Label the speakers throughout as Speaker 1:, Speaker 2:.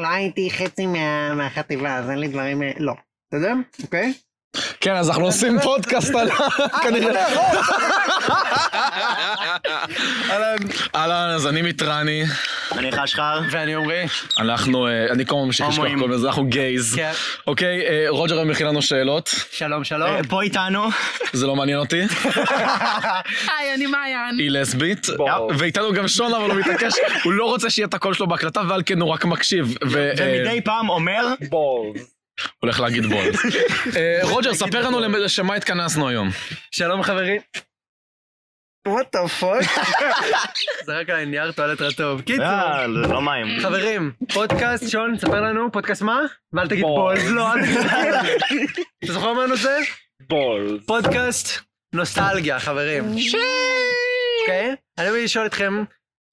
Speaker 1: לא הייתי חצי מה- מהחטיבה, אז אין לי דברים... אה, לא. בסדר? אוקיי?
Speaker 2: כן, אז אנחנו עושים פודקאסט על... כנראה.
Speaker 3: אהלן.
Speaker 2: אהלן, אז אני מיטרני,
Speaker 4: אני חשחר.
Speaker 3: ואני עומרי.
Speaker 2: אנחנו, אה, אני כל הזמן ממשיך לשכוח
Speaker 3: הומואים.
Speaker 2: כל מיני, אנחנו גייז.
Speaker 3: כן.
Speaker 2: אוקיי, אה, רוג'ר מכין לנו שאלות,
Speaker 3: שלום, שלום.
Speaker 4: אה, פה איתנו.
Speaker 2: זה לא מעניין אותי.
Speaker 5: היי, אני מעיין.
Speaker 2: היא לסבית,
Speaker 4: בואו.
Speaker 2: ואיתנו גם שון, אבל הוא מתעקש, הוא לא רוצה שיהיה את הקול שלו בהקלטה, ועל כן הוא רק מקשיב, אה,
Speaker 4: ומדי פעם אומר,
Speaker 6: בולס.
Speaker 2: והולך להגיד בול. אה, רוג'ר, ספר לנו למ- לשם מה התכנסנו היום.
Speaker 3: שלום חברים.
Speaker 1: וואט דה פאק?
Speaker 3: זה רק הנייר טואלט רטוב. קיצור.
Speaker 4: אה, זה לא מים.
Speaker 3: חברים, פודקאסט, שון, ספר לנו, פודקאסט מה? ואל תגיד
Speaker 6: בול.
Speaker 3: בולס, לא, אל תגיד בולס. אתה זוכר מה הנושא?
Speaker 6: בולס.
Speaker 3: פודקאסט נוסטלגיה, חברים. אוקיי? אני רוצה לשאול אתכם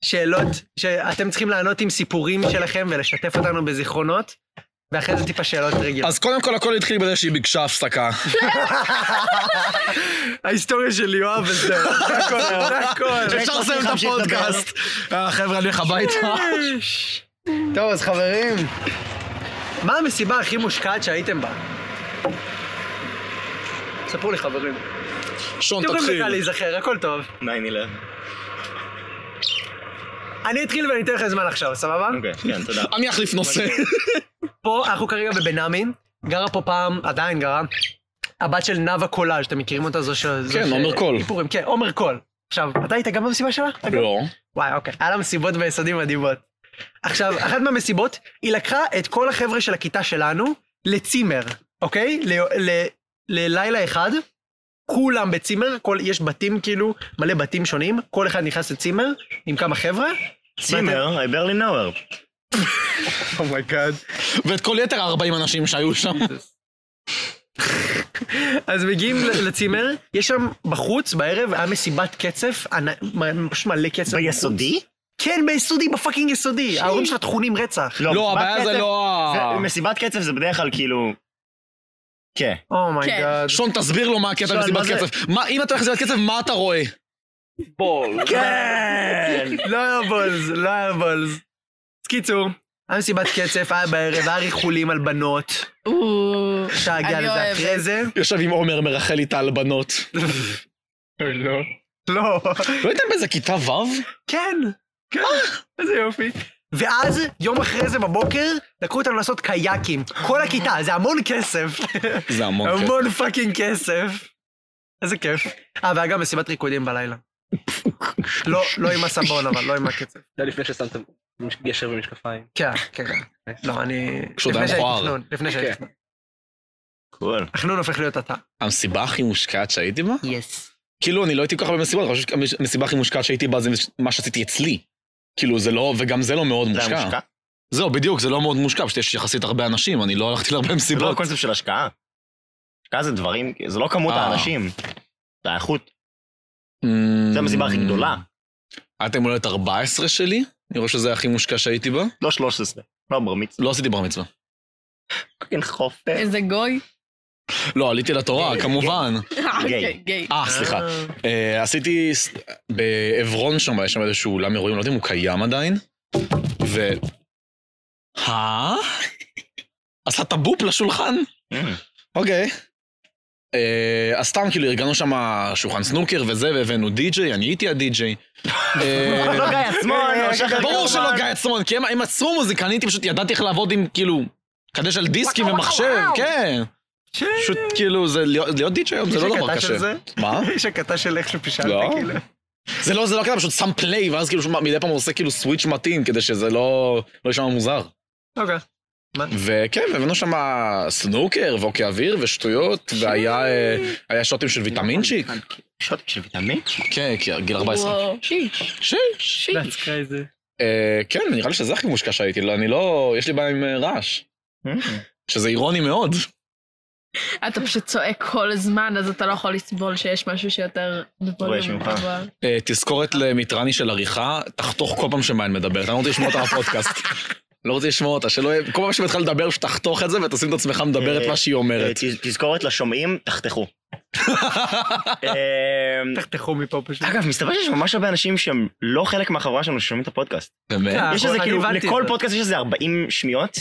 Speaker 3: שאלות שאתם צריכים לענות עם סיפורים שלכם ולשתף אותנו בזיכרונות, ואחרי זה טיפה שאלות רגילות.
Speaker 2: אז קודם כל הכל התחיל בזה שהיא ביקשה הפסקה.
Speaker 3: ההיסטוריה של יואב וזהו, זה הכל, זה הכל.
Speaker 2: אפשר לסיים את הפודקאסט. אה, חבר'ה, אני הולך הביתה.
Speaker 3: טוב, אז חברים, מה המסיבה הכי מושקעת שהייתם בה? ספרו לי חברים.
Speaker 2: שון,
Speaker 3: אתם יכולים
Speaker 2: תתחיל.
Speaker 3: בכלל להיזכר, הכל טוב.
Speaker 4: די, נלך.
Speaker 3: אני אתחיל ואני אתן לכם זמן עכשיו, סבבה?
Speaker 4: אוקיי, כן, תודה.
Speaker 2: אני אחליף נושא.
Speaker 3: פה, אנחנו כרגע בבנאמי, גרה פה פעם, עדיין גרה, הבת של נאוה קולאז', אתם מכירים אותה? זו ש... זו
Speaker 2: כן,
Speaker 3: ש-
Speaker 2: עומר קול.
Speaker 3: איפורים, כן, עומר קול. עכשיו, אתה היית גם במסיבה שלה?
Speaker 2: לא.
Speaker 3: וואי, אוקיי. היה לה מסיבות ביסודים מדהימות. עכשיו, אחת מהמסיבות, היא לקחה את כל החבר'ה של הכיתה שלנו לצימר, אוקיי? ל- ל- ללילה אחד, כולם בצימר, כל, יש בתים כאילו, מלא בתים שונים, כל אחד נכנס לצימר עם כמה חבר'ה.
Speaker 4: צימר, I barely know her.
Speaker 2: Oh
Speaker 3: אומייגאד.
Speaker 2: ואת כל יתר ה-40 אנשים שהיו שם.
Speaker 3: אז מגיעים ל- לצימר, יש שם בחוץ, בערב, היה מסיבת קצף, ענ- מ- פשוט מלא קצף.
Speaker 4: ביסודי?
Speaker 3: כן, ביסודי, בפאקינג יסודי. ההורים שלה טחונים רצח.
Speaker 2: לא,
Speaker 4: מסיבת
Speaker 2: הבעיה זה
Speaker 4: קצב-
Speaker 2: לא ה...
Speaker 4: זה- מסיבת קצב זה בדרך כלל כאילו... כן.
Speaker 3: Oh אומייגאד.
Speaker 2: שון, תסביר לו מה הקטע
Speaker 4: שון,
Speaker 2: מסיבת
Speaker 4: מה זה-
Speaker 2: קצב. מה- אם אתה הולך למסיבת קצב, מה אתה רואה?
Speaker 6: בולס.
Speaker 3: כן! לא היה בולז, לא היה בולז. אז קיצור, היה מסיבת קצף, היה בערב, היה ריחולים על בנות.
Speaker 5: או,
Speaker 3: אפשר להגיע
Speaker 5: אני
Speaker 3: לזה אחרי
Speaker 5: אוהבת.
Speaker 3: זה.
Speaker 2: יושב עם עומר, מרחל איתה על בנות.
Speaker 3: לא.
Speaker 2: לא הייתם באיזה כיתה ו'?
Speaker 3: כן. כן. איזה יופי. ואז, יום אחרי זה בבוקר, לקחו אותנו לעשות קייקים. כל הכיתה, זה המון כסף.
Speaker 2: זה המון כיף.
Speaker 3: המון פאקינג כסף. איזה כיף. אה, והיה גם מסיבת ריקודים בלילה. לא, לא עם הסבון, אבל לא עם הקצף.
Speaker 6: זה היה לפני ששמתם גשר ומשקפיים.
Speaker 3: כן, כן, כן. לא, אני...
Speaker 2: כשעוד היה
Speaker 3: לפני שהייתי
Speaker 2: מכוער.
Speaker 3: תכנון, לפני שהייתי
Speaker 6: כן.
Speaker 3: תכנון.
Speaker 4: קול.
Speaker 3: תכנון הופך להיות אתה.
Speaker 2: המסיבה הכי מושקעת שהייתי בה?
Speaker 3: יס.
Speaker 2: כאילו, אני לא הייתי כל כך הרבה מסיבות, אני חושב שהמסיבה הכי מושקעת שהייתי בה זה מה שעשיתי אצלי. כאילו, זה לא, וגם זה לא מאוד
Speaker 4: זה היה
Speaker 2: מושקע.
Speaker 4: מושקע?
Speaker 2: זהו, בדיוק, זה לא מאוד מושקע, פשוט יש יחסית הרבה אנשים, אני לא הלכתי להרבה
Speaker 4: זה לא
Speaker 2: מסיבות.
Speaker 4: הקונספט של השקעה. השקעה זה דברים, זה לא כמות
Speaker 2: אה.
Speaker 4: האנשים. זה האיכות.
Speaker 2: Mm,
Speaker 4: זו המסיבה הכי גדולה.
Speaker 2: הייתם אולי את 14 שלי? אני חושב שזה הכי מושקע שהייתי בה.
Speaker 4: לא 13. לא בר מצווה.
Speaker 2: לא עשיתי בר מצווה.
Speaker 4: כן, חופר.
Speaker 5: איזה גוי.
Speaker 2: לא, עליתי
Speaker 4: כן,
Speaker 2: לתורה, כמובן.
Speaker 5: אוקיי,
Speaker 4: לא
Speaker 5: גיי.
Speaker 2: אה, סליחה. אה, עשיתי ס- בעברון שם, יש שם איזשהו אולם אירועים, לא יודע אם הוא קיים עדיין. ו... אה? עשה את הבופ לשולחן?
Speaker 4: Mm.
Speaker 2: אוקיי. אה, אז סתם כאילו ארגנו שם שולחן סנוקר וזה, והבאנו די-ג'יי, אני הייתי הדי-ג'יי. אה,
Speaker 4: לא גיא עצמון, לא שחר
Speaker 2: ברור שלא גיא עצמון, כי הם הם עצרו מוזיקה, אני הייתי פשוט ידעתי איך לעבוד עם כאילו, קדש על דיסקים ומחשב, כן. פשוט כאילו, זה להיות להיות די-ג'יי היום זה לא דבר
Speaker 3: הקטע של
Speaker 2: קשה.
Speaker 3: זה?
Speaker 2: מה?
Speaker 3: יש הקטע של איך שפישלת,
Speaker 2: לא.
Speaker 3: כאילו.
Speaker 2: זה לא, זה לא כזה, פשוט שם פליי, ואז כאילו שמע- מדי פעם הוא עושה כאילו סוויץ' מתאים, כדי שזה לא לא יישמע מוזר.
Speaker 3: אוקיי.
Speaker 2: וכן, הבאנו שם סנוקר, ואוקי אוויר, ושטויות, והיה אה, היה שוטים של ויטמינצ'יק.
Speaker 4: שוט של ויטמין?
Speaker 2: כן, כי גיל 14.
Speaker 5: וואו. שיש.
Speaker 2: שי.
Speaker 3: That's crazy.
Speaker 2: אה, כן, נראה לי שזה הכי מושקע שהייתי, לא, אני לא, יש לי בעיה עם אה, רעש. שזה אירוני מאוד.
Speaker 5: אתה פשוט צועק כל הזמן, אז אתה לא יכול לסבול שיש משהו שיותר...
Speaker 4: דורש ממך.
Speaker 5: גבוה.
Speaker 2: אה, תזכורת למיטרני של עריכה, תחתוך כל פעם שמעיין מדברת, אני לא רוצה לשמוע אותה בפודקאסט. לא רוצה לשמוע אותה, שלא יהיה, כל פעם שהיא מתחילה לדבר, שתחתוך את זה ותשים את עצמך מדבר את מה שהיא
Speaker 4: אה,
Speaker 2: אומרת.
Speaker 4: תז- תזכורת לשומעים, תחתכו. אמ,
Speaker 3: תחתכו מפה פשוט.
Speaker 4: אגב, מסתבר שיש ממש הרבה אנשים שהם לא חלק מהחברה שלנו ששומעים את הפודקאסט.
Speaker 2: באמת?
Speaker 3: אה,
Speaker 4: יש איזה
Speaker 3: אני
Speaker 4: כאילו,
Speaker 3: הבנתי
Speaker 4: לכל
Speaker 3: את זה.
Speaker 4: פודקאסט יש איזה 40 שניות.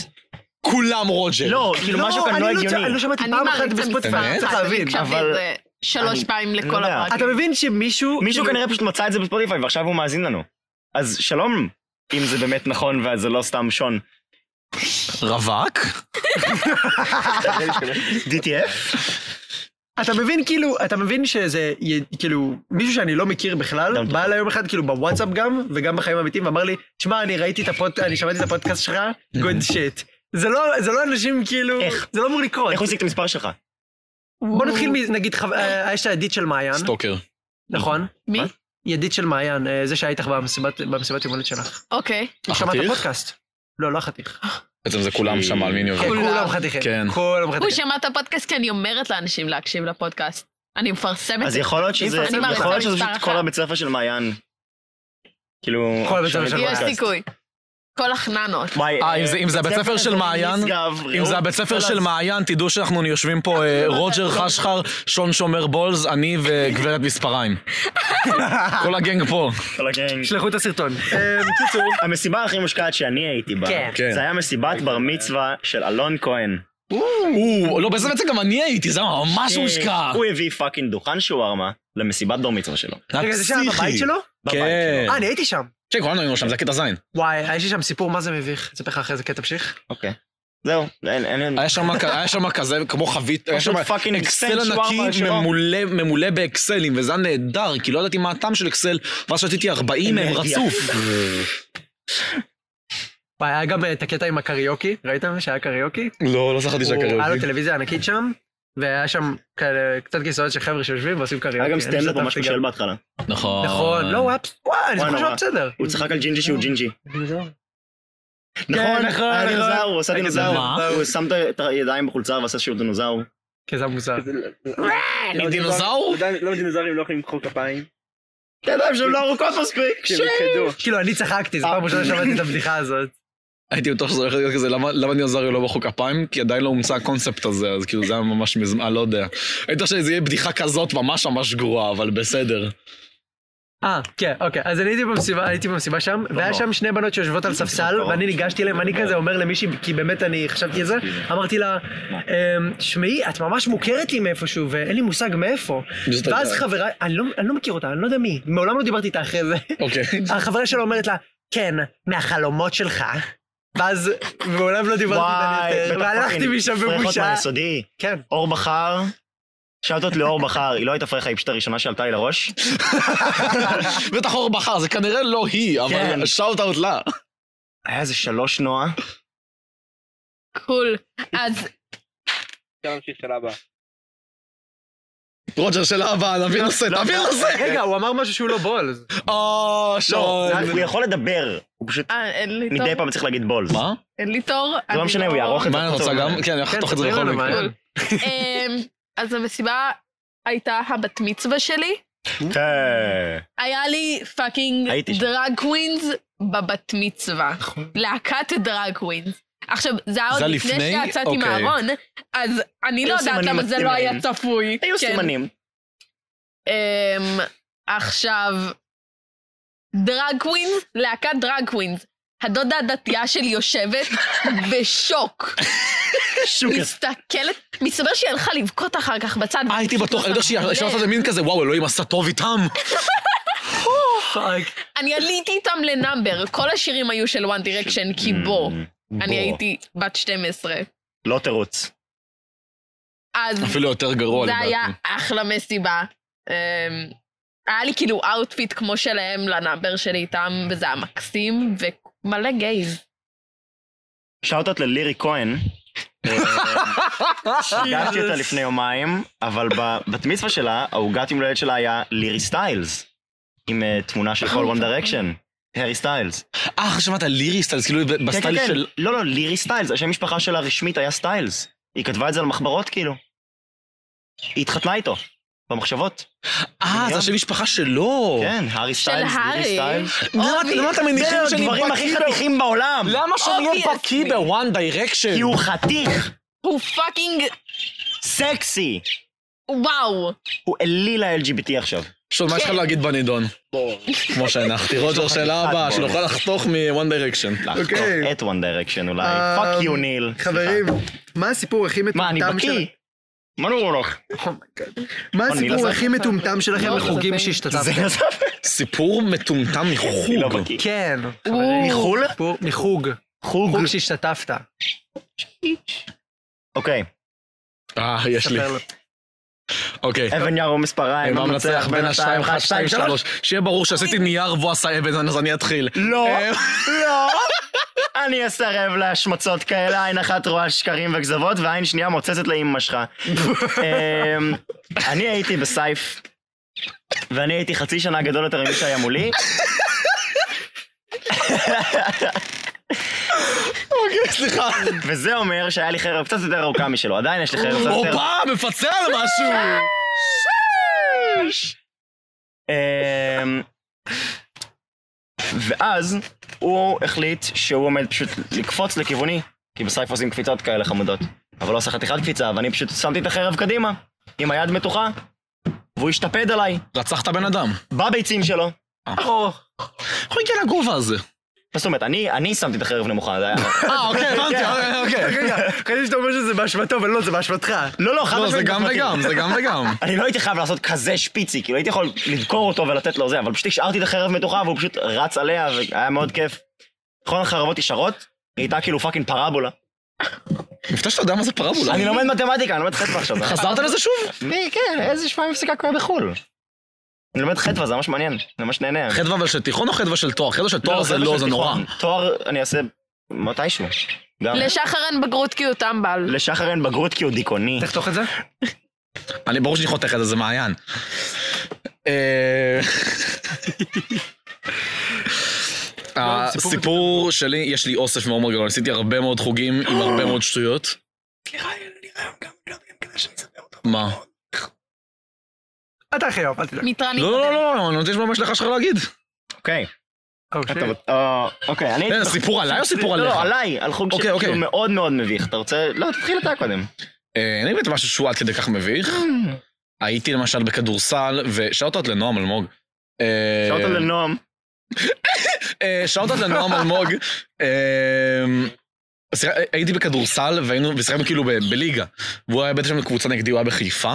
Speaker 2: כולם רוג'ר.
Speaker 4: לא, כאילו משהו כאן לא
Speaker 3: כן. אני
Speaker 4: הגיוני.
Speaker 3: אני לא שמעתי
Speaker 5: אני
Speaker 3: פעם אחת
Speaker 5: מעריצה
Speaker 3: בספוטיפיי,
Speaker 2: מספר
Speaker 3: צריך
Speaker 5: אחת, אני
Speaker 3: להבין.
Speaker 5: הקשבתי
Speaker 4: אבל-
Speaker 5: איזה שלוש
Speaker 4: אני-
Speaker 5: פעמים
Speaker 4: לא
Speaker 5: לכל
Speaker 4: יודע.
Speaker 5: הפרקים.
Speaker 3: אתה מבין שמישהו...
Speaker 4: מישהו
Speaker 3: כאילו-
Speaker 4: כנראה פשוט מצא את זה בספוטיפיי ועכשיו הוא מאזין לנו. אז שלום, אם זה באמת נכון וזה לא סתם שון.
Speaker 2: רווק?
Speaker 4: DTF?
Speaker 3: אתה מבין כאילו, אתה מבין שזה, י- כאילו, מישהו שאני לא מכיר בכלל,
Speaker 4: גם
Speaker 3: בא אליי יום אחד כאילו בוואטסאפ גם, וגם בחיים האמיתיים, ואמר לי, תשמע, אני ראיתי את הפודקאסט, אני שמעתי את הפודקאסט שלך, גוד שיט. זה לא, זה לא אנשים כאילו,
Speaker 4: איך?
Speaker 3: זה לא אמור לקרות.
Speaker 4: איך הוא השיג את המספר שלך?
Speaker 3: בוא נתחיל מנגיד, חו- אה, יש את הידיד של מעיין,
Speaker 2: סטוקר.
Speaker 3: נכון?
Speaker 5: מי?
Speaker 4: מה?
Speaker 3: ידיד של מעיין, אה, זה שהיה איתך במסיבת במסיבת יום הולדת שלך.
Speaker 5: אוקיי.
Speaker 3: הוא שמע את
Speaker 2: החתיך?
Speaker 3: הפודקאסט. לא, לא החתיך.
Speaker 2: בעצם זה כולם שם על מיני
Speaker 5: כולם.
Speaker 3: כולם חתיכים.
Speaker 2: כן.
Speaker 3: כולם
Speaker 5: הוא
Speaker 3: חתיכים.
Speaker 5: שמע את הפודקאסט כי אני אומרת לאנשים להקשיב לפודקאסט. אני מפרסמת את
Speaker 4: אז
Speaker 5: זה.
Speaker 4: יכול להיות שזה,
Speaker 3: אני מעריצה
Speaker 4: יכול להיות שזה
Speaker 5: מספר
Speaker 4: פשוט
Speaker 5: אחת.
Speaker 4: כל הבית ספר של מעיין. כאילו,
Speaker 3: כל הבית
Speaker 4: שומעים
Speaker 3: ספר של
Speaker 4: את
Speaker 5: יש
Speaker 4: הפודקאסט.
Speaker 5: סיכוי. כל החננות.
Speaker 4: וואי,
Speaker 2: אה, אם זה- אם זה הבית ספר של
Speaker 4: אזורי
Speaker 2: מעיין,
Speaker 4: משגב,
Speaker 2: אם
Speaker 4: רעות,
Speaker 2: זה הבית ספר
Speaker 4: כל
Speaker 2: של
Speaker 4: הז-
Speaker 2: מעיין, תדעו שאנחנו יושבים פה אה, רוג'ר חשחר, שון שומר בולז, אני וגברת מספריים. כל הגנג פה.
Speaker 4: כל הגנג.
Speaker 3: שלחו את הסרטון.
Speaker 4: קיצור, אה, המסיבה הכי מושקעת שאני הייתי בה,
Speaker 3: כן.
Speaker 2: כן.
Speaker 4: זה היה מסיבת בר מצווה של אלון כהן.
Speaker 2: או, לא, בזה בעצם גם אני הייתי, זה היה ממש
Speaker 3: כן.
Speaker 4: אה,
Speaker 2: מושקע.
Speaker 4: הוא הביא פאקינג דוכן שווארמה למסיבת בר מצווה שלו.
Speaker 3: רגע, זה שהיה בבית שלו?
Speaker 4: בבית
Speaker 2: כן.
Speaker 4: שלו.
Speaker 3: אה, אני הייתי שם.
Speaker 2: כן, כולנו היינו שם, זה הקטע זין.
Speaker 3: וואי, יש לי שם סיפור מה זה מביך. אספר לך אחרי זה, כן, תמשיך.
Speaker 4: אוקיי. זהו, אין, אין, אין.
Speaker 2: היה שם כ- היה שם כזה, כמו חבית, היה שם
Speaker 4: פשוט פאקינג
Speaker 2: אקסל
Speaker 4: סנד שווארמה
Speaker 2: ענקי
Speaker 4: שלו.
Speaker 2: ממולא- ממולא באקסלים, וזה היה נהדר, כי לא ידעתי מה הטעם של אקסל, ואז שתיתי 40 מהם
Speaker 4: אנרגיה.
Speaker 2: רצוף.
Speaker 3: וואי, היה גם אה, את הקטע עם הקריוקי, ראיתם שהיה קריוקי?
Speaker 2: לא, לא זכרתי
Speaker 3: הוא- היה לו טלוויזיה ענקית שם, והיה שם כאלה קצת כיסאות של חבר'ה שיושבים ועושים קריוקי.
Speaker 4: היה גם
Speaker 3: אוקיי, אני
Speaker 4: סטנדאפ
Speaker 3: השתתפתי
Speaker 4: ממש
Speaker 3: גם.
Speaker 4: בשל בהתחלה.
Speaker 2: נכון.
Speaker 3: נכון, לא, הוא היה... פס- וואי, אני
Speaker 4: וואי,
Speaker 3: זוכר שהוא
Speaker 4: נורא.
Speaker 3: היה בסדר.
Speaker 4: הוא צחק על ג'ינג'י שהוא ג'ינג'י.
Speaker 3: נכון,
Speaker 4: נכון, היה
Speaker 3: נכון.
Speaker 4: דינוזאור, הוא עשה
Speaker 3: היה
Speaker 4: דינוזאור.
Speaker 2: דינוזאור.
Speaker 4: הוא שם את הידיים בחולצה ועשה שהוא דינוזאור.
Speaker 3: כי זה היה מוזר.
Speaker 2: היא דינוזאור?
Speaker 6: לא דינוזאורים לא יכולים למחוא כפיים.
Speaker 4: את הידיים שלו לא ארוכות מספיק.
Speaker 6: כשהם
Speaker 4: לא.
Speaker 6: יכחדו.
Speaker 3: כאילו, אני צחקתי, זו פעם ראשונה שמעתי את הבדיחה הזאת.
Speaker 2: הייתי בטוח שזה הולך להיות כזה, למה למה דינוזאורים לא בחוק כפיים? כי עדיין לא הומצא הקונספט הזה, אז כאילו זה היה ממש מזמן, אה, לא יודע. הייתי חושב שזה יהיה בדיחה כזאת ממש ממש גרועה, אבל בסדר.
Speaker 3: אה, כן, אוקיי. אז אני הייתי במסיבה, הייתי במסיבה שם, והיה
Speaker 4: לא.
Speaker 3: שם שני בנות שיושבות על ספסל,
Speaker 4: קרוב.
Speaker 3: ואני ניגשתי אליהן, אני כזה אומר למישהי, כי באמת אני חשבתי על זה, אמרתי לה, "אמ, שמעי, את ממש מוכרת לי מאיפשהו, ואין לי מושג מאיפה.
Speaker 2: זאת
Speaker 3: ואז
Speaker 2: הייתה-
Speaker 3: חברה, אני לא- אני לא מכיר אותה, אני לא יודע מי, מעולם לא דיברתי איתה אחרי זה.
Speaker 2: אוקיי.
Speaker 3: החברה שלה אומרת לה, כן, מהחלומות שלך. ואז, מעולם לא דיברתי איתה יותר, והלכתי משם
Speaker 4: פרחות
Speaker 3: בבושה.
Speaker 4: מהיסודי.
Speaker 3: כן.
Speaker 4: אור בחר. שאלתות לאור בחר, היא לא הייתה פרחה, היא פשוט הראשונה שעלתה לי לראש.
Speaker 2: בטח אור בחר, זה כנראה לא היא, אבל
Speaker 4: כן.
Speaker 2: שאוט אאוט לה.
Speaker 4: היה איזה שלוש נועה.
Speaker 5: קול. אז
Speaker 6: אפשר להמשיך שאלה הבאה.
Speaker 2: רוג'ר שלה הבאה,
Speaker 3: לא,
Speaker 2: נביא נושא, תביא נושא.
Speaker 3: רגע, הוא אמר משהו שהוא לא בולז.
Speaker 2: או,
Speaker 4: לא,
Speaker 2: שון.
Speaker 4: זה- הוא יכול לדבר, הוא פשוט
Speaker 5: אה, אין לי
Speaker 4: מדי
Speaker 5: תור.
Speaker 4: פעם צריך להגיד בולס.
Speaker 2: מה?
Speaker 5: אין לי תור.
Speaker 4: זה לא
Speaker 5: אני
Speaker 4: משנה, הוא יערוך את זה.
Speaker 2: מה אני רוצה גם? כן, אני יכול
Speaker 3: כן,
Speaker 2: לחתוך את זה
Speaker 3: תסביר
Speaker 2: בכל
Speaker 3: לנו מה
Speaker 2: מקרה.
Speaker 3: היה.
Speaker 5: קול. אמ, אז המסיבה הייתה הבת מצווה שלי.
Speaker 4: כן.
Speaker 5: היה לי פאקינג
Speaker 4: הייתי שם. נכון.
Speaker 5: דרג קווינס בבת מצווה. להקת דרג קווינס. עכשיו, זה היה עוד
Speaker 2: זה
Speaker 5: לפני
Speaker 2: לפני?
Speaker 5: שיצאתי
Speaker 2: אוקיי.
Speaker 5: מהארון, אז אני לא
Speaker 4: היו
Speaker 5: יודעת
Speaker 4: סימנים
Speaker 5: למה זה לא
Speaker 4: מקסימים.
Speaker 5: היה צפוי.
Speaker 4: היו
Speaker 5: כן.
Speaker 4: סימנים.
Speaker 5: אמ, עכשיו, דרג קווינס, להקת דרג קווינס. הדודה הדתייה שלי יושבת בשוק. מסתכלת, מסתבר שהיא הלכה לבכות אחר כך בצד.
Speaker 2: אה, הייתי בטוח, אני יודע שהיא
Speaker 5: לב.
Speaker 2: אפשר לעשות את זה מין כזה, וואו, אלוהים עשה טוב איתם.
Speaker 3: פאק.
Speaker 5: אני עליתי איתם לנאמבר, כל השירים היו של One Direction, כי בוא,
Speaker 2: Mm,
Speaker 5: אני הייתי בת 12.
Speaker 4: Mm, לא תירוץ.
Speaker 5: אז
Speaker 2: אפילו יותר גרוע
Speaker 5: זה
Speaker 2: לדעתי.
Speaker 5: היה אחלה מסיבה. אמ, היה לי כאילו אאוטפיט כמו שלהם לנאמבר שלי איתם, וזה היה מקסים, ומלא גייז.
Speaker 4: שאוטות ללירי כהן. אה, פגשתי אותה לפני יומיים, אבל בבת מצווה שלה, העוגת יום הולדת שלה היה לירי סטיילס. עם אה, תמונה של
Speaker 5: נכון,
Speaker 4: כל וואן דרקשן. הארי סטיילס.
Speaker 2: אה, שמעת לירי סטיילס, כאילו ב-
Speaker 4: כן, כן,
Speaker 2: בסטייל
Speaker 4: כן.
Speaker 2: של...
Speaker 4: לא, לא, לירי סטיילס. השם משפחה שלה רשמית היה סטיילס. היא כתבה את זה על מחברות, כאילו. היא התחתנה איתו. במחשבות.
Speaker 2: אה, זה השם משפחה שלו.
Speaker 4: כן, הארי סטיילס, לירי
Speaker 5: הארי.
Speaker 4: סטיילס.
Speaker 2: למה
Speaker 5: אובי.
Speaker 2: למה אתם מניחים
Speaker 4: זה
Speaker 2: שאני
Speaker 4: הדברים הכי
Speaker 2: בקיא לא. ב...
Speaker 4: חתיכים בעולם.
Speaker 2: למה שאני אהיה
Speaker 5: Obviously.
Speaker 2: בקיא בוואן דיירקשן?
Speaker 4: כי הוא חתיך.
Speaker 5: הוא פאקינג
Speaker 4: סקסי.
Speaker 5: וואו.
Speaker 4: הוא אליל ה-LGBT עכשיו.
Speaker 2: יש עוד מה יש לך
Speaker 5: כן.
Speaker 2: להגיד בנידון,
Speaker 6: בור.
Speaker 2: כמו שהנחתי. רוג'ר, שאלה הבאה, שנוכל לחתוך מ-One Direction.
Speaker 4: לחתוך
Speaker 3: אוקיי.
Speaker 4: את One Direction אולי.
Speaker 3: אה,
Speaker 4: פאק יו ניל.
Speaker 3: חברים, מה הסיפור הכי
Speaker 4: מה, אני
Speaker 3: מטומטם
Speaker 4: בקיא? מה נו רוח?
Speaker 3: מה
Speaker 4: אני
Speaker 3: הסיפור
Speaker 4: לא
Speaker 3: הכי מטומטם שלכם
Speaker 5: לא,
Speaker 3: בחוגים
Speaker 5: זה-
Speaker 4: זה
Speaker 3: שהשתתפתם?
Speaker 4: נזף?
Speaker 2: סיפור מטומטם
Speaker 4: אני לא
Speaker 2: מחוג.
Speaker 4: בקיא.
Speaker 3: כן,
Speaker 5: וואו.
Speaker 3: חברים.
Speaker 4: מחו"ל?
Speaker 3: סיפור- מחוג.
Speaker 4: חוג.
Speaker 3: חוג שהשתתפת.
Speaker 4: אוקיי,
Speaker 2: אה, יש לי.
Speaker 3: ספר לו.
Speaker 2: אוקיי.
Speaker 4: אבן לא יער או מספריים.
Speaker 2: עם המנצח בין השתיים, אחת, שתיים, שלוש. שיהיה ברור שעשיתי נייר והוא עשה אבן, אז אני אתחיל.
Speaker 4: לא,
Speaker 2: אה,
Speaker 4: לא. אני אסרב להשמצות כאלה, עין אחת רואה שקרים וכזבות, ועין שנייה מוצצת לאימא שלך. אמ, אני הייתי בסייף, ואני הייתי חצי שנה גדול יותר ממי שהיה מולי.
Speaker 2: אוקיי, סליחה.
Speaker 4: וזה אומר שהיה לי חרב קצת יותר ארוכה משלו, עדיין יש לי חרב קצת יותר...
Speaker 2: הופה, מפצה על משהו!
Speaker 4: אמ, ואז הוא החליט שהוא עומד פשוט לקפוץ לכיווני, כי בסייף עושים קפיצות כאלה חמודות. אבל לא עשה חתיכת קפיצה, ואני פשוט שמתי את החרב קדימה, עם היד מתוחה, והוא השתפד עליי,
Speaker 2: רצחת בן אדם.
Speaker 4: בביצים שלו.
Speaker 3: או,
Speaker 2: איך הוא הגיע לגובה הזה?
Speaker 4: זאת אומרת, אני, אני שמתי את החרב נמוכה, זה היה...
Speaker 2: אה, אוקיי, הבנתי, אוקיי, אוקיי.
Speaker 3: רגע, חשבתי שאתה אומר שזה באשמתו, אבל לא, זה באשמתך.
Speaker 4: לא, לא, חד
Speaker 2: לא, זה
Speaker 4: משמעית
Speaker 2: גם
Speaker 4: באשמתי.
Speaker 2: וגם, זה גם וגם.
Speaker 4: אני לא הייתי חייב לעשות כזה שפיצי, כאילו הייתי יכול לדקור אותו ולתת לו זה, אבל פשוט השארתי את החרב מתוחה והוא פשוט רץ עליה והיה מאוד כיף. נכון, החרבות ישרות? היא הייתה כאילו פאקינג פרבולה.
Speaker 2: מפתיע שאתה יודע מה זה פרבולה.
Speaker 4: אני לומד מתמטיקה, אני לומד חטווה עכשיו. אה?
Speaker 2: חזרת לזה שוב?
Speaker 4: מי, כן, איזה שבועיים הפסיקה קורה בחו"ל. אני לומד חטווה, זה ממש מעניין, זה ממש נהנה.
Speaker 2: חדווה אבל של תיכון או חדווה של תואר? חדווה של תואר זה
Speaker 4: חטווה
Speaker 2: לא,
Speaker 4: של
Speaker 2: זה נורא.
Speaker 4: תיכון. תואר אני אעשה מתישהו. גם.
Speaker 5: לשחר אין בגרות כי הוא
Speaker 2: לא,
Speaker 5: טמבל.
Speaker 4: לשחר אין בגרות כי הוא דיכאוני.
Speaker 3: תחתוך את זה?
Speaker 2: אני ברור שאני חותך את זה, זה מעיין. אה, לא, הסיפור אה, שלי, יש לי אוסף מאוד מאוד גדול, עשיתי הרבה מאוד חוגים עם הרבה מאוד שטויות. מה?
Speaker 3: אתה הכי אוהב, אל תדאג.
Speaker 5: מיטרני.
Speaker 2: לא, לא, לא, לא, אני רוצה לשמוע מה יש לך שלך להגיד.
Speaker 4: אוקיי.
Speaker 3: או, שיט.
Speaker 4: טוב, אה, אוקיי, אני...
Speaker 2: אה, סיפור עליי או סיפור
Speaker 4: לא,
Speaker 2: עליך?
Speaker 4: לא, עליי, על חוג
Speaker 2: אוקיי,
Speaker 4: שכאילו
Speaker 2: אוקיי.
Speaker 4: מאוד מאוד מביך. אתה רוצה... לא, תתחיל אתה קודם.
Speaker 2: אה, אני באמת משהו שהוא עד כדי כך מביך. הייתי למשל בכדורסל, ושאוטות לנועם אלמוג. אה,
Speaker 4: שאלת לנועם.
Speaker 2: אה, שאוטות לנועם אלמוג. אה, שיח- הייתי בכדורסל והיינו, ושיחקנו כאילו ב- בליגה. והוא היה בטח שם קבוצה נגדי, הוא היה בחיפה.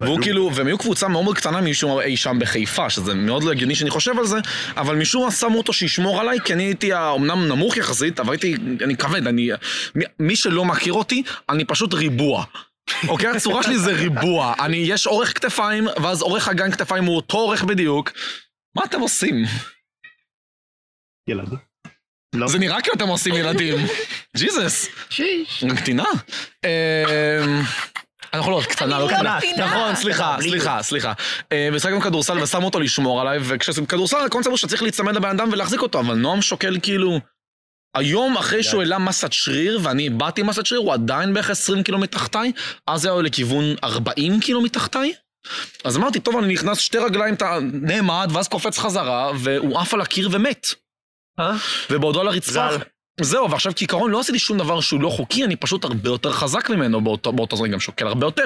Speaker 2: והוא כאילו, והם היו קבוצה מאוד מאוד קטנה משום מה אי שם בחיפה, שזה מאוד לא הגיוני שאני חושב על זה, אבל משום מה שמו אותו שישמור עליי, כי אני הייתי אומנם נמוך יחסית, אבל הייתי, אני כבד, אני... מי, מי שלא מכיר אותי, אני פשוט ריבוע. אוקיי? הצורה שלי זה ריבוע. אני, יש אורך כתפיים, ואז אורך אגן כתפיים הוא אותו אורך בדיוק. מה אתם עושים?
Speaker 4: ילדים.
Speaker 2: זה נראה כאילו אתם עושים ילדים. ג'יזוס. קטינה. אמ, אנחנו לא, קטנה, לא
Speaker 5: אני לא
Speaker 2: קטנה.
Speaker 5: קטינה.
Speaker 2: נכון, סליחה,
Speaker 4: בלי
Speaker 2: סליחה, סליחה. אה, משחקנו כדורסל ושמו אותו לשמור עליי, וכשעושים כדורסל הקונספט הוא שצריך להיצמד לבן אדם ולהחזיק אותו, אבל נועם שוקל כאילו... היום אחרי שהוא העלה מסת שריר, ואני איבדתי מסת שריר, הוא עדיין בערך 20 קילו מתחתיי, אז היה לו לכיוון 40 קילו מתחתיי. אז אמרתי, טוב, אני נכנס שתי רגליים, אתה נעמד, ואז קופץ חזרה, והוא עף על הקיר ומת.
Speaker 3: אה?
Speaker 2: ובעודו על הרצפה...
Speaker 4: ז"ל.
Speaker 2: זהו, ועכשיו כעיקרון לא עשיתי שום דבר שהוא לא חוקי, אני פשוט הרבה יותר חזק ממנו באותו, באותו זמן, אני גם שוקל הרבה יותר.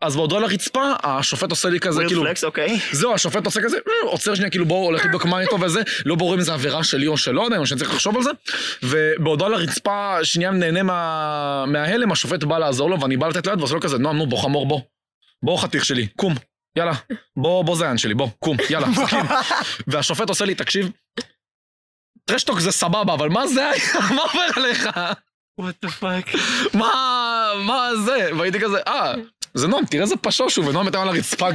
Speaker 2: אז בעודו על הרצפה, השופט עושה לי כזה,
Speaker 4: וויל
Speaker 2: כאילו...
Speaker 4: פלקס, אוקיי.
Speaker 2: זהו, השופט עושה כזה, "אה, עוצר שנייה, כאילו בואו, הולך לבדוק מה איתו וזה, לא ברור אם זה עבירה שלי או שלא עדיין, או שאני צריך לחשוב על זה. ובעודו על הרצפה, שנייה נהנה מה... מההלם, השופט בא לעזור לו, ואני בא לתת לו יד, ועושה לו כזה, נועם, נו, בוא חמור, בוא. בוא חתיך שלי, קום, יאללה. בוא, בוא זיין שלי, בוא, קום, יאללה, משחקים. והשופט עושה לי, תקשיב, טרשטוק זה סבבה, אבל מה זה היה? מה עובר עליך?
Speaker 3: וואט דה פאק.
Speaker 2: מה, מה זה? והייתי כזה, אה, זה נועם, תראה איזה פשוש הוא, ונועם הייתה על הרצפה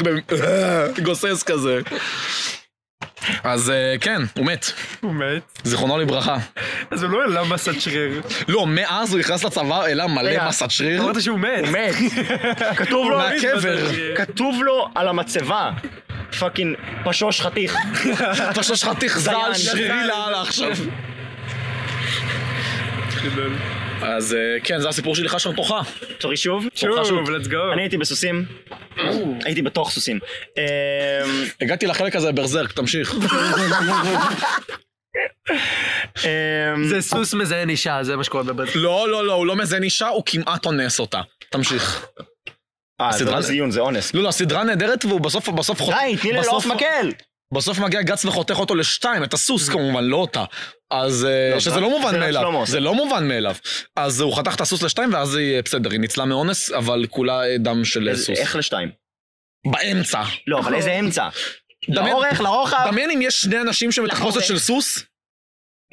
Speaker 2: גוסס כזה. אז אה, כן, הוא מת,
Speaker 3: הוא מת.
Speaker 2: זיכרונו לברכה.
Speaker 3: אז הוא לא העלה מסת שריר.
Speaker 2: לא, מאז הוא נכנס לצבא, העלה מלא
Speaker 4: רגע,
Speaker 2: מסת שריר.
Speaker 3: אמרת שהוא מת. כן?
Speaker 4: הוא מת. כתוב לו...
Speaker 2: מהקבר.
Speaker 4: כתוב לו על המצבה. פאקינג פשוש חתיך.
Speaker 2: פשוש חתיך זל
Speaker 4: זיין.
Speaker 2: שרירי לאללה עכשיו. אז אה, כן, זה הסיפור שלי חשן תוכה.
Speaker 4: תורי שוב.
Speaker 3: שוב,
Speaker 4: חשוב.
Speaker 3: let's go.
Speaker 4: אני הייתי בסוסים. הייתי בתוך סוסים. אמ,
Speaker 2: הגעתי לחלק הזה ברזרק, תמשיך.
Speaker 4: אמ,
Speaker 3: זה סוס מזיין אישה, זה מה שקורה בברזיל.
Speaker 2: לא, לא, לא, הוא לא מזיין אישה, הוא כמעט אונס אותה. תמשיך.
Speaker 4: אה, זה
Speaker 2: הסדרה-
Speaker 4: לא זיון, זה אונס.
Speaker 2: לא, לא, הסדרה נהדרת, והוא בסוף, בסוף חותך...
Speaker 4: די, תני לי כן.
Speaker 2: בסוף-
Speaker 4: לעוף מקל!
Speaker 2: בסוף מגיע גץ וחותך אותו לשתיים, את הסוס כמובן, לא אותה. אז אה,
Speaker 4: Mm. לא,
Speaker 2: שזה
Speaker 4: זה-
Speaker 2: לא
Speaker 4: זה
Speaker 2: מובן
Speaker 4: רק שלמה
Speaker 2: מאליו,
Speaker 4: עושה.
Speaker 2: זה לא מובן מאליו. אז הוא חתך את הסוס לשתיים, ואז היא, אה, בסדר, היא ניצלה מאונס, אבל כולה אה, דם של אה,
Speaker 4: איזה-
Speaker 2: סוס.
Speaker 4: איך לשתיים?
Speaker 2: באמצע.
Speaker 4: לא, אבל איזה אמצע?
Speaker 2: דמיין-
Speaker 4: לאורך, לרוחב?
Speaker 2: דמיין אם יש שני אנשים שבתחפושת
Speaker 5: לחורף.
Speaker 2: של סוס,
Speaker 4: כן.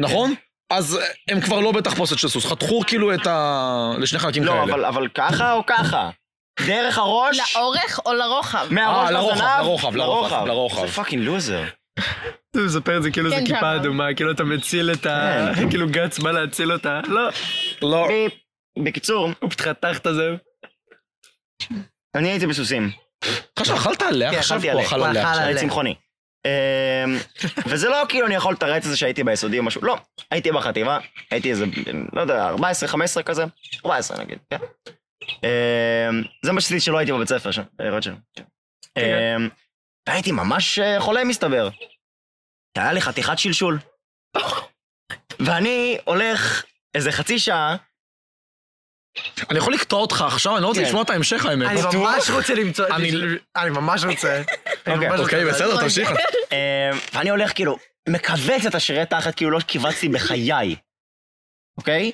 Speaker 2: נכון? אז אה, הם כבר לא בתחפושת של סוס, חתכו כאילו את ה... לשני חלקים
Speaker 4: לא,
Speaker 2: כאלה.
Speaker 4: אבל- אבל ככה או ככה? דרך הראש?
Speaker 5: לאורך או לרוחב?
Speaker 4: מהראש
Speaker 2: אה, לרוחב,
Speaker 4: לזנב?
Speaker 2: לרוחב, לרוחב, לרוחב.
Speaker 4: זה פאקינג לוזר.
Speaker 3: אתה מספר את זה כאילו זה
Speaker 5: כן,
Speaker 3: כיפה
Speaker 5: שם.
Speaker 3: אדומה, כאילו אתה מציל את ה... כאילו גץ בא להציל אותה. לא,
Speaker 2: לא,
Speaker 4: ביפ. בקיצור,
Speaker 3: הוא פשוט חתך את הזה.
Speaker 4: אני הייתי בסוסים.
Speaker 2: עכשיו אכלת עליה,
Speaker 4: כן,
Speaker 2: עכשיו
Speaker 4: אכלתי
Speaker 2: הוא
Speaker 4: עליה.
Speaker 2: אכל
Speaker 3: הוא
Speaker 2: עליה.
Speaker 3: אכל
Speaker 2: עכשיו.
Speaker 4: אני צמחוני. אמ, וזה לא כאילו אני יכול לתרץ את זה שהייתי ביסודי או משהו, לא, הייתי בחטיבה, הייתי איזה, לא יודע, 14, 15 כזה, 14 נגיד, כן. אמ, זה מה שעשיתי שלא הייתי בבית ספר שם, אה, רוטשילד. אמ, והייתי ממש אה, חולה מסתבר. היה לי חתיכת שלשול. ואני הולך איזה חצי שעה,
Speaker 2: אני יכול לקטוע אותך עכשיו, אני לא רוצה
Speaker 4: כן.
Speaker 2: לשמוע את ההמשך האמת.
Speaker 3: אני ממש רוצה למצוא...
Speaker 2: אני-
Speaker 3: אני ממש רוצה. אני
Speaker 4: אוקיי,
Speaker 3: ממש
Speaker 2: אוקיי,
Speaker 3: רוצה.
Speaker 2: בסדר, תמשיך.
Speaker 4: אה, ואני הולך כאילו, מכווץ את השרי תחת, כאילו לא כיווצתי בחיי, אוקיי?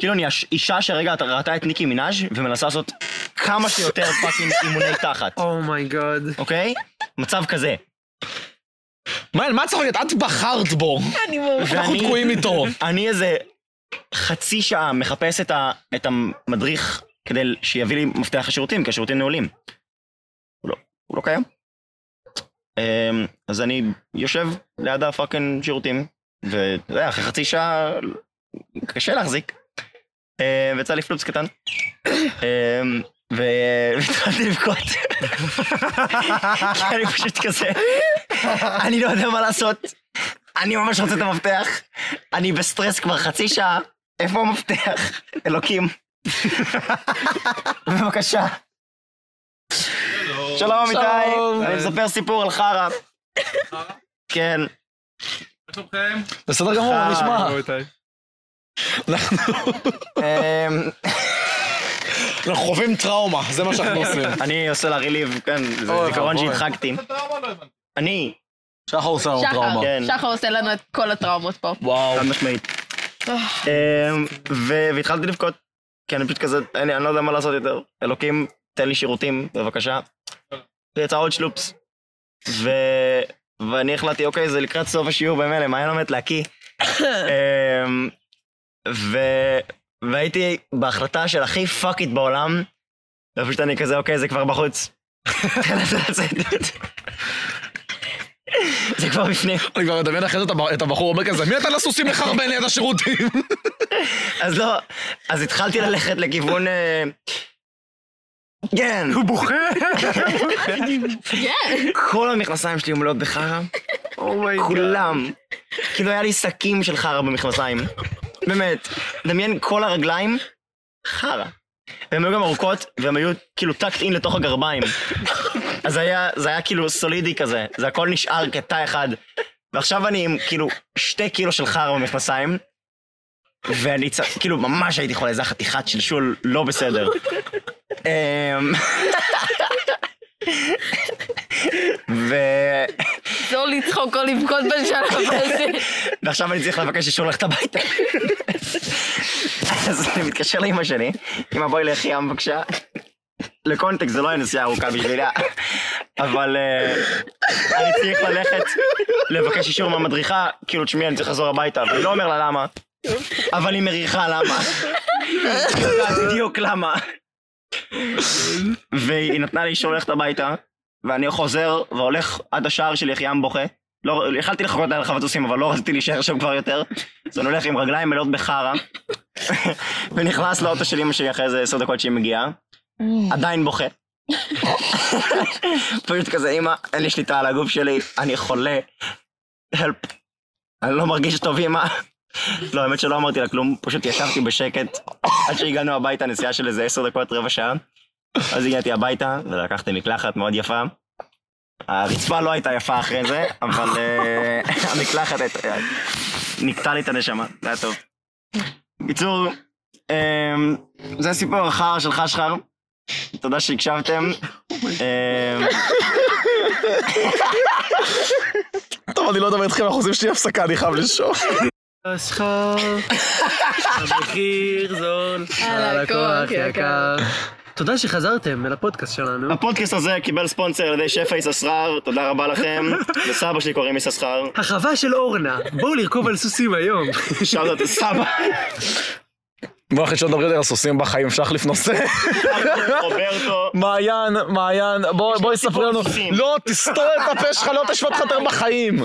Speaker 4: כאילו אני הש- אישה שרגע אתה- ראתה את ניקי מנאז' ומנסה לעשות כמה שיותר פאקינג אימוני תחת,
Speaker 3: Oh אומייגוד.
Speaker 4: אוקיי? מצב כזה.
Speaker 2: מה, מה את צוחקת? את בחרת בו.
Speaker 5: אני מאוהבת.
Speaker 2: אנחנו
Speaker 4: ואני-
Speaker 2: תקועים איתו.
Speaker 4: אני איזה חצי שעה מחפש את, ה, את המדריך כדי שיביא לי מפתח לשירותים, כי השירותים נעולים. הוא לא, הוא לא קיים. אמ, אז אני יושב ליד הפאקינג שירותים, ואתה יודע, אחרי חצי שעה קשה להחזיק. אמ, ויצא לי פלופס קטן. אמ, ו- והתחלתי לבכות. כי אני פשוט כזה, אני לא יודע מה לעשות. אני ממש רוצה את המפתח. אני בסטרס כבר חצי שעה. איפה המפתח? אלוקים. בבקשה. שלום אמיתי,
Speaker 2: שלום.
Speaker 4: אני מספר סיפור על חרא. כן,
Speaker 2: בסדר גמור,
Speaker 4: אה,
Speaker 2: נשמע.
Speaker 3: רבותיי.
Speaker 2: אנחנו-
Speaker 4: אמ,
Speaker 2: אנחנו חווים טראומה, זה מה שאנחנו עושים.
Speaker 4: אני עושה לה ריליב, כן, זה
Speaker 2: אוי,
Speaker 4: זיכרון
Speaker 2: ואבוי.
Speaker 4: שהדחקתי. אני,
Speaker 2: שחר עושה לנו טראומה.
Speaker 5: שחר,
Speaker 4: כן.
Speaker 5: שחר עושה לנו את כל הטראומות פה.
Speaker 2: וואו.
Speaker 4: חד משמעית. אמ, ו- והתחלתי לבכות, כי אני פשוט כזה, אין לי- אני לא יודע מה לעשות יותר. אלוקים, תן לי שירותים, בבקשה. ויצא עוד שלופס. ו- ואני החלטתי, אוקיי, זה לקראת סוף השיעור במילא, מעיין עומד להקיא. אמ, ו- והייתי בהחלטה של הכי פאק איט בעולם, ופשוט אני כזה, אוקיי, זה כבר בחוץ. תן לזה לצאת. זה כבר בפנים.
Speaker 2: אני כבר מדמיין אחרי זה את הבח- את הבחור אומר כזה, מי אתה לסוסים לחרבן ליד השירותים?
Speaker 4: אז לא, אז התחלתי ללכת לכיוון... אה, כן,
Speaker 3: הוא בוכה.
Speaker 5: כן.
Speaker 4: כל המכנסיים שלי מלאות בחרא,
Speaker 3: אומייגוד.
Speaker 4: כולם. כאילו היה לי שקים של חרא במכנסיים. באמת, דמיין כל הרגליים, חרא. והן היו גם ארוכות, והן היו כאילו טקט אין לתוך הגרביים. אז זה היה, זה היה כאילו סולידי כזה, זה הכל נשאר כתא אחד. ועכשיו אני עם כאילו שתי קילו של חרא במכנסיים, ואני צ... כאילו ממש הייתי חולה, זה היה חתיכת שלשול לא בסדר. אמ, ו...
Speaker 5: זה או לצחוק לא או לבכות בשלב הזה.
Speaker 4: ועכשיו אני צריך לבקש אישור ללכת הביתה. אז אני מתקשר לאמא שלי, אמא בואי לכי ים בבקשה. לקונטקסט זה לא היה נסיעה ארוכה בשבילה, אבל אה, אני צריך ללכת לבקש אישור מהמדריכה, כאילו תשמעי אני צריך לחזור הביתה, ואני לא אומר לה למה, אבל היא מריחה למה. היא יודעת בדיוק למה. והיא נתנה לי אישור ללכת הביתה, ואני חוזר והולך עד השער של יחיעם בוכה. לא, יכלתי לחכות על חוות סוסים, אבל לא רציתי להישאר שם כבר יותר. אז אני הולך עם רגליים מלאות בחרא, ונכנס לאוטו של אמא שלי אחרי איזה עשר דקות שהיא מגיעה, עדיין בוכה. פשוט כזה, אמא, אין לי שליטה על הגוף שלי, אני חולה. הלפ. אני לא מרגיש טוב, אמא. לא, האמת שלא אמרתי לה כלום, פשוט ישבתי בשקט עד שהגענו הביתה, נסיעה של איזה עשר דקות, רבע שעה. אז הגעתי הביתה, ולקחתי מקלחת מאוד יפה. הרצפה לא הייתה יפה אחרי זה, אבל אה, המקלחת הייתה... נקטע לי את הנשמה, זה היה אמ, טוב. בקיצור, אה, זה הסיפור החר של חשחר. תודה שהקשבתם. אמ,
Speaker 2: טוב, אני לא אדבר איתכם, אנחנו עושים שנייה הפסקה, אני חייב לשאול.
Speaker 3: הסחר, המחיר זול,
Speaker 5: על
Speaker 3: הלקוח
Speaker 5: הלקוח
Speaker 3: יקר.
Speaker 5: יקר.
Speaker 3: תודה שחזרתם אל הפודקאסט שלנו.
Speaker 4: הפודקאסט הזה קיבל ספונסר על ידי שפע יששכר, תודה רבה לכם. לסבא שלי קוראים יששכר.
Speaker 3: החווה של אורנה, בואו לרכוב על סוסים היום.
Speaker 4: שאלת את הסבא.
Speaker 2: בוא נחליט שלא מדברים יותר על סוסים בחיים, אפשר להחליף נושא.
Speaker 4: רוברטו.
Speaker 2: מעיין, מעיין, בוא- בואי ספרי לנו.
Speaker 4: סוסים.
Speaker 2: לא, תסתור את הפה שלך, לא תשווה אותך יותר בחיים.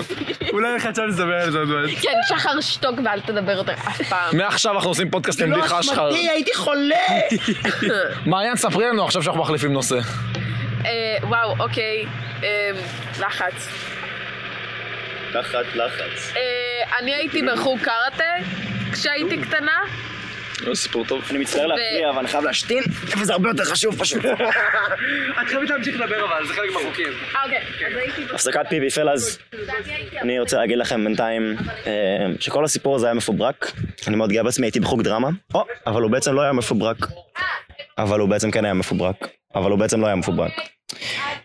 Speaker 3: אולי אחד שם נדבר על זה עוד מעט.
Speaker 5: כן, שחר שתוק ואל תדבר יותר אף פעם.
Speaker 2: מעכשיו אנחנו עושים פודקאסט עם בדיחה שלך.
Speaker 4: לא הייתי חולה!
Speaker 2: מעיין, ספרי לנו עכשיו שאנחנו מחליפים נושא.
Speaker 5: אה, וואו, אוקיי, אה, לחץ.
Speaker 4: לחץ, לחץ.
Speaker 5: אה, אני הייתי בחוג קארטה כשהייתי קטנה. אה,
Speaker 2: סיפור טוב.
Speaker 4: אני מצטער להפריע, אבל אני חייב להשתין, וזה הרבה יותר חשוב פשוט.
Speaker 3: את חייבת להמשיך לדבר אבל, זה חלק מהחוקים.
Speaker 5: אה, אוקיי, אז הייתי בחוג.
Speaker 4: הפסקת פיבי פלאז.
Speaker 5: ואני הייתי-
Speaker 4: אני רוצה להגיד לכם בינתיים אה, שכל הסיפור הזה היה מפוברק. אני מאוד גאה בעצמי, הייתי בחוג דרמה. או, אבל הוא בעצם לא היה מפוברק. אבל הוא בעצם כן היה מפוברק. אבל הוא בעצם לא היה מפוברק.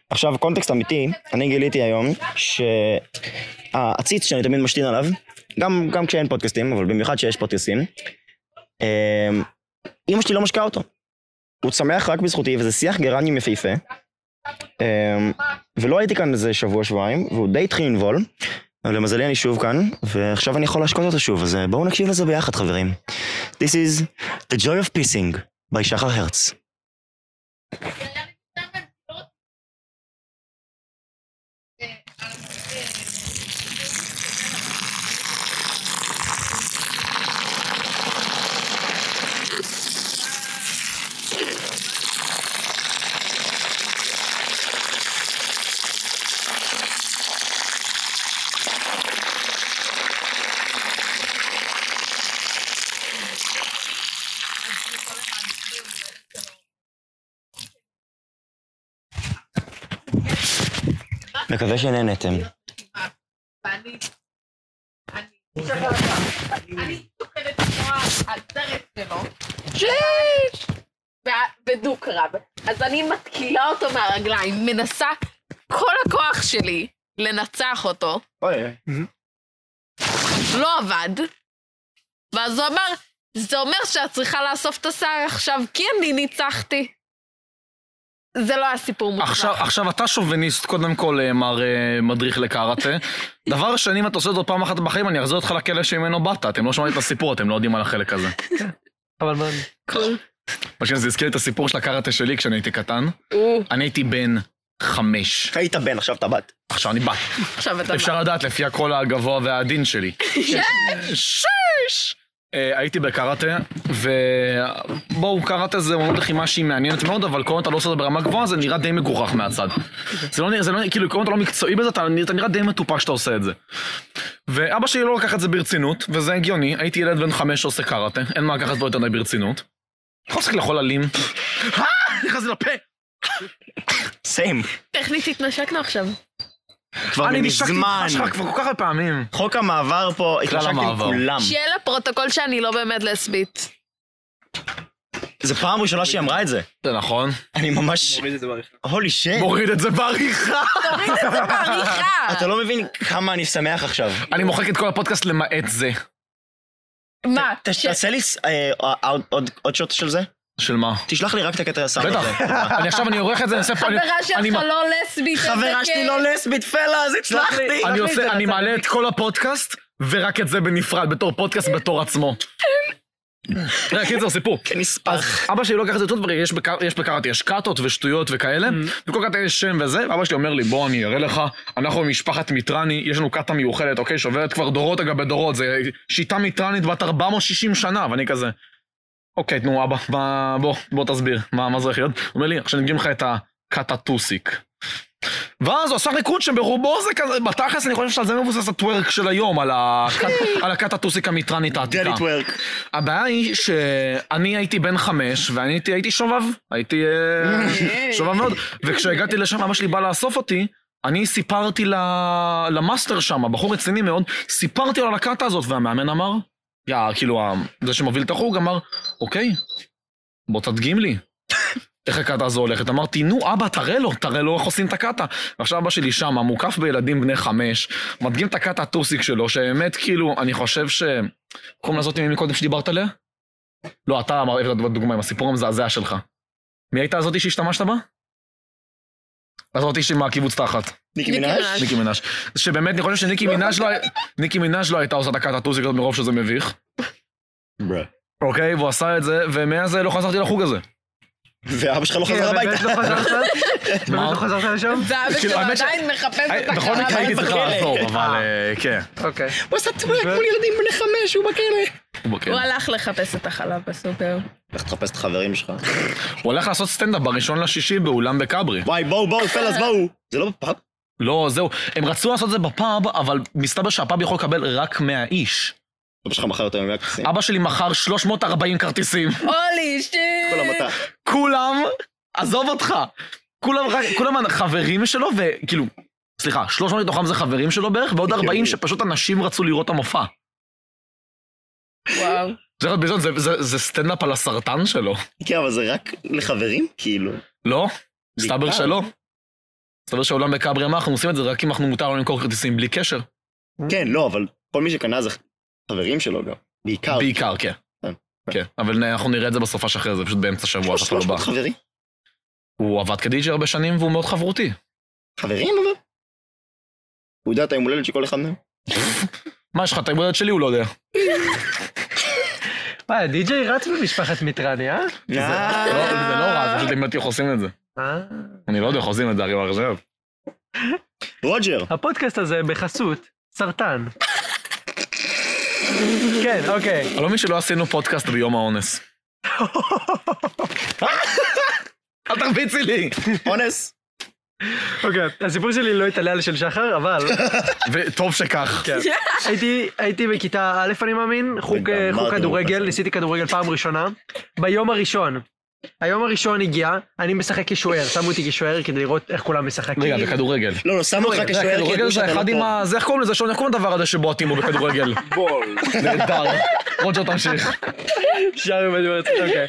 Speaker 4: עכשיו, קונטקסט אמיתי, אני גיליתי היום שהעציץ שאני תמיד משתין עליו, גם, גם כשאין פודקאסטים, אבל במיוחד כשיש פודקאסטים, אה, אמא שלי לא משקעה אותו. הוא שמח רק בזכותי, וזה שיח גרניום יפהפה. אה, ולא הייתי כאן איזה שבוע-שבועיים, והוא די התחיל לנבול. אבל למזלי אני שוב כאן, ועכשיו אני יכול להשקות אותו שוב, אז אה, בואו נקשיב לזה ביחד, חברים. This is The Joy of Pissing by שחר הרץ. מקווה שנהנתם.
Speaker 5: ואני- אני- אני סוכנת תנועה על סרט שלו. וה- בדו-קרב. אז אני מתקילה אותו מהרגליים, מנסה כל הכוח שלי לנצח אותו. לא עבד. ואז הוא אמר, זה אומר שאת צריכה לאסוף את השיער עכשיו, כי אני ניצחתי. זה לא היה סיפור מוצלח.
Speaker 2: עכשיו, עכשיו אתה שוביניסט, קודם כל, אה, מר אה, מדריך לקראטה. דבר שני, אם אתה עושה את זה עוד פעם אחת בחיים, אני אחזיר אותך לכלא שממנו באת. אתם לא שומעים את הסיפור, אתם לא יודעים על החלק הזה.
Speaker 3: אבל מה...
Speaker 5: קול.
Speaker 2: פשוט זה הזכיר לי את הסיפור של הקראטה שלי כשאני הייתי קטן.
Speaker 5: או,
Speaker 2: אני הייתי בן חמש.
Speaker 4: היית בן, עכשיו אתה בת.
Speaker 2: עכשיו אני בת.
Speaker 5: עכשיו אתה...
Speaker 2: אפשר לדעת לפי הקול הגבוה והעדין שלי. שש! אה, הייתי בקראטה, ובואו, קראטה זה אומנות לחימה שהיא מעניינת מאוד, אבל כל עוד אתה לא עושה את זה ברמה גבוהה, זה נראה די מגוחך מהצד. זה לא נראה, זה לא נראה, כאילו, כל עוד אתה לא מקצועי בזה, אתה, אתה נראה די מטופש שאתה עושה את זה. ואבא שלי לא לקח את זה ברצינות, וזה הגיוני, הייתי ילד בן חמש שעושה קראטה, אין מה לקחת בו יותר מדי ברצינות. אני לא צריך לאכול אלים. אה, נכנס לי לפה.
Speaker 4: סיים.
Speaker 5: טכנית התנשקנו עכשיו.
Speaker 4: כבר
Speaker 2: אני נשקתי
Speaker 4: מזמן.
Speaker 2: איתך שלך כבר כל כך הרבה פעמים.
Speaker 4: חוק המעבר פה, התנשקתי עם
Speaker 2: המעבר.
Speaker 4: כולם.
Speaker 5: שיהיה לפרוטוקול שאני לא באמת לסבית.
Speaker 4: זו פעם ראשונה שהיא אמרה את זה.
Speaker 2: זה נכון.
Speaker 4: אני ממש...
Speaker 6: מוריד את זה בעריכה.
Speaker 4: הולי שיט.
Speaker 2: מוריד את זה בעריכה.
Speaker 5: תוריד את זה בעריכה.
Speaker 4: אתה לא מבין כמה אני שמח עכשיו.
Speaker 2: אני מוחק את כל הפודקאסט למעט זה.
Speaker 5: מה?
Speaker 4: ת-
Speaker 5: ש-
Speaker 4: תעשה לי ס- אה, אה, עוד- עוד- עוד שוט של זה?
Speaker 2: של מה?
Speaker 4: תשלח לי רק את הקטע הסאונד
Speaker 2: בטח.
Speaker 4: הזה.
Speaker 2: אני עכשיו, אני עורך את זה, אני עושה פה... אני-
Speaker 5: חברה
Speaker 2: אני-
Speaker 5: שלך לא לסבית.
Speaker 4: חברה שלי לא לסבית פלה, אז הצלחתי.
Speaker 2: אני עושה, אני מעלה את כל הפודקאסט, ורק את זה בנפרד, בתור פודקאסט בתור עצמו. רגע, קיצר, סיפור.
Speaker 4: נספח.
Speaker 2: אבא שלי לא לקח את זה יותר דברים, יש בק- יש בקראטה, יש קאטות ושטויות וכאלה, וכל קאטה יש שם וזה, אבא שלי אומר לי, בוא אני אראה לך, אנחנו משפחת מיטרני, יש לנו קאטה מיוחדת, אוקיי, שעוברת כבר דורות אגב בדורות, זה שיטה מיטרנית בת 460 שנה, ואני כזה, אוקיי, נו אבא, מה- בוא, בוא תסביר, מה מה זה הולך להיות? הוא אומר לי, עכשיו נגיד לך את הקאטה טוסיק. ואז הוא עשה ריקוד שברובו זה כזה, בתכלס אני חושב שעל זה מבוסס הטוורק של היום, על הקאט- על הקאטה טוסיק המיטרנית העתיקה.
Speaker 4: דלי טוורק.
Speaker 2: הבעיה היא שאני הייתי בן חמש, ואני הייתי, הייתי שובב, הייתי אה, שובב מאוד, וכשהגעתי לשם, אבא שלי בא לאסוף אותי, אני סיפרתי ל... למאסטר שם, הבחור רציני מאוד, סיפרתי לו על הקאטה הזאת, והמאמן אמר, יא, כאילו, ה- זה שמוביל את החוג אמר, אוקיי, בוא תדגים לי. איך הקאטה הזו הולכת? אמרתי, נו אבא, תראה לו, תראה לו איך עושים את הקאטה. ועכשיו אבא שלי שמה, מוקף בילדים בני חמש, מדגים את הקאטה הטוסיק שלו, שבאמת, כאילו, אני חושב ש... קוראים לזאת מי מקודם שדיברת עליה? לא, אתה אמר, הבאת דוגמה עם הסיפור המזעזע שלך. מי הייתה הזאתי שהשתמשת בה? הזאתי שמהקיבוץ תחת.
Speaker 4: ניקי
Speaker 5: ניקי
Speaker 4: מנאז'?
Speaker 5: מנאז'.
Speaker 2: ניקי מנאז'. שבאמת, אני חושב שניקי מנאז' לא, הי- ניקי מנאז' לא הייתה עושה את הקאטה הטוסיק הזאת מרוב שזה מביך. אוקיי, והוא עשה את זה, ומאז לא חזרתי לחוג הזה.
Speaker 4: ואבא שלך לא
Speaker 3: כן,
Speaker 4: חזר
Speaker 3: באמת
Speaker 4: הביתה.
Speaker 3: לא חזרת? באמת
Speaker 2: מה?
Speaker 3: לא חזרת לשם?
Speaker 5: ואבא
Speaker 2: כאילו,
Speaker 5: שלו
Speaker 2: האמת ש-
Speaker 5: עדיין מחפש
Speaker 2: היי,
Speaker 5: את
Speaker 2: אה, בכל מקרה הייתי צריך
Speaker 4: בכלא.
Speaker 2: לעזור, אבל אה, כן.
Speaker 3: אוקיי.
Speaker 4: הוא עשה צועק מול ילדים בני חמש, הוא בכלא.
Speaker 2: הוא בכלא.
Speaker 5: הוא הלך לחפש את החלב בסופר.
Speaker 4: לך תחפש את החברים שלך.
Speaker 2: הוא הולך לעשות סטנדאפ בראשון לשישי באולם בכברי.
Speaker 4: וואי, בואו, בואו, פלאס, בואו. זה לא בפאב?
Speaker 2: לא, זהו. הם רצו לעשות את זה בפאב, אבל מסתבר שהפאב יכול לקבל רק 100 איש.
Speaker 4: אבא שלך מכר יותר מ-100 כרטיסים.
Speaker 2: אבא שלי מכר 340 כרטיסים.
Speaker 5: הולי שיט!
Speaker 4: כל המטח.
Speaker 2: כולם, עזוב אותך. כולם רק- כולם חברים שלו, וכאילו, סליחה, 300 מתוכם זה חברים שלו בערך, ועוד 40 שפשוט אנשים רצו לראות את המופע.
Speaker 5: וואו.
Speaker 2: זה, זה, זה, זה סטנדאפ על הסרטן שלו.
Speaker 4: כן, אבל זה רק לחברים? כאילו.
Speaker 2: לא? מסתבר
Speaker 4: בעיקר.
Speaker 2: שלא. מסתבר שהעולם בכברי אמר, אנחנו עושים את זה רק אם אנחנו מותר לנו למכור כרטיסים בלי קשר.
Speaker 4: כן, לא, אבל כל מי שקנה זה חברים שלו גם. בעיקר.
Speaker 2: בעיקר, כן.
Speaker 4: כן.
Speaker 2: כן, אבל נ- אנחנו נראה את זה בסופה שאחרי זה, פשוט באמצע השבוע, השבוע
Speaker 4: 300
Speaker 2: הבא.
Speaker 4: חברים?
Speaker 2: לא הוא עבד כדיג'י הרבה שנים והוא מאוד חברותי.
Speaker 4: חברים אבל? הוא יודע את היום הולדת של כל אחד מהם?
Speaker 2: מה, יש לך את הילד שלי? הוא לא יודע.
Speaker 3: וואי, הדי-ג'יי רץ במשפחת מטרני, אה?
Speaker 2: זה לא- זה לא רע, זה פשוט אם הייתי עושים את זה.
Speaker 3: אה?
Speaker 2: אני לא יודע איך עושים את זה, הרי הוא עכשיו.
Speaker 4: רוג'ר.
Speaker 3: הפודקאסט הזה בחסות סרטן. כן, אוקיי.
Speaker 2: אני לא מבין שלא עשינו פודקאסט ביום האונס. אל תרביצי לי!
Speaker 4: אונס.
Speaker 3: אוקיי, הסיפור שלי לא התעלה על של שחר, אבל
Speaker 2: וטוב שכך.
Speaker 3: כן. הייתי- הייתי בכיתה א', אני מאמין, חוג אה,
Speaker 4: וגמרתם
Speaker 3: חוג כדורגל,
Speaker 4: אותה.
Speaker 3: ניסיתי כדורגל פעם ראשונה. ביום הראשון, היום הראשון הגיע, אני משחק כשוער, שמו אותי כשוער כדי לראות איך כולם משחקים.
Speaker 2: רגע, בכדורגל.
Speaker 4: לא, לא, שמו אותך
Speaker 2: זה
Speaker 4: כשוער כי
Speaker 2: הכדורגל
Speaker 4: ידעו
Speaker 2: זה
Speaker 4: שאתה לא
Speaker 2: אחד עם
Speaker 4: טוב.
Speaker 2: ה... זה איך קוראים לזה, שון? איך קוראים לדבר הזה שבועטים בו בכדורגל?
Speaker 6: בול.
Speaker 2: נהדר. רוג'ר תמשיך.
Speaker 3: שערים אני אומר, אוקיי.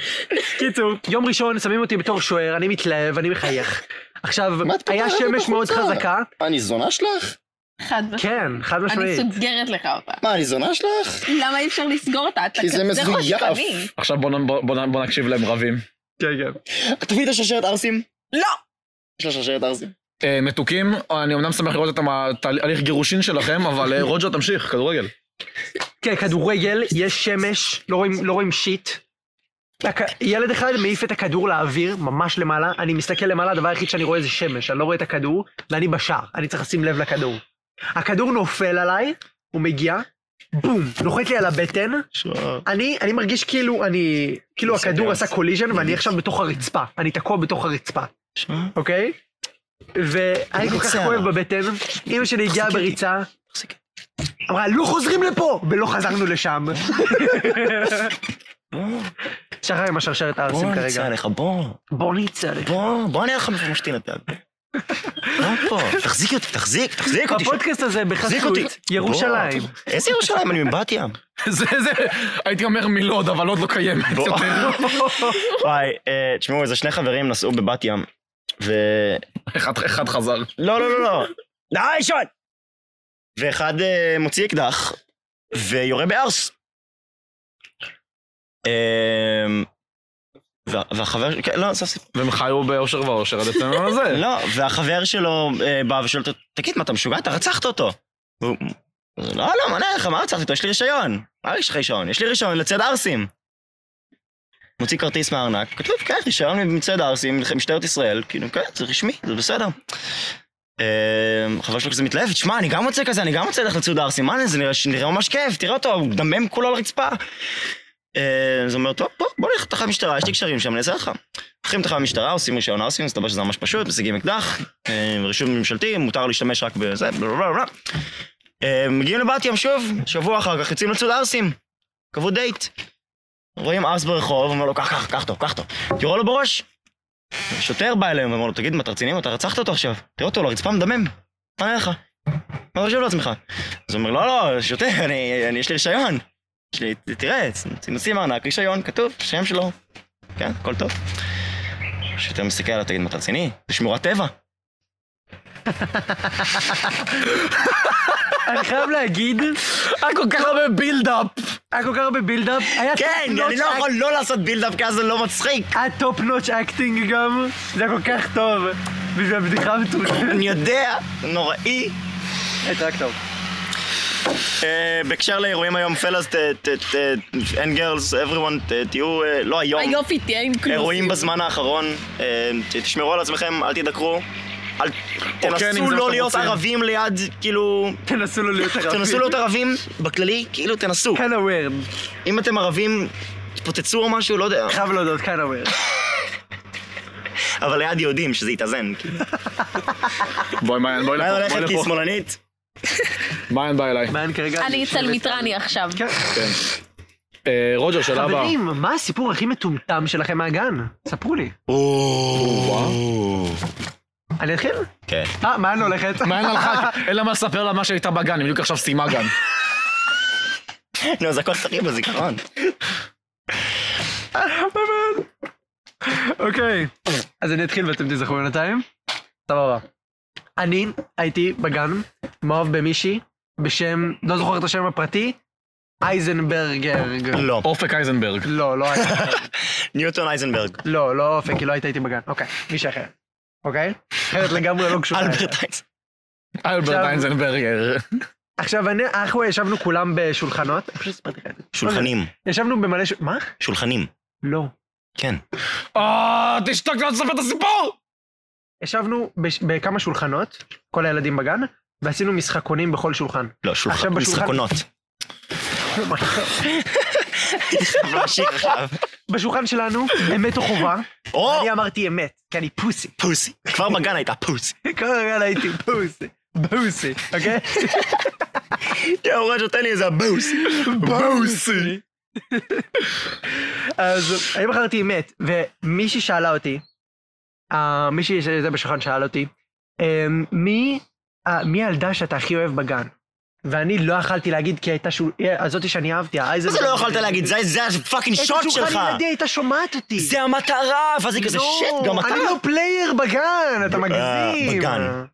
Speaker 3: קיצור, יום ראשון שמים אותי בתור שוער, אני מתלהב, אני מחייך. עכשיו,
Speaker 4: מה את
Speaker 3: היה
Speaker 4: פותחת
Speaker 3: שמש
Speaker 4: בחולצה?
Speaker 3: מאוד חזקה,
Speaker 4: מה, אני זונה שלך?
Speaker 5: חד משמעית.
Speaker 3: כן, חד
Speaker 5: אני
Speaker 3: משמעית.
Speaker 5: סוגרת לך אותה.
Speaker 4: מה, אני זונה שלך?
Speaker 5: למה אי אפשר לסגור אותה? אתה
Speaker 4: כי זה
Speaker 5: כזה
Speaker 4: מזויף.
Speaker 5: חושפני.
Speaker 2: עכשיו בוא נ- בוא- בוא נ- בוא נקשיב להם רבים.
Speaker 3: כן, כן.
Speaker 4: תביאי את השרשרת ארסים.
Speaker 5: לא!
Speaker 4: יש לה שרשרת ארסים.
Speaker 2: אה, מתוקים, אני אמנם שמח לראות את המ- תהליך גירושין שלכם, אבל אה, רוג'ר תמשיך, כדורגל.
Speaker 3: כן, כדורגל, יש שמש, לא רואים- לא רואים שיט. הכ- ילד אחד מעיף את הכדור לאוויר, ממש למעלה, אני מסתכל למעלה, הדבר היחיד שאני רואה זה שמש, אני לא רואה את הכדור, ואני בשער, אני צריך לשים לב לכדור. הכדור נופל עליי, הוא מגיע, בום, נוחת לי על הבטן, אני, אני מרגיש כאילו אני, כאילו
Speaker 4: בסדר.
Speaker 3: הכדור עשה קוליז'ן ואני עכשיו בתוך הרצפה, אני תקוע בתוך הרצפה, אוקיי? והיה כל כך
Speaker 4: ריצה.
Speaker 3: כואב בבטן, אמא שלי הגיעה
Speaker 4: תחזיקי.
Speaker 3: בריצה, אמרה לא חוזרים לפה, ולא חזרנו לשם. שחר עם השרשרת הארסים כרגע.
Speaker 4: עליך, בוא.
Speaker 3: בוא נצא עליך.
Speaker 4: בוא, בוא אני אראה לך מאיפה משתין אתה. לא פה, תחזיק אותי, תחזיק, תחזיק אותי.
Speaker 3: הפודקאסט הזה
Speaker 4: תחזיק
Speaker 3: בחסות
Speaker 4: אותי.
Speaker 3: ירושלים.
Speaker 4: בוא. איזה ירושלים? אני מבת ים.
Speaker 2: זה, זה, הייתי אומר מלוד, אבל עוד לא קיימת יותר.
Speaker 4: וואי, אה, תשמעו, איזה שני חברים נסעו בבת ים. ו...
Speaker 2: אחד, אחד חזר.
Speaker 4: לא, לא, לא, לא. די, שון! ואחד אה, מוציא אקדח, ויורה בארס. אמ, וה- והחבר, כן, לא, זה הסיפור.
Speaker 2: והם חיו באושר ואושר עד עצם היום הזה.
Speaker 4: לא, והחבר שלו אה, בא ושואל אותו, תגיד, מה, אתה משוגע? אתה רצחת אותו. והוא, אז הוא, לא, לא, מה נראה לך, מה רצחתי אותו? יש לי רישיון. מה יש לך רישיון? יש לי רישיון לצד ערסים. מוציא כרטיס מהארנק, כתוב, כן, רישיון מצד ערסים, משטרת ישראל, כאילו, כן, זה רשמי, זה בסדר. אה, חבר שלו כזה מתלהב, תשמע, אני גם רוצה כזה, אני גם רוצה ללכת לצוד ערסים, מה זה, זה נראה, נראה ממש כיף, תראה אותו, הוא מדמם כולו על הרצפה. אה, אז הוא אומר, טוב, בוא, בוא נלך לתחנת משטרה, יש לי קשרים שם, אני אעזר לך. לוקחים תחנת משטרה, עושים רישיון ערסים, מסתבר שזה ממש פשוט, משיגים אקדח, אה, רישום ממשלתי, מותר להשתמש רק בזה, בלה בלה בלה בלה. אה, מגיעים לבת ים שוב, שבוע אחר כך יוצאים לצוד ערסים. קבעו דייט. רואים ערס ברחוב, אומר לו, קח, קח, קח אותו, קח אותו. יורה לו בראש. שוטר בא אליהם, אומר לו, תגיד, מה, אתה רציני? מה, אתה רצחת אותו עכשיו? תראה אותו, על הרצפה מדמם. מה נראה לך? מה אתה חושב לעצמך? אז הוא אומר, לא, לא, שוטר, אני, אני, יש לי רישיון. יש לי, תראה, נוציא מענק, רישיון, כתוב, שם שלו. כן, הכל טוב. השוטר מסתכל עליו, תגיד, מה אתה רציני? זה שמורת טבע.
Speaker 3: אני חייב להגיד,
Speaker 2: היה כל כך הרבה בילדאפ.
Speaker 3: היה כל כך הרבה בילדאפ, היה
Speaker 4: כן,
Speaker 3: top
Speaker 4: אני
Speaker 3: notch
Speaker 4: לא
Speaker 3: act-
Speaker 4: יכול לא לעשות בילדאפ כי אז זה לא מצחיק.
Speaker 3: היה טופ נוטש אקטינג גם, זה היה כל כך טוב, בשביל הבדיחה המטורפת.
Speaker 4: אני יודע, נוראי.
Speaker 3: היית רק טוב.
Speaker 4: אה, בהקשר לאירועים היום, פלאס, אין גרלס, everyone, ת- תהיו, אה, לא היום,
Speaker 5: היופי, תהיה אינקלוסיב.
Speaker 4: אירועים בזמן האחרון, אה, ת- תשמרו על עצמכם, אל תדקרו. אל
Speaker 2: או כן, אם זה מה
Speaker 4: תנסו
Speaker 2: שאתם
Speaker 4: לא להיות
Speaker 2: רוצים.
Speaker 4: ערבים ליד, כאילו...
Speaker 3: תנסו לא להיות ערבים.
Speaker 4: תנסו להיות ערבים בכללי, כאילו תנסו.
Speaker 3: כאן הוורד.
Speaker 4: אם אתם ערבים, תפוצצו או משהו, לא יודע.
Speaker 3: חייב להודות, כאן הוורד.
Speaker 4: אבל ליד יהודים, שזה יתאזן. כאילו.
Speaker 2: בואי מעיין, בואי
Speaker 4: מה
Speaker 2: לפה,
Speaker 4: הולכת
Speaker 2: בואי
Speaker 4: כי היא
Speaker 2: לפה.
Speaker 4: שמאלנית?
Speaker 2: מעיין בא אליי.
Speaker 3: מעיין כרגע...
Speaker 5: אני אצל מטרני עכשיו.
Speaker 3: כן.
Speaker 2: כן. אה, רוג'ר, שאלה הבאה.
Speaker 3: חברים, מה הסיפור הכי מטומטם שלכם מהגן? ספרו לי. אני אתחיל?
Speaker 4: כן.
Speaker 3: אה, מעיין הולכת.
Speaker 2: מעיין הלכה, אין לה מה לספר לה מה שהייתה בגן, היא בדיוק עכשיו סיימה גן.
Speaker 4: נו, אז לא, הכל טרי בזיכרון.
Speaker 3: אוקיי. אז אני אתחיל ואתם תזכרו בינתיים. סבבה. אני הייתי בגן, מאוהב במישהי, בשם, לא זוכר את השם הפרטי, אייזנברגר.
Speaker 4: לא.
Speaker 2: אופק אייזנברג.
Speaker 3: לא, לא הייתה.
Speaker 4: ניוטון אייזנברג.
Speaker 3: לא, לא אופק, היא לא הייתה איתי בגן. אוקיי, מישהי אחרת. אוקיי? אחרת לגמרי לא קשורה.
Speaker 4: אלברט אייזנברג.
Speaker 2: אלברט
Speaker 3: עכשיו-
Speaker 2: אייזנברגר.
Speaker 3: עכשיו, אני- אנחנו ישבנו כולם בשולחנות. אני פשוט סיפרתי לך את זה.
Speaker 4: שולחנים.
Speaker 3: ישבנו במלא ש... מה?
Speaker 4: שולחנים.
Speaker 3: לא.
Speaker 4: כן.
Speaker 2: אה, תשתוק, לא תספר את הסיפור!
Speaker 3: ישבנו בש- בכמה שולחנות, כל הילדים בגן, ועשינו משחקונים בכל שולחן.
Speaker 4: לא,
Speaker 3: עכשיו
Speaker 4: שולחן.
Speaker 3: בשולחן-
Speaker 4: משחקונות. חייב להמשיך עכשיו.
Speaker 3: בשולחן שלנו, אמת או חובה,
Speaker 4: או!
Speaker 3: אני אמרתי אמת, כי אני פוסי.
Speaker 4: פוסי. כבר בגן הייתה פוסי.
Speaker 3: כל הרגע הייתי פוסי. בוסי, אוקיי?
Speaker 4: יואו, רואה שתן לי איזה בוסי.
Speaker 2: בוסי.
Speaker 3: אז אני בחרתי אמת, ומישהי שאלה אותי, אה, מישהי שזה בשולחן שאל אותי, אה, מי אה, מי הילדה שאתה הכי אוהב בגן? ואני לא יכלתי להגיד כי הייתה שול... אה, הזאתי שאני אהבתי, האייזן...
Speaker 4: מה זה לא יכולת להגיד? זה- זה הפאקינג שוט
Speaker 3: איזה
Speaker 4: שלך.
Speaker 3: שולחן ילדי הייתה שומעת אותי.
Speaker 4: זה המטרה, ואז היא כזה
Speaker 3: לא,
Speaker 4: שיט, גם אתה. אה,
Speaker 3: אני לא פלייר בגן, אתה מגזים.
Speaker 4: בגן.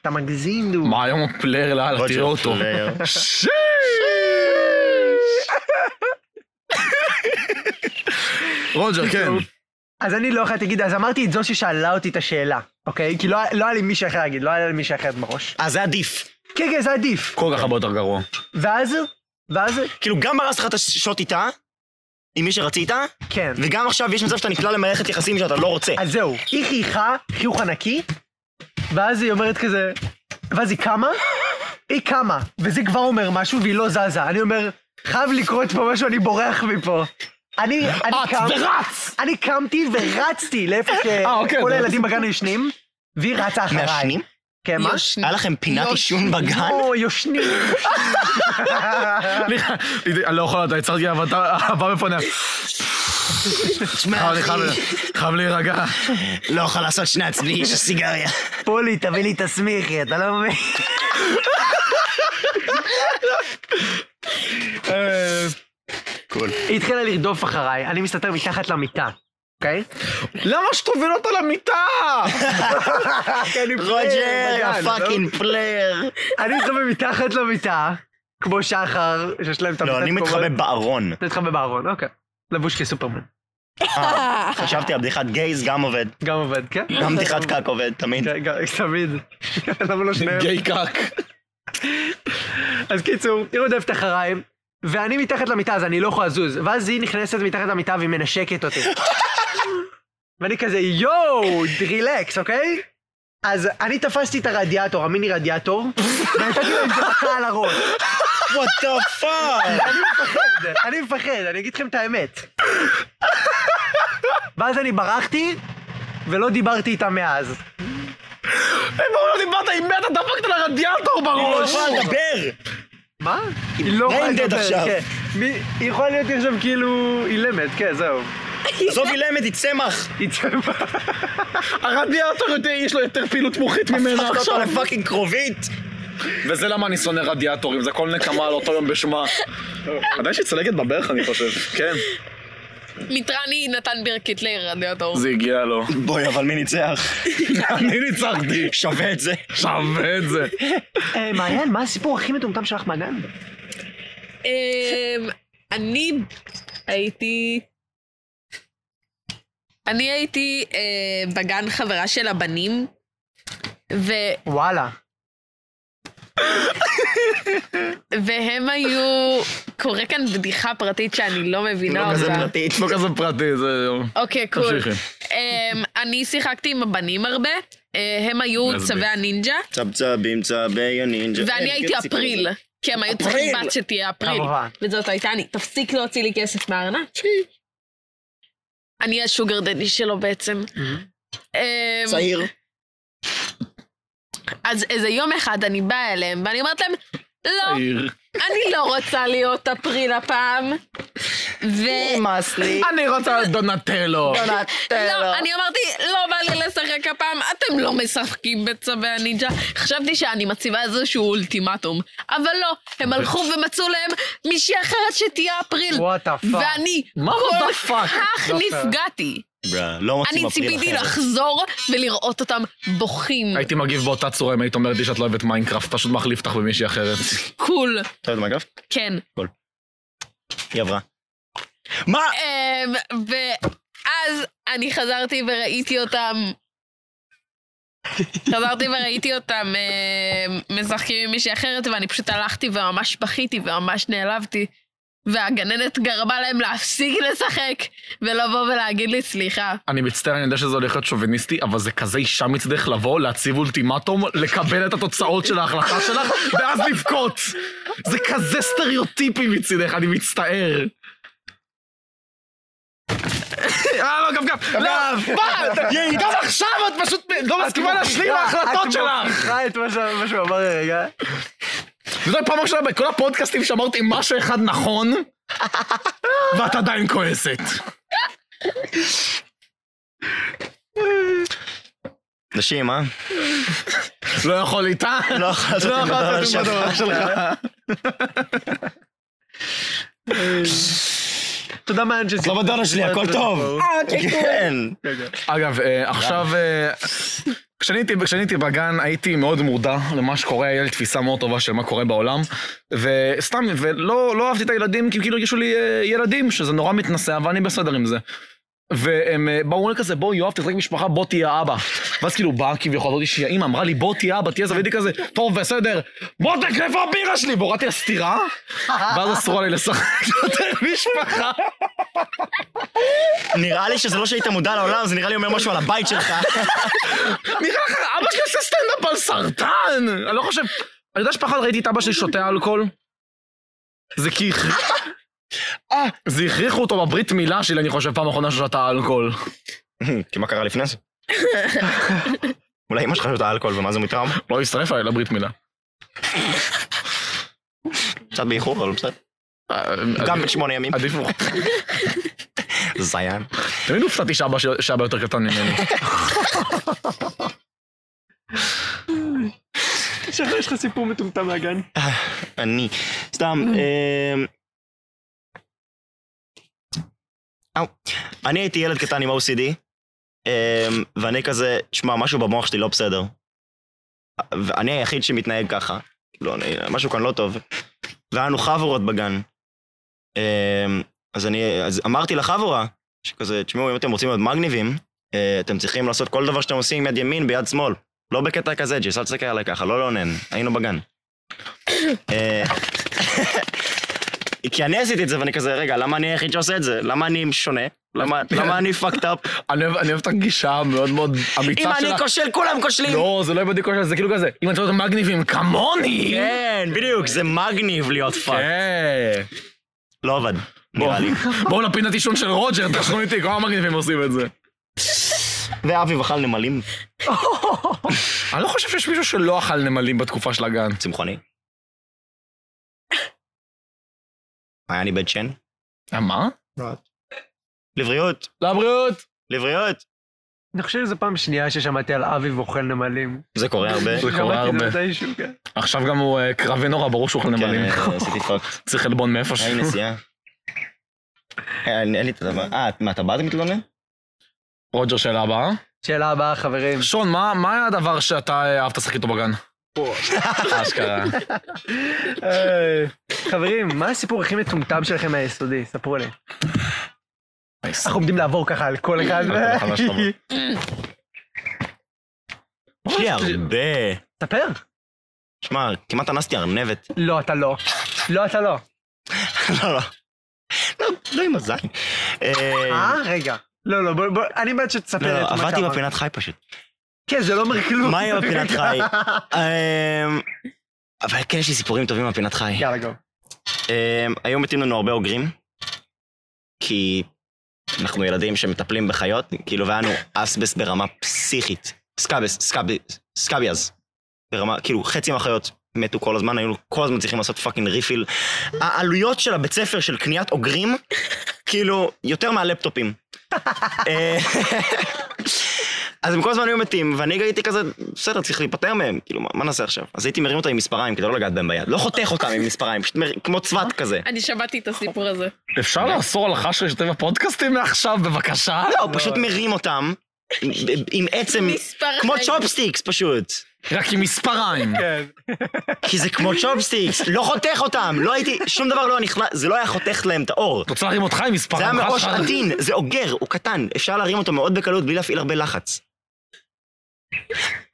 Speaker 3: אתה מגזים, דו.
Speaker 2: מה היום הוא פלר לאללה, תראה אותו. שיש! רוג'ר, כן.
Speaker 3: אז אני לא יכולתי להגיד, אז אמרתי את זו ששאלה אותי את השאלה, אוקיי? כי לא לא היה לי מישהי אחרת להגיד, לא היה לי מישהי אחרת בראש.
Speaker 4: אז אה, זה עדיף.
Speaker 3: כן, כן, זה עדיף.
Speaker 2: כל כך הרבה יותר גרוע.
Speaker 3: ואז, ואז,
Speaker 4: כאילו, גם הרס לך את השוט איתה, עם מי שרצית,
Speaker 3: כן.
Speaker 4: וגם עכשיו יש מצב שאתה נקלע למערכת יחסים שאתה לא רוצה.
Speaker 3: אז זהו, היא חייכה, חיוך ענקי, ואז היא אומרת כזה, ואז היא קמה, היא קמה, וזה כבר אומר משהו והיא לא זזה. אני אומר, חייב לקרות פה משהו, אני בורח מפה. אני, אני קם,
Speaker 2: ורץ!
Speaker 3: אני קמתי ורצתי לאיפה
Speaker 2: אוקיי,
Speaker 3: שכל
Speaker 2: זה-
Speaker 3: הילדים בגן ישנים, והיא רצה אחריי.
Speaker 4: מעשנים?
Speaker 3: כן, מה?
Speaker 5: יושני.
Speaker 4: היה לכם פינת עישון בגן?
Speaker 3: או, יושנים.
Speaker 2: סליחה, אני לא יכול, אתה יצרתי אהבה בפניה.
Speaker 4: תשמע,
Speaker 2: חייב לי,
Speaker 4: אחי,
Speaker 2: חייב לי, חייב להירגע.
Speaker 4: לא יכול לעשות שנץ בלי איש הסיגריה.
Speaker 3: פולי, תביא לי את הסמיכי, אתה לא מבין?
Speaker 2: אה,
Speaker 3: היא התחילה לרדוף אחריי, אני מסתתר מתחת למיטה, אוקיי?
Speaker 2: למה שתוביל אותה למיטה?
Speaker 4: רוג'ר,
Speaker 3: בגן, לא?
Speaker 4: יא פאקינג פלייר.
Speaker 3: אני מתחבא מתחת למיטה, כמו שחר, שיש להם את המיטה.
Speaker 4: לא, אני מתחבא בארון.
Speaker 3: אתה מתחבא בארון, אוקיי. לבוש כסופרמן.
Speaker 4: אה, חשבתי על בדיחת גייז, גם עובד.
Speaker 3: גם עובד, כן?
Speaker 4: גם בדיחת קק עובד, תמיד.
Speaker 3: כן, גם- תמיד. למה לא שניהם?
Speaker 2: גיי קאק.
Speaker 3: אז קיצור, היא רודפת אחריי, ואני מתחת למיטה, אז אני לא יכול לזוז. ואז היא נכנסת מתחת למיטה והיא מנשקת אותי. ואני כזה, יואו, רילקס, אוקיי? אז אני תפסתי את הרדיאטור, המיני רדיאטור, ונתתי לו עם זה מכה על הראש.
Speaker 4: וואט דה פאק.
Speaker 3: אני מפחד, אני מפחד, אני אגיד לכם את האמת. ואז אני ברחתי, ולא דיברתי איתה מאז.
Speaker 2: לא דיברת עם מי אתה דפקת לרדיאטור
Speaker 4: לא
Speaker 2: בראש?
Speaker 4: יכול לדבר.
Speaker 3: מה? היא לא יכולה
Speaker 4: brain dead
Speaker 3: לדבר,
Speaker 4: עכשיו.
Speaker 3: כן. מי- היא יכולה להיות עכשיו כאילו אילמת, כן, זהו.
Speaker 4: עזוב אילמת, היא צמח.
Speaker 3: היא צבע.
Speaker 2: הרדיאטור יותר, יש לו יותר פעילות מוחית ממנה
Speaker 4: הפכת
Speaker 2: עכשיו.
Speaker 4: אותו לפאקינג קרובית.
Speaker 2: לא- וזה למה אני שונא רדיאטורים, זה הכל נקמה על אותו יום בשמה. עדיין יש לי צלקת בברך אני חושב, כן.
Speaker 5: ליטרני נתן בירקית לרדיאטור.
Speaker 2: זה הגיע לו.
Speaker 4: בואי, אבל מי ניצח?
Speaker 2: אני ניצחתי,
Speaker 4: שווה את זה.
Speaker 2: שווה את זה.
Speaker 3: מעיין, מה הסיפור הכי מטומטם שלך מהגן?
Speaker 5: אמ, אני הייתי... אני הייתי אה, בגן חברה של הבנים, ו-
Speaker 3: וואלה.
Speaker 5: והם היו... קורה כאן בדיחה פרטית שאני לא
Speaker 4: לא
Speaker 5: מבינה
Speaker 4: כזה
Speaker 5: אותה.
Speaker 4: פרטית.
Speaker 2: לא כזה פרטי, זה...
Speaker 5: אוקיי, קול. אמ, אני שיחקתי עם הבנים הרבה, אה, הם היו
Speaker 2: אז
Speaker 5: צווי
Speaker 2: ב-
Speaker 5: הנינג'ה,
Speaker 4: צבצבים צבי הנינג'ה.
Speaker 5: ואני
Speaker 4: אה,
Speaker 5: הייתי
Speaker 4: כן, סיפור
Speaker 5: אפריל,
Speaker 4: הזה.
Speaker 5: כי הם היו צריכים בת שתהיה אפריל.
Speaker 3: כמובן.
Speaker 5: וזאת הייתה אני. תפסיק להוציא לי כסף מהארנק. אני השוגר דדי שלו בעצם. אמ,
Speaker 4: צעיר.
Speaker 5: אז איזה יום אחד אני באה אליהם, ואני אומרת להם, לא, אני לא רוצה להיות אפריל הפעם. ו...
Speaker 4: מסלי.
Speaker 2: אני רוצה דונטלו.
Speaker 5: לא, אני אמרתי, לא בא לי לשחק הפעם, אתם לא משחקים בצווי הנינג'ה. חשבתי שאני מציבה איזשהו אולטימטום, אבל לא, הם הלכו ומצאו להם מישהי אחרת שתהיה אפריל.
Speaker 3: וואטה פאק.
Speaker 5: ואני
Speaker 3: מה
Speaker 5: כל
Speaker 3: what the fuck?
Speaker 5: כך
Speaker 3: לא פייר.
Speaker 5: נפגעתי.
Speaker 4: לא
Speaker 5: אני
Speaker 4: מוצאים אפריל
Speaker 5: ציפיתי
Speaker 4: אחר.
Speaker 5: לחזור ולראות אותם בוכים.
Speaker 2: הייתי מגיב באותה צורה אם היית אומרת לי שאת לא אוהבת מיינקראפט, פשוט מחליף אותך במישהי אחרת.
Speaker 5: קול.
Speaker 4: אתה יודע מה אגב?
Speaker 5: כן.
Speaker 4: היא עברה. מה?
Speaker 5: אמ, ואז אני חזרתי וראיתי אותם. חזרתי וראיתי אותם אמ, משחקים עם מישהי אחרת, ואני פשוט הלכתי וממש בכיתי וממש נעלבתי. והגננת גרמה להם להפסיק לשחק, ולבוא ולהגיד לי סליחה.
Speaker 2: אני מצטער, אני יודע שזה הולך להיות שוביניסטי, אבל זה כזה אישה מצדך לבוא, להציב אולטימטום, לקבל את התוצאות של ההחלטה שלך, ואז לבכות. זה כזה סטריאוטיפי מצדך, אני מצטער. אה, לא, גם גם, לא, מה, גם עכשיו את פשוט לא מסכימה להשלים ההחלטות
Speaker 3: אה, את
Speaker 2: שלך.
Speaker 3: מוכיחה את מה ש- מה שהוא אמר רגע.
Speaker 2: וזו הפעם הראשונה בכל הפודקאסטים שאמרתי משהו אחד נכון, ואת עדיין כועסת.
Speaker 4: נשים, אה?
Speaker 2: לא יכול איתה?
Speaker 4: לא יכול לעשות עם הדבר שלך.
Speaker 3: תודה מעיין שזה...
Speaker 4: לא בדודה שלי, הכל טוב. כן.
Speaker 2: אגב, אה, עכשיו... אה, כשאני הייתי- כשאני הייתי בגן הייתי מאוד מודע למה שקורה, היה לי תפיסה מאוד טובה של מה קורה בעולם וסתם, ולא לא אהבתי את הילדים כי הם כאילו הרגישו לי אה, ילדים, שזה נורא מתנשא, אבל אני בסדר עם זה. והם אה, באו לי כזה, בוא יואב תחזק משפחה, בוא תהיה האבא. ואז כאילו באה כביכול אותי שהיא האמא, אמרה לי בוא תהיה אבא, תהיה זה, והייתי כזה, טוב בסדר, בוא תקרב הבירה שלי, והורדתי לה סטירה, ואז אסור לי לשחק יותר משפחה.
Speaker 4: נראה לי שזה לא שהיית מודע לעולם, זה נראה לי אומר משהו על הבית שלך.
Speaker 2: נראה לך, אבא שלי עושה סטנדאפ על סרטן! אני לא חושב... אני יודע שפחד ראיתי את אבא שלי שותה אלכוהול. זה כי... הכ- אה, זה הכריחו אותו בברית מילה שלי, אני חושב, פעם אחרונה ששתה אלכוהול.
Speaker 4: כי מה קרה לפני זה? אולי אמא שלך שותה אלכוהול ומה זה מטראומה?
Speaker 2: לא הצטרף אליי לברית מילה.
Speaker 4: קצת באיחור, אבל בסדר.
Speaker 2: אה,
Speaker 4: גם
Speaker 2: עדיף-
Speaker 4: בן שמונה ימים.
Speaker 2: עדיף לו.
Speaker 4: זיין.
Speaker 2: תמיד הופתעתי שאבא שלי- שאבא יותר קטן ממני.
Speaker 3: שחר, יש לך סיפור מטומטם מהגן.
Speaker 4: אני. סתם, אמ, אאו. אני הייתי ילד קטן עם OCD, אמ, ואני כזה, שמע, משהו במוח שלי לא בסדר. ואני היחיד שמתנהג ככה. לא, אני- משהו כאן לא טוב. והיה לנו חבורות בגן. אמ, אז אני, אז אמרתי לחבורה, שכזה, תשמעו, אם אתם רוצים להיות מגניבים, אה, אתם צריכים לעשות כל דבר שאתם עושים עם יד ימין, ביד שמאל. לא בקטע כזה, ג'יס, אל תסתכל עליי ככה, לא לאונן, היינו בגן. אה, כי אני עשיתי את זה, ואני כזה, רגע, למה אני היחיד שעושה את זה? למה אני שונה? למה למה אני fucked up?
Speaker 2: אני אוהב אני אוהב את הגישה המאוד מאוד אמיצה
Speaker 4: אם
Speaker 2: שלה.
Speaker 4: אני כושל, כולם כושלים!
Speaker 2: לא, זה לא איבדי כושר, זה כאילו כזה, אם אתם יודעים מגניבים כמוני!
Speaker 4: כן, בדיוק, זה מגניב להיות פאק.
Speaker 2: כן.
Speaker 4: לא עבד, נראה לי.
Speaker 2: בואו לפינת עישון של רוג'ר, תשכנו איתי, כמה מגניבים עושים את זה.
Speaker 4: ואבי אכל נמלים,
Speaker 2: אני לא חושב שיש מישהו שלא אכל נמלים בתקופה של הגן.
Speaker 4: צמחוני. היה אני בית שן?
Speaker 2: אה, מה?
Speaker 4: לבריאות,
Speaker 2: לבריאות!
Speaker 4: לבריאות.
Speaker 3: אני חושב שזו פעם שנייה ששמעתי על אבי ואוכל נמלים.
Speaker 4: זה קורה הרבה.
Speaker 2: זה קורה
Speaker 3: שמעתי את זה
Speaker 2: הרבה.
Speaker 3: מתישהו, כן.
Speaker 2: עכשיו גם הוא אה, קרבי נורא, ברור שהוא אוכל
Speaker 4: כן,
Speaker 2: נמלים.
Speaker 4: אה, עשיתי פאק.
Speaker 2: צריך חלבון מאיפשהו.
Speaker 4: היי נסיעה. אין אין לי את הדבר. אה, מה, אתה בעד המתלונן?
Speaker 2: רוג'ר, שאלה הבאה.
Speaker 3: שאלה הבאה, חברים.
Speaker 2: שון, מה, מה הדבר שאתה אה, אהבת לשחק איתו בגן? אשכרה.
Speaker 3: אה, חברים, מה הסיפור הכי מטומטם שלכם מהיסודי? ספרו לי.
Speaker 2: נייס.
Speaker 3: אנחנו עומדים לעבור ככה על כל אחד.
Speaker 2: על כל אחד אוקיי, שאתה לא. אומר.
Speaker 4: יש לי הרבה.
Speaker 3: ספר.
Speaker 4: שמע, כמעט אנסתי ארנבת.
Speaker 3: לא, אתה לא. לא, אתה לא.
Speaker 2: אה?
Speaker 4: לא, לא. לא, לא עם הזין.
Speaker 3: אה,
Speaker 4: אה,
Speaker 3: רגע. לא, לא, בוא, בוא, אני בעד
Speaker 4: לא,
Speaker 3: שתספר
Speaker 4: לא,
Speaker 3: את מה
Speaker 4: עבדתי
Speaker 3: שאמרת.
Speaker 4: בפינת חי פשוט.
Speaker 3: כן, זה לא אומר כלום.
Speaker 4: מה היה בפינת חי? אמ, אבל כן, יש לי סיפורים טובים מהפינת חי.
Speaker 3: יאללה, גו.
Speaker 4: אמ, היו מתים לנו הרבה אוגרים, כי אנחנו ילדים שמטפלים בחיות, כאילו, והיה לנו אסבסט ברמה פסיכית. סקאבס, סקאבי, סקאביאז. ברמה, כאילו, חצי מהחיות מתו כל הזמן, היינו כל הזמן צריכים לעשות פאקינג ריפיל. העלויות של הבית ספר של קניית אוגרים, כאילו, יותר מהלפטופים. אה, אז הם כל הזמן היו מתים, ואני הייתי כזה, בסדר, צריך להיפטר מהם, כאילו, מה, מה נעשה עכשיו? אז הייתי מרים אותם עם מספריים כדי לא לגעת בהם ביד. לא חותך אותם עם מספריים, פשוט מר... כמו צבת כזה.
Speaker 5: אני שמעתי את הסיפור הזה.
Speaker 2: אפשר לאסור על החש להשתתף בפודקאסטים מעכשיו, בבקשה?
Speaker 4: לא, הוא פשוט מרים אותם עם- עם עצם,
Speaker 5: מספר
Speaker 4: כמו
Speaker 5: אחר.
Speaker 4: צ'ופסטיקס פשוט.
Speaker 2: רק עם מספריים.
Speaker 3: כן.
Speaker 4: כי זה כמו צ'ופסטיקס, לא חותך אותם, לא הייתי, שום דבר לא נכנס, זה לא היה חותך להם את האור.
Speaker 2: רוצה להרים אותך עם
Speaker 4: זה היה
Speaker 2: מספריים?
Speaker 4: מראש
Speaker 2: חש?
Speaker 4: עדין, זה אוגר, הוא קטן, אפשר להרים אותו מאוד בקלות בלי להפעיל הרבה לחץ.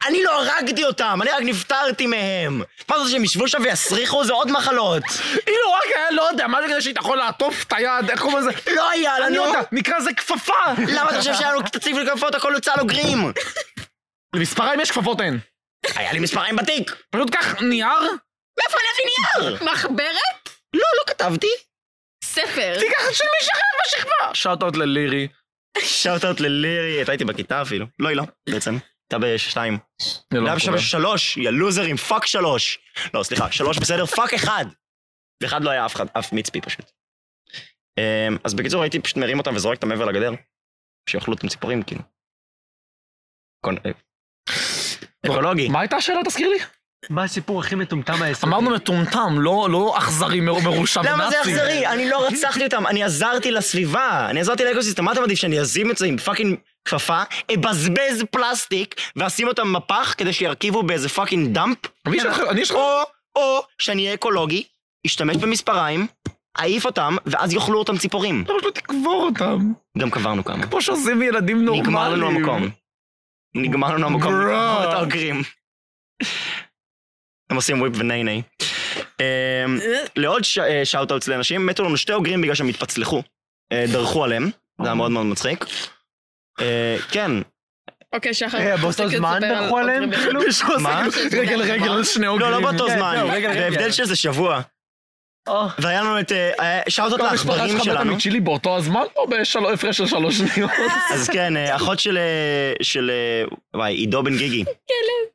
Speaker 4: אני לא הרגתי אותם, אני רק נפטרתי מהם. מה זה שהם ישבו שם ויסריחו זה עוד מחלות.
Speaker 2: אילו רק היה, לא יודע, מה זה כדי שהיא יכול לעטוף את היד, איך קוראים לזה?
Speaker 4: לא היה
Speaker 2: אני
Speaker 4: לנו.
Speaker 2: יודע, נקרא לזה כפפה!
Speaker 4: למה אתה חושב שהיה לנו תציב לכפפות הכל הוצא לו גרים?
Speaker 2: למספריים יש כפפות אין.
Speaker 4: היה לי מספריים בתיק.
Speaker 2: פשוט קח נייר,
Speaker 4: מאיפה אני אביא נייר?
Speaker 5: מחברת?
Speaker 4: לא, לא כתבתי.
Speaker 5: ספר.
Speaker 2: תיקח את של מישהו אחר בשכבה! שאוט-אוט ללירי.
Speaker 4: שאוטות ללירי, הייתה איתי בכיתה אפילו. לא, היא לא, בעצם. הייתה בשתיים.
Speaker 2: זה
Speaker 4: לא
Speaker 2: לא
Speaker 4: היה שם
Speaker 2: קורה.
Speaker 4: שלוש, יא לוזרים, פאק שלוש. לא, סליחה, שלוש בסדר, פאק אחד. ואחד לא היה אף אחד, אף מיצפי פשוט. אמ, אז בקיצור, הייתי פשוט מרים אותם וזורק אותם מעבר לגדר. שיאכלו אותם ציפורים, כאילו. קונ- אה, אקולוגי.
Speaker 2: מה הייתה השאלה, תזכיר לי?
Speaker 3: מה הסיפור הכי מטומטם מהיסודי?
Speaker 2: אמרנו מטומטם, לא לא אכזרי מר- מרושע ונאצי.
Speaker 4: למה זה אכזרי? אני לא רצחתי אותם, אני עזרתי לסביבה, אני עזרתי לאקוסיסטם, מה אתה מעדיף שאני אזים את זה עם פאקינג כפפה, אבזבז פלסטיק, ואשים אותם בפח כדי שירכיבו באיזה פאקינג דאמפ?
Speaker 2: מי שאוכל- אני יש לך...
Speaker 4: או, או שאני אהיה אקולוגי, אשתמש במספריים, אעיף אותם, ואז יאכלו אותם ציפורים.
Speaker 2: למה שלא תקבור אותם?
Speaker 4: גם קברנו כמה.
Speaker 2: כמו שעושים ילדים נורמליים.
Speaker 4: נגמר לנו המקום. נגמר לנו המקום.
Speaker 2: גרוע.
Speaker 4: לקבור את האוגרים. הם עושים וויפ וניי ניי. אמ, לעוד ש- אה, שאוט-אוטס לאנשים, מתו לנו שתי אוגרים בגלל שהם התפצלחו. אה, דרכו עליהם, זה היה מאוד מאוד מצחיק. אה, כן,
Speaker 5: אוקיי, שחר.
Speaker 3: אה, באותו
Speaker 5: תפסיק
Speaker 3: זמן
Speaker 5: לספר על
Speaker 3: דרכו עליהם?
Speaker 5: אוגרים.
Speaker 3: כאילו?
Speaker 4: מה?
Speaker 2: רגל רגל על שני
Speaker 4: לא,
Speaker 2: אוגרים.
Speaker 4: לא באותו
Speaker 3: כן,
Speaker 4: זמן,
Speaker 3: זהו, רגע, רגע.
Speaker 4: בהבדל שזה שבוע.
Speaker 3: או,
Speaker 4: והיה לנו את שאוט-אוט
Speaker 2: כל המשפחה
Speaker 4: לעכברים
Speaker 2: שלך בטח
Speaker 4: לא, שלנו.
Speaker 2: מצ'ילי באותו הזמן או בהפרש של שלוש שניות?
Speaker 4: אז כן, אה, אחות של... אה, של... אה, וואי, עידו בן גיגי.
Speaker 3: כן.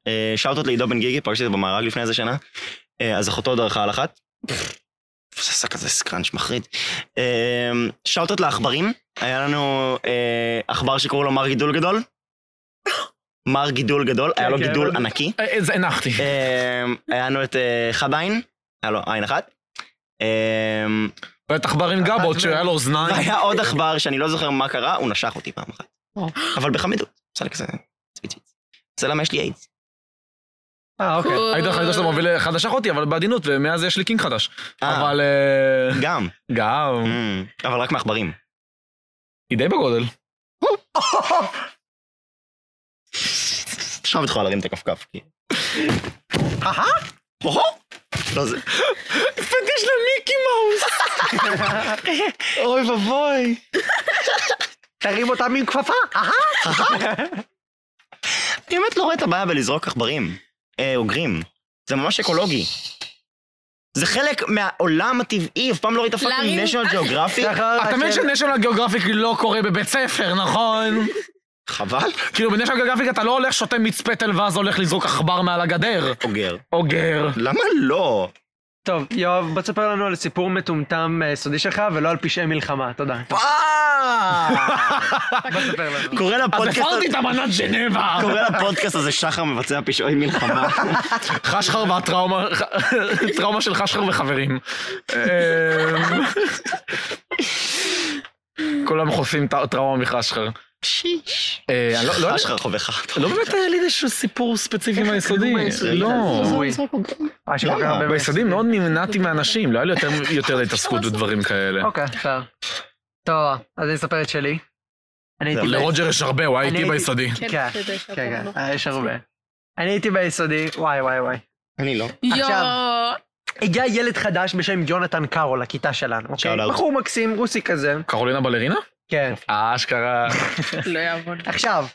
Speaker 4: כלב. שאוטות לעידו בן גיגי, פגשתי אותו במארג לפני איזה שנה. אה, אז אחותו דרכה על אחת. זה עשה כזה סקראנץ' מחריד. שאוטות לעכברים, היה לנו אה, עכבר שקראו לו מר גידול גדול. מר גידול גדול, היה לו
Speaker 3: כן,
Speaker 4: גידול
Speaker 3: הבנתי.
Speaker 4: ענקי.
Speaker 2: אה, זה הנחתי.
Speaker 4: אה, היה לנו את אה, חד עין, היה לו עין אחת. אה,
Speaker 2: ואת עכבר עם גבות שהיה לו אוזניים.
Speaker 4: והיה עוד עכבר שאני לא זוכר מה קרה, הוא נשך אותי פעם אחת. אבל בחמידות, עשה לי כזה ציפיציץ. זה למה יש לי איידס.
Speaker 3: אה, אוקיי.
Speaker 2: היית לך שאתה מוביל לחדשה אחותי, אבל בעדינות, ומאז יש לי קינג חדש.
Speaker 4: אה.
Speaker 2: אבל... אה,
Speaker 4: גם.
Speaker 2: גם.
Speaker 4: Mm, אבל רק מעכברים.
Speaker 2: היא די בגודל.
Speaker 4: עכשיו את יכולה להרים את הכפכף. כי- אוהו. לא זה.
Speaker 2: פטיש למיקי מאוס.
Speaker 3: אוי ואבוי. תרים אותם עם כפפה. אהה.
Speaker 4: אני באמת לא רואה את הבעיה בלזרוק עכברים. אה, אוגרים. זה ממש אקולוגי. זה חלק מהעולם הטבעי, אף פעם לא ראית פאקינג
Speaker 5: להרים-
Speaker 4: national geographic?
Speaker 3: שחר,
Speaker 2: אתה מבין
Speaker 3: השאלה-
Speaker 2: שנשיונל גיאוגרפיק לא קורה בבית ספר, נכון?
Speaker 4: חבל.
Speaker 2: כאילו בנשיונל גיאוגרפיק אתה לא הולך שותה מצפתל ואז הולך לזרוק עכבר מעל הגדר.
Speaker 4: אוגר.
Speaker 2: אוגר.
Speaker 4: למה לא?
Speaker 3: טוב, יואב, בוא תספר לנו על סיפור מטומטם מהיסודי שלך, ולא על פשעי מלחמה. תודה. בוא תספר לנו.
Speaker 4: קורא
Speaker 2: אז
Speaker 4: לפודקאסט...
Speaker 2: הפרתי את אמנת ז'נבה.
Speaker 4: קורא לפודקאסט הזה שחר מבצע פשעי מלחמה.
Speaker 2: חשחר והטראומה, טראומה של חשחר וחברים. אמ,
Speaker 7: כולם חוטפים טא- טראומה מחשחר. אה, אני לא- לא יודע-
Speaker 4: אשכרה חובך.
Speaker 7: לא באמת היה לי איזשהו סיפור ספציפי מהיסודי. לא.
Speaker 3: אה, שכל כך
Speaker 4: למה?
Speaker 3: הרבה-
Speaker 7: ביסודי מאוד נמנעתי מאנשים, לא היה לי יותר- יותר התעסקות בדברים כאלה.
Speaker 3: אוקיי, בסדר. טוב, אז אני אספר את שלי. אני הייתי... ב-
Speaker 7: לרוג'ר יש הרבה, הוא היה
Speaker 3: אני
Speaker 7: איתי
Speaker 3: הייתי-
Speaker 7: ביסודי.
Speaker 3: כן, כן,
Speaker 5: לא-
Speaker 3: כן, אה, יש הרבה. אני הייתי ביסודי, וואי וואי וואי.
Speaker 1: אני לא.
Speaker 5: יואו,
Speaker 3: הגיע ילד חדש בשם יונתן קארו לכיתה שלנו, אוקיי?
Speaker 4: שאל אאוט.
Speaker 3: בחור מקסים, רוסי כזה.
Speaker 7: קרולינה בלרינה?
Speaker 3: כן.
Speaker 7: אה, אשכרה.
Speaker 5: לא יעבוד.
Speaker 3: עכשיו,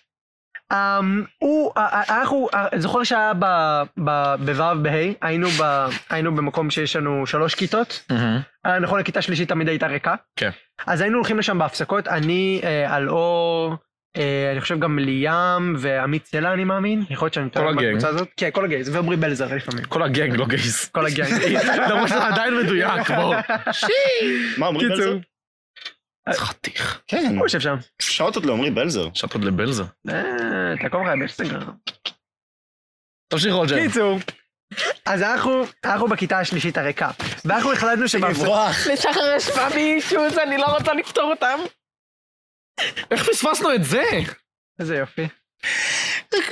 Speaker 3: אמ, הוא, א- א- אנחנו, א- זוכר שהיה ב- ב- בו' בה', היינו ב- היינו במקום שיש לנו שלוש כיתות,
Speaker 7: מהמם.
Speaker 3: אה, נכון, הכיתה שלישית תמיד הייתה ריקה.
Speaker 7: כן.
Speaker 3: אז היינו הולכים לשם בהפסקות, אני, אה, על אור, אה, אני חושב גם ליאם ועמית סלע, אני מאמין. יכול להיות שאני
Speaker 7: כל
Speaker 3: טועה
Speaker 7: הגג.
Speaker 3: בקבוצה הזאת. כן, כל הגייז, ועמרי בלזר לפעמים.
Speaker 7: כל הגנג לא גייס.
Speaker 3: כל הגייז.
Speaker 7: למרות שזה עדיין מדויק, בואו.
Speaker 4: מה אומרים
Speaker 3: קיצור.
Speaker 4: בלזר?
Speaker 7: איזה חתיך.
Speaker 4: כן,
Speaker 3: הוא יושב שם.
Speaker 4: שעות עוד לעומרי בלזר.
Speaker 7: שעת עוד לבלזר.
Speaker 3: אה, תעקוב אחריי באינסטגרם.
Speaker 7: תמשיך רוג'ר.
Speaker 3: קיצור. אז אנחנו, אנחנו בכיתה השלישית הריקה, ואנחנו החלטנו שבהפסקות...
Speaker 5: לשחר יש פעמים אישוז, אני לא רוצה לפתור אותם.
Speaker 7: איך פספסנו את זה?
Speaker 3: איזה יופי.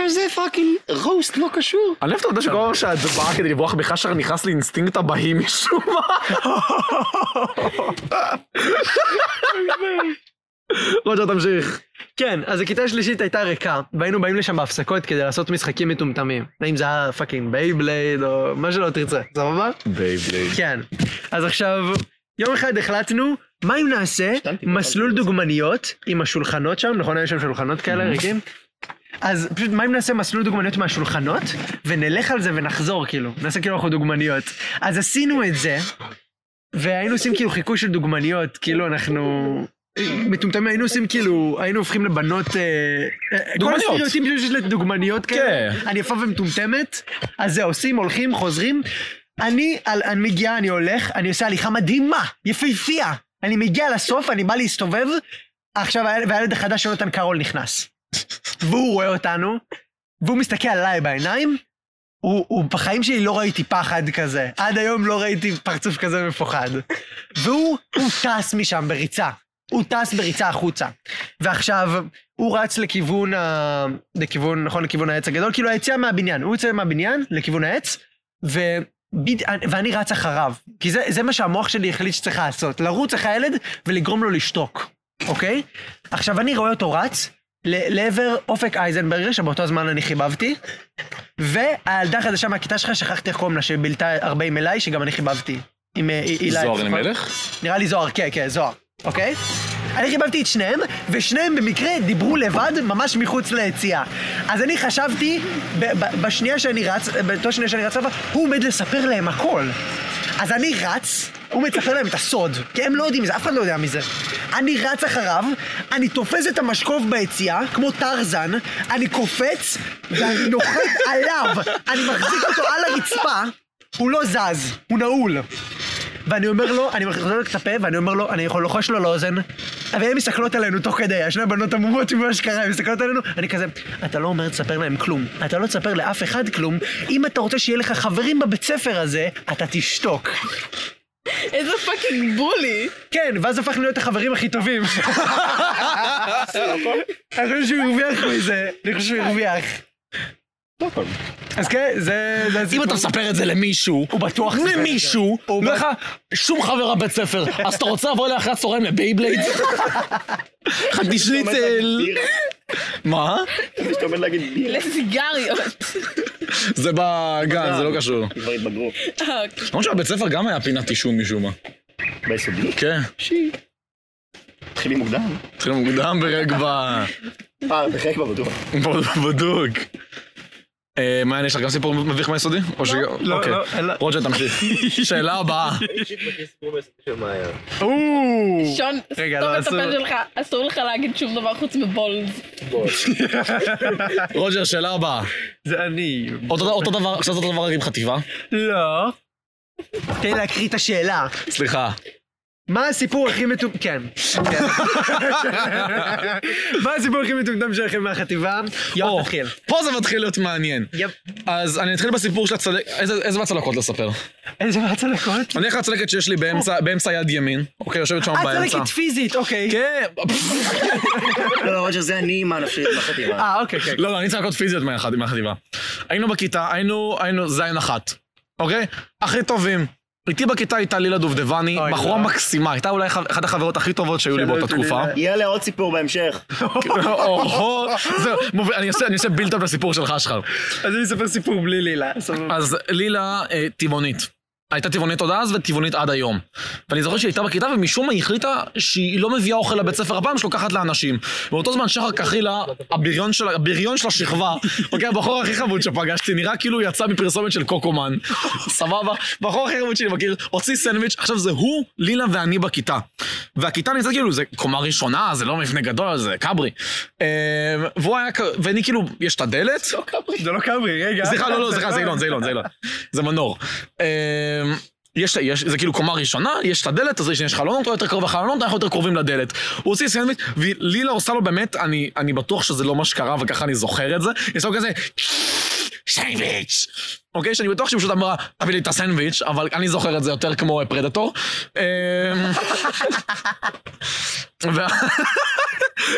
Speaker 4: זה פאקינג רוסט לא קשור.
Speaker 7: אני אוהב את העובדה שכל פעם שההצבעה כדי לברוח בחשר נכנס לי אינסטינקט הבאי משום מה. רוג'ר תמשיך.
Speaker 3: כן, אז הכיתה השלישית הייתה ריקה, והיינו באים לשם בהפסקות כדי לעשות משחקים מטומטמים. האם זה היה פאקינג בייבלייד או מה שלא תרצה, סבבה?
Speaker 7: בייבלייד.
Speaker 3: כן. אז עכשיו, יום אחד החלטנו, מה אם נעשה
Speaker 4: השתנתי,
Speaker 3: מסלול
Speaker 4: בכל זאת.
Speaker 3: דוגמניות עם השולחנות שם, נכון? היו שם שולחנות כאלה ריקים? אז פשוט מה אם נעשה מסלול דוגמניות מהשולחנות, ונלך על זה ונחזור כאילו, נעשה כאילו אנחנו דוגמניות. אז עשינו את זה, והיינו עושים כאילו חיקוי של דוגמניות, כאילו אנחנו... מטומטמים היינו עושים כאילו, היינו הופכים לבנות... אה, אה,
Speaker 7: דוגמניות.
Speaker 3: כל הסטריאוטיפים שיש לדוגמניות
Speaker 2: כן.
Speaker 7: כן.
Speaker 3: כאלה. אני יפה ומטומטמת. אז זה עושים, הולכים, חוזרים. אני, על, אני מגיע, אני הולך, אני עושה הליכה מדהימה, יפהפייה. אני מגיע לסוף, אני בא להסתובב, עכשיו הילד- והילד החדש של יונתן קרול נכנס. והוא רואה אותנו, והוא מסתכל עליי בעיניים, הוא, הוא בחיים שלי לא ראיתי פחד כזה. עד היום לא ראיתי פרצוף כזה מפוחד. והוא הוא טס משם בריצה. הוא טס בריצה החוצה. ועכשיו, הוא רץ לכיוון, ה... לכיוון, נכון, לכיוון העץ הגדול, כאילו היציאה מהבניין. הוא יוצא מהבניין לכיוון העץ, ו... בד... ואני רץ אחריו. כי זה, זה מה שהמוח שלי החליט שצריך לעשות. לרוץ אחרי הילד ולגרום לו לשתוק, אוקיי? עכשיו, אני רואה אותו רץ ל- לעבר אופק אייזנברגר, שבאותו הזמן אני חיבבתי, והילדה החדשה מהכיתה שלך, שכחתי איך קוראים לה, שבילתה 40 אליי, שגם אני חיבבתי. עם אה, הילה.
Speaker 2: זוהר
Speaker 3: נכון?
Speaker 2: אלימלך?
Speaker 3: נראה לי זוהר, כן, כן, זוהר, אוקיי? אני חיבבתי את שניהם, ושניהם במקרה דיברו לבד ממש מחוץ ליציאה. אז אני חשבתי, ב- ב- בשנייה שאני רץ, באותו שנייה שאני רץ, הוא עומד לספר להם הכל. אז אני רץ, הוא מספר להם את הסוד, כי הם לא יודעים מזה, אף אחד לא יודע מזה. אני רץ אחריו, אני תופס את המשקוף ביציאה, כמו טרזן, אני קופץ, ואני נוחת עליו, אני מחזיק אותו על הרצפה, הוא לא זז, הוא נעול. ואני אומר לו, אני מחזיר לו את הפה, ואני אומר לו, אני לוחש לו לאוזן, והן מסתכלות עלינו תוך כדי, השני הבנות המומות ממה שקרה, הן מסתכלות עלינו, אני כזה, אתה לא אומר תספר להם כלום, אתה לא תספר לאף אחד כלום, אם אתה רוצה שיהיה לך חברים בבית ספר הזה, אתה תשתוק.
Speaker 5: איזה פאקינג בולי.
Speaker 3: כן, ואז הפכנו להיות החברים הכי טובים. אני חושב שהוא הרוויח מזה, אני חושב שהוא הרוויח. אז כן, זה... זה
Speaker 2: אם
Speaker 3: הסיפור.
Speaker 2: אתה מספר את זה למישהו,
Speaker 3: הוא בטוח... סיפר את זה.
Speaker 2: למישהו,
Speaker 3: הוא
Speaker 2: אומר לך, שום חבר בבית ספר, אז אתה רוצה לבוא אליי אחרי הצהריים לבייבלייד? חצי שניצל. מה?
Speaker 4: זה שאתה עומד להגיד ביר.
Speaker 5: לסיגריות.
Speaker 2: זה בגן, זה לא קשור.
Speaker 4: כבר התבגרו.
Speaker 5: אה, אוקיי.
Speaker 2: למרות שבבית ספר גם היה פינת עישון משום מה.
Speaker 4: ביסודי?
Speaker 2: כן,
Speaker 4: שי. מתחילים מוקדם.
Speaker 2: התחיל כן. מוקדם ברג ב...
Speaker 4: אה, בחלק כבר בטוח.
Speaker 2: בדוק. אה, מעיין, יש לך גם סיפור מביך מהיסודי? או ש...
Speaker 3: לא,
Speaker 2: אוקיי.
Speaker 3: לא, אין לה-
Speaker 2: רוג'ר, תמשיך. שאלה הבאה.
Speaker 5: שון, סתום
Speaker 3: רגע, לא,
Speaker 5: את הפה
Speaker 3: אסור.
Speaker 5: שלך, אסור לך להגיד שום דבר חוץ מבולז.
Speaker 2: רוג'ר, שאלה הבאה.
Speaker 3: זה אני.
Speaker 2: אותו אותו דבר, עכשיו זה אותו דבר רק עם חטיבה.
Speaker 3: לא. תן לי להקריא את השאלה.
Speaker 2: סליחה.
Speaker 3: מה הסיפור הכי מטומטם? כן. כן. מה הסיפור הכי מטומטם שלכם מהחטיבה? יואו,
Speaker 2: או,
Speaker 3: תתחיל.
Speaker 2: פה זה מתחיל להיות מעניין.
Speaker 3: יפ.
Speaker 2: אז אני אתחיל בסיפור של הצלקת, איזה איזה מהצלקות לספר?
Speaker 3: איזה מה הצלקות?
Speaker 2: אני הולך לצלקת שיש לי באמצע- באמצע יד ימין, אוקיי, יושבת שם
Speaker 3: אה,
Speaker 2: באמצע.
Speaker 3: צלקת פיזית, אוקיי.
Speaker 2: כן,
Speaker 4: לא, לא, רוג'ר, זה אני עם הנפשית בחטיבה.
Speaker 3: אה, אוקיי, כן.
Speaker 2: לא, לא, אני צעקות פיזיות מהחד- מהחטיבה. היינו בכיתה, היינו, היינו זין אחת, אוקיי? הכי טובים. איתי בכיתה הייתה לילה דובדבני,
Speaker 3: אוי,
Speaker 2: בחורה
Speaker 3: לא.
Speaker 2: מקסימה, הייתה אולי ח- אחת החברות הכי טובות שהיו לי
Speaker 3: שלא
Speaker 2: באותה
Speaker 3: הייתי
Speaker 2: תקופה.
Speaker 4: יהיה לה עוד סיפור בהמשך.
Speaker 2: או-הו, זהו, מוביל- אני עושה- אני עושה בילטאפ לסיפור שלך, שחר.
Speaker 3: אז אני אספר סיפור בלי לילה. סבבה.
Speaker 2: אז לילה אה, טבעונית. הייתה טבעונית עוד אז וטבעונית עד היום. ואני זוכר שהיא הייתה בכיתה ומשום מה היא החליטה שהיא לא מביאה אוכל לבית ספר הפעם, שלוקחת לאנשים. באותו זמן שחר קחילה, הבריון של, הבריון של השכבה, אוקיי, הבחור הכי חמוד שפגשתי, נראה כאילו הוא יצא מפרסומת של קוקומן. סבבה? הבחור הכי חמוד שאני מכיר, הוציא סנדוויץ', עכשיו זה הוא, לילה ואני בכיתה. והכיתה נמצאת כאילו, זה קומה ראשונה, זה לא מבנה גדול, זה כברי. אה, והוא היה, כ- ואני כאילו, יש את הדלת,
Speaker 3: זה לא כברי, רגע.
Speaker 2: סליחה, לא, לא, סליחה, זה אילון, זה אילון, זה אילון. זה מנור. אמ, יש, יש, זה כאילו קומה ראשונה, יש את הדלת, אז יש יש חלונות, הוא יותר קרוב לחלונות, אנחנו יותר קרובים לדלת. הוא הוציא סנדוויץ', ולילה עושה לו באמת, אני, אני בטוח שזה לא מה שקרה, וככה אני זוכר את זה, יש לו כזה, סנדוויץ'. אוקיי, שאני בטוח שהיא פשוט אמרה, תביא לי את הסנדוויץ', אבל אני זוכר את זה יותר כמו אה, פרדטור. אמ, וה-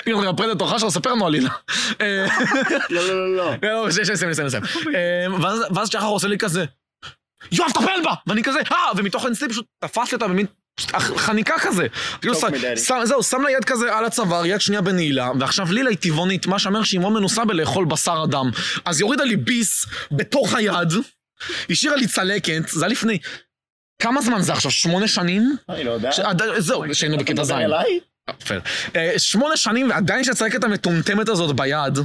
Speaker 2: כאילו, גם פרדטור חשר, ספר לנו על לילה. אה,
Speaker 4: לא, לא, לא, לא.
Speaker 2: לא, לא, שנייה, שנייה, נסיים, נסיים, נסיים. אמ, ואז- ואז שחר עושה לי כזה, יואב, טפל בה! ואני כזה, אה! ומתוך האינסטינקט פשוט תפס לי אותה במין הח- חניקה כזה. כאילו,
Speaker 4: טוב
Speaker 2: ש-
Speaker 4: מדי.
Speaker 2: שם- זהו, שם לה יד כזה על הצוואר, יד שנייה בנעילה, ועכשיו לילה היא טבעונית, מה שאומר שהיא מאוד מנוסה בלאכול בשר אדם. אז היא הורידה לי ביס בתוך היד, השאירה לי צלקת, זה היה לפני... כמה זמן זה עכשיו? שמונה שנים?
Speaker 4: אני לא יודע.
Speaker 2: ש- עד- זהו, שהיינו בכיתה ז'.
Speaker 4: אתה מדבר אליי?
Speaker 2: פייר. אה, שמונה שנים ועדיין יש הצלקת המטומטמת הזאת ביד.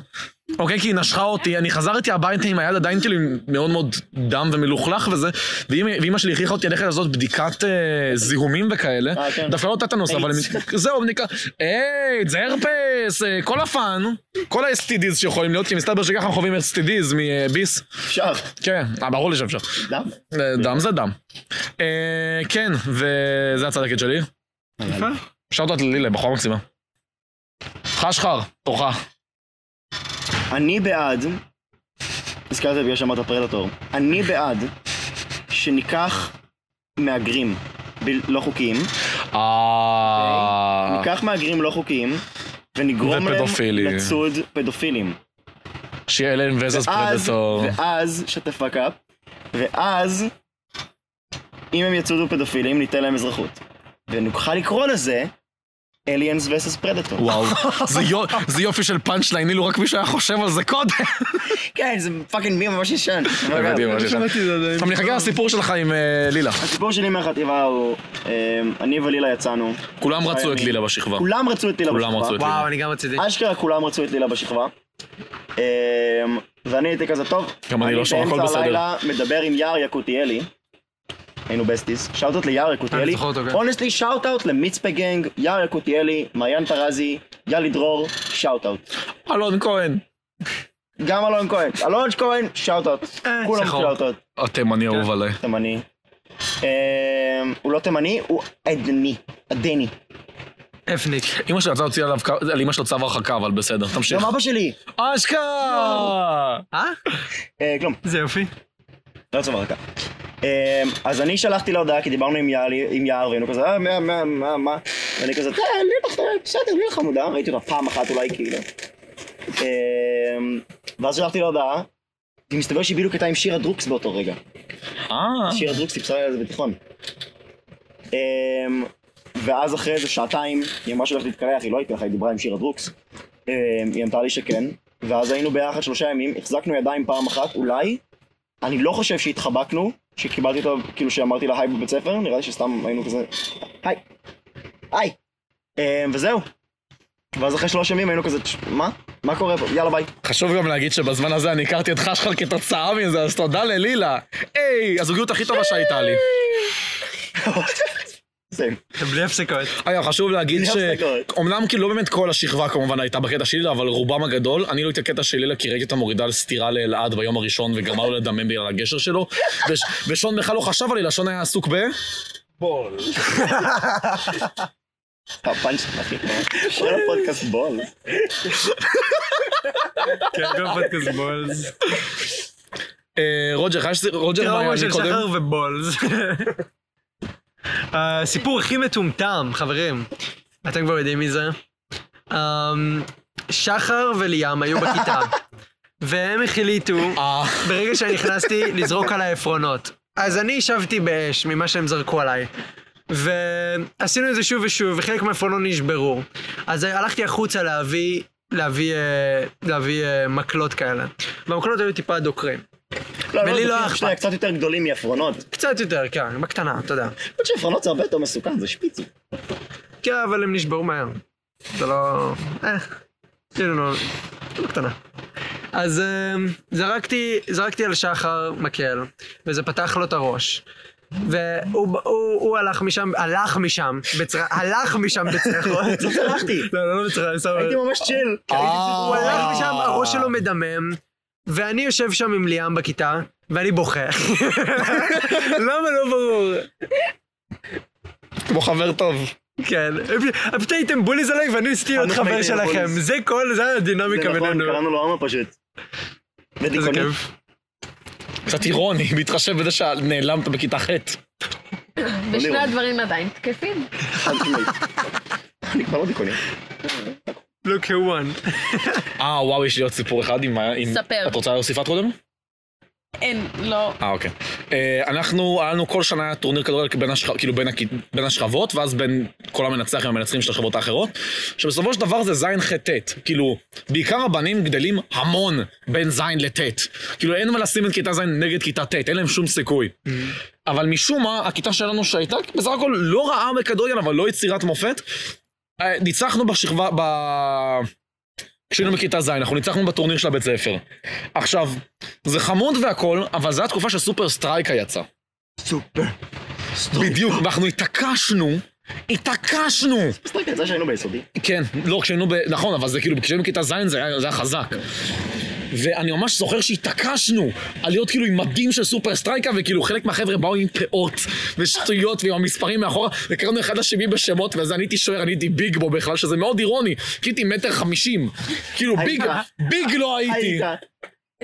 Speaker 2: אוקיי, כי היא נשכה אותי, אני חזרתי הביתה עם היד עדיין כאילו עם מאוד מאוד דם ומלוכלך וזה, ואימא ואימא שלי הכריחה אותי ללכת לעשות בדיקת אה, זיהומים וכאלה,
Speaker 4: אה, כן.
Speaker 2: דווקא לא טטנוס, אבל
Speaker 4: איידס.
Speaker 2: הם- זהו, בדיקה, היי, זה הרפס, אה, כל הפאן, כל ה-STDs שיכולים להיות, כי מסתבר שככה חווים STDs מביס,
Speaker 4: אפשר.
Speaker 2: אה, כן, אה, ברור לי שאפשר,
Speaker 4: דם?
Speaker 2: אה, דם זה דם. אה, כן, וזה הצלקת שלי. שאוטות ללילה, בחורה מקסימה. חשחר, תורך.
Speaker 4: אני בעד, הזכרת את זה בגלל שאמרת פרדטור, אני בעד שניקח מהגרים בל- לא חוקיים,
Speaker 2: אה...
Speaker 4: ניקח מהגרים לא חוקיים, ונגרום להם
Speaker 2: ופדופילים.
Speaker 4: לצוד פדופילים.
Speaker 2: שיהיה אלן וזס
Speaker 4: ואז,
Speaker 2: פרדטור.
Speaker 4: ואז, שת הפאק אפ, ואז, אם הם יצודו פדופילים, ניתן להם אזרחות. ונוכל לקרוא לזה Aliens vs Predator.
Speaker 2: וואו, זה יו- זה יופי של פאנץ' ליין, אילו רק מישהו היה חושב על זה קודם.
Speaker 4: כן, זה פאקינג מים ממש ישן.
Speaker 2: אתה מחכה לסיפור שלך עם אה, לילה.
Speaker 4: הסיפור שלי מהחטיבה הוא, אה, אני ולילה יצאנו,
Speaker 2: כולם רצו את לילה בשכבה.
Speaker 4: כולם רצו את לילה
Speaker 2: כולם
Speaker 4: בשכבה.
Speaker 2: רצו את
Speaker 3: וואו, אני גם רציתי.
Speaker 4: אשכרה כולם רצו את לילה בשכבה. אמ, ואני הייתי כזה טוב.
Speaker 2: גם אני לא שם, הכל
Speaker 4: באמצע
Speaker 2: בסדר."
Speaker 4: הלילה מדבר עם יער יקותיאלי. היינו בסטיס. שאוטות ליער
Speaker 3: אני
Speaker 4: יקותיאלי.
Speaker 3: זוכר אותו, כן.
Speaker 4: אונסטלי שאוט אאוט למצפה גנג, יער יקותיאלי, מעיין טרזי, יאלי דרור, שאוט אאוט.
Speaker 2: אלון כהן.
Speaker 4: גם אלון כהן. אלון כהן, שאוט אאוט.
Speaker 2: אה,
Speaker 4: כולם
Speaker 3: שחור.
Speaker 4: שאוט אאוט.
Speaker 2: התימני
Speaker 4: כן.
Speaker 2: אהוב עליי.
Speaker 4: תימני. אמ, הוא לא תימני, הוא עדני. עדני.
Speaker 3: אפניק.
Speaker 2: אמא שלי רצה להוציא עליו קו- על אמא שלו צו הרחקה, אבל בסדר, תמשיך.
Speaker 4: גם אבא שלי. לא.
Speaker 2: אשכרה!
Speaker 3: אה?
Speaker 4: אה, כלום.
Speaker 3: זה יופי.
Speaker 4: לא צובר רקע. אמ, אז אני שלחתי לה הודעה, כי דיברנו עם יעלי- עם יער, והיינו כזה, אה, מה, מה, מה, מה, ואני כזה, אה, אני לך, בסדר, אני לך מודעה, ראיתי אותה פעם אחת אולי, כאילו. אמ, ואז שלחתי לה הודעה, ומסתבר שהיא בדיוק הייתה עם שירה דרוקס באותו רגע.
Speaker 2: אה,
Speaker 4: שירה דרוקס טיפסה לי על זה בתיכון. אמ, ואז אחרי איזה שעתיים, היא אמרה שהיא הולכת להתקלח, היא לא התקלחה, היא דיברה עם שירה דרוקס. אמ, היא ענתה לי שכן, ואז היינו ביחד שלושה ימים, החזקנו ידיים פעם אחת, אולי. אני לא חושב שהתחבקנו, שקיבלתי אותה, כאילו שאמרתי לה היי בבית ספר, נראה לי שסתם היינו כזה, היי, היי. אמ, וזהו. ואז אחרי שלוש ימים היינו כזה, "תש- מה? מה קורה פה? יאללה ביי.
Speaker 2: חשוב גם להגיד שבזמן הזה אני הכרתי את חשחר כתוצאה מזה, אז תודה ללילה. היי, הזוגיות הכי טובה שהייתה לי.
Speaker 4: זהו.
Speaker 3: בלי הפסקות.
Speaker 2: אגב, חשוב להגיד
Speaker 4: בלי
Speaker 2: ש...
Speaker 4: הפסקות.
Speaker 2: אמנם כאילו לא באמת כל השכבה כמובן הייתה בקטע שלי, אבל רובם הגדול, אני לא הייתי הקטע של לילה כי ראיתי אותה מורידה סטירה לאלעד ביום הראשון וגרמה לו לדמם בגלל הגשר שלו, וש- ושון בכלל לא חשב על לילה, שון היה עסוק ב...
Speaker 8: בול.
Speaker 4: הפאנץ' הכי טוב. כל הפודקאסט בול.
Speaker 3: כן, גם פודקאסט בולס.
Speaker 2: אה, רוג'ר, חשתי, רוג'ר, מה
Speaker 3: טראומה
Speaker 2: היה
Speaker 3: של
Speaker 2: מקודם?
Speaker 3: שחר ובולס. הסיפור הכי מטומטם, חברים. אתם כבר יודעים מי זה. אמ, שחר וליאם היו בכיתה, והם החליטו,
Speaker 2: אה,
Speaker 3: ברגע שנכנסתי, לזרוק עליי עפרונות. אז אני השבתי באש ממה שהם זרקו עליי. ועשינו את זה שוב ושוב, וחלק מהעפרונות נשברו. אז הלכתי החוצה להביא, להביא, אה, להביא אה, מקלות כאלה. והמקלות היו טיפה דוקרים.
Speaker 4: לא,
Speaker 3: ולי לא
Speaker 4: זה
Speaker 3: אכפת.
Speaker 4: שנייה, קצת יותר גדולים מעפרונות.
Speaker 3: קצת יותר, כן, בקטנה, אתה יודע.
Speaker 4: למרות שעפרונות זה הרבה יותר מסוכן, זה שפיצי.
Speaker 3: כן, אבל הם נשברו מהר. זה לא... אה, כאילו, לא... לא קטנה. אז אמ, זרקתי, זרקתי על שחר מקל, וזה פתח לו את הראש. והוא ב- הוא, הוא הלך משם, הלך משם, בצר... הלך משם בצרחות.
Speaker 4: לא צרחתי.
Speaker 3: לא, לא, לא בצרחות, סבבה.
Speaker 4: הייתי ממש צ'יל.
Speaker 3: הוא הלך משם, הראש שלו מדמם, ואני יושב שם עם ליאם בכיתה, ואני בוכה. למה לא ברור?
Speaker 2: כמו חבר טוב.
Speaker 3: כן, אה, פשוט הייתם בוליז עליי ואני ניסיתי להיות
Speaker 4: חד משמעית
Speaker 3: חבר
Speaker 4: היינו
Speaker 3: שלכם,
Speaker 4: בוליז.
Speaker 3: זה כל, זה
Speaker 4: זה
Speaker 3: הדינמיקה
Speaker 4: נכון,
Speaker 3: בינינו.
Speaker 4: קראנו לו הומו פשוט.
Speaker 3: איזה
Speaker 4: ודיכאוני.
Speaker 3: כיף.
Speaker 2: קצת אירוני, בהתחשב בזה שנעלמת בכיתה ח'.
Speaker 5: ושני הדברים עדיין תקפים.
Speaker 4: חד משמעית. אני כבר לא דיכאוני.
Speaker 3: Look who won.
Speaker 2: אה, וואו, יש לי עוד סיפור אחד עם... ה- עם-
Speaker 5: ספר.
Speaker 2: את רוצה להוסיף את קודם?
Speaker 5: אין, לא.
Speaker 2: אה, אוקיי. אה, אנחנו, היה לנו כל שנה היה טורניר כדורגל בין, השכ... כאילו בין, הכ... בין השכבות, ואז בין כל המנצח עם המנצחים של השכבות האחרות, שבסופו של דבר זה זין ח' ט'. כאילו, בעיקר הבנים גדלים המון בין זין לט'. כאילו, אין מה לשים את כיתה ז' נגד כיתה ט', אין להם שום סיכוי. אבל משום מה, הכיתה שלנו שהייתה בסך הכל לא רעה בכדורגל, אבל לא יצירת מופת, אה, ניצחנו בשכבה, ב... כשהיינו בכיתה ז', אנחנו ניצחנו בטורניר של הבית ספר. עכשיו, זה חמוד והכל, אבל זו התקופה שסופר סטרייקה יצא. סופר סטרייקה. בדיוק, ואנחנו התעקשנו, התעקשנו.
Speaker 4: סתם יצא שהיינו ביסודי.
Speaker 2: כן, לא, כשהיינו ב... נכון, אבל זה כאילו, כשהיינו בכיתה ז' זה היה, זה היה חזק. ואני ממש זוכר שהתעקשנו על להיות כאילו עם מדים של סופר סטרייקה, וכאילו חלק מהחבר'ה באו עם פאות ושטויות ועם המספרים מאחורה, וקראנו אחד לשני בשמות, ואז אני הייתי שוער, אני הייתי ביג בו בכלל, שזה מאוד אירוני, כי הייתי מטר חמישים. כאילו, ביג,
Speaker 4: היית.
Speaker 2: ביג לא הייתי.
Speaker 4: היית.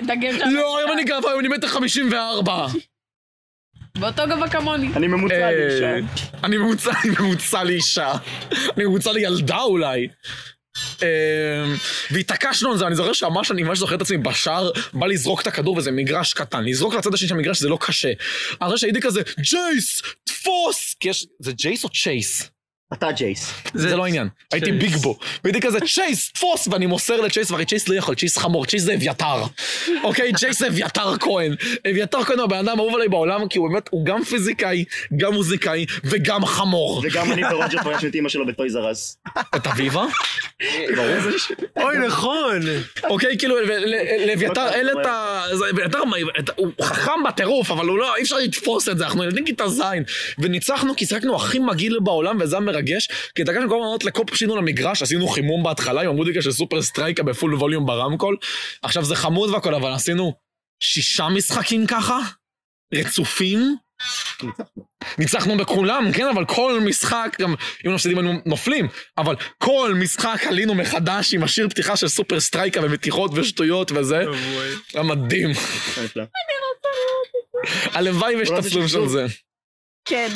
Speaker 5: דגש על...
Speaker 2: לא, היום אני גבוה, היום אני מטר חמישים וארבע.
Speaker 5: באותו גובה כמוני.
Speaker 4: אני
Speaker 3: אה.
Speaker 4: ממוצע, אני אישה.
Speaker 2: אה, אני ממוצע, אני ממוצע לאישה. אני ממוצע לילדה אולי. אה, והתעקשנו על זה, אני זוכר שממש, אני ממש זוכר את עצמי בשער, בא לזרוק את הכדור וזה מגרש קטן. לזרוק לצד השני של המגרש זה לא קשה. אחרי שהייתי כזה, ג'ייס, תפוס! כי יש, זה ג'ייס או צ'ייס?
Speaker 4: אתה ג'ייס.
Speaker 2: זה לא העניין. הייתי ביג בו. והייתי כזה, צ'ייס, תפוס! ואני מוסר לצ'ייס, והרי צ'ייס לא יכול, צ'ייס חמור, צ'ייס זה אביתר. אוקיי, צ'ייס זה אביתר כהן. אביתר כהן הוא הבן אדם האהוב עליי בעולם, כי הוא באמת, הוא גם פיזיקאי, גם מוזיקאי, וגם חמור.
Speaker 4: וגם אני ורוג'ר פגשנו את אימא שלו בטויז אר אס.
Speaker 2: את אביבה?
Speaker 3: אוי, נכון.
Speaker 2: אוקיי, כאילו, ו- ל- לאביתר אין לא את ה... זה- אביתר, מה, את- הוא חכם בטירוף, אבל הוא לא, אי אפשר לתפוס את זה, אנחנו ילדים כיתה ז', וניצחנו כי שיחקנו הכי מגעיל בעולם, וזה היה מרגש, כי דקה שכל הזמן לקופ שינו למגרש, עשינו חימום בהתחלה עם המוזיקה של סופר סטרייקה בפול ווליום ברמקול, עכשיו זה חמוד והכל, אבל עשינו שישה משחקים ככה, רצופים. ניצחנו בכולם, כן, אבל כל משחק, גם אם נפסידים היינו נופלים, אבל כל משחק עלינו מחדש עם השיר פתיחה של סופר סטרייקה ומתיחות ושטויות וזה,
Speaker 3: אה.
Speaker 2: היה מדהים.
Speaker 4: נפלא.
Speaker 5: אה,
Speaker 2: הלוואי ויש
Speaker 4: אולי
Speaker 2: תצלום
Speaker 4: זה
Speaker 2: של זה.
Speaker 5: כן.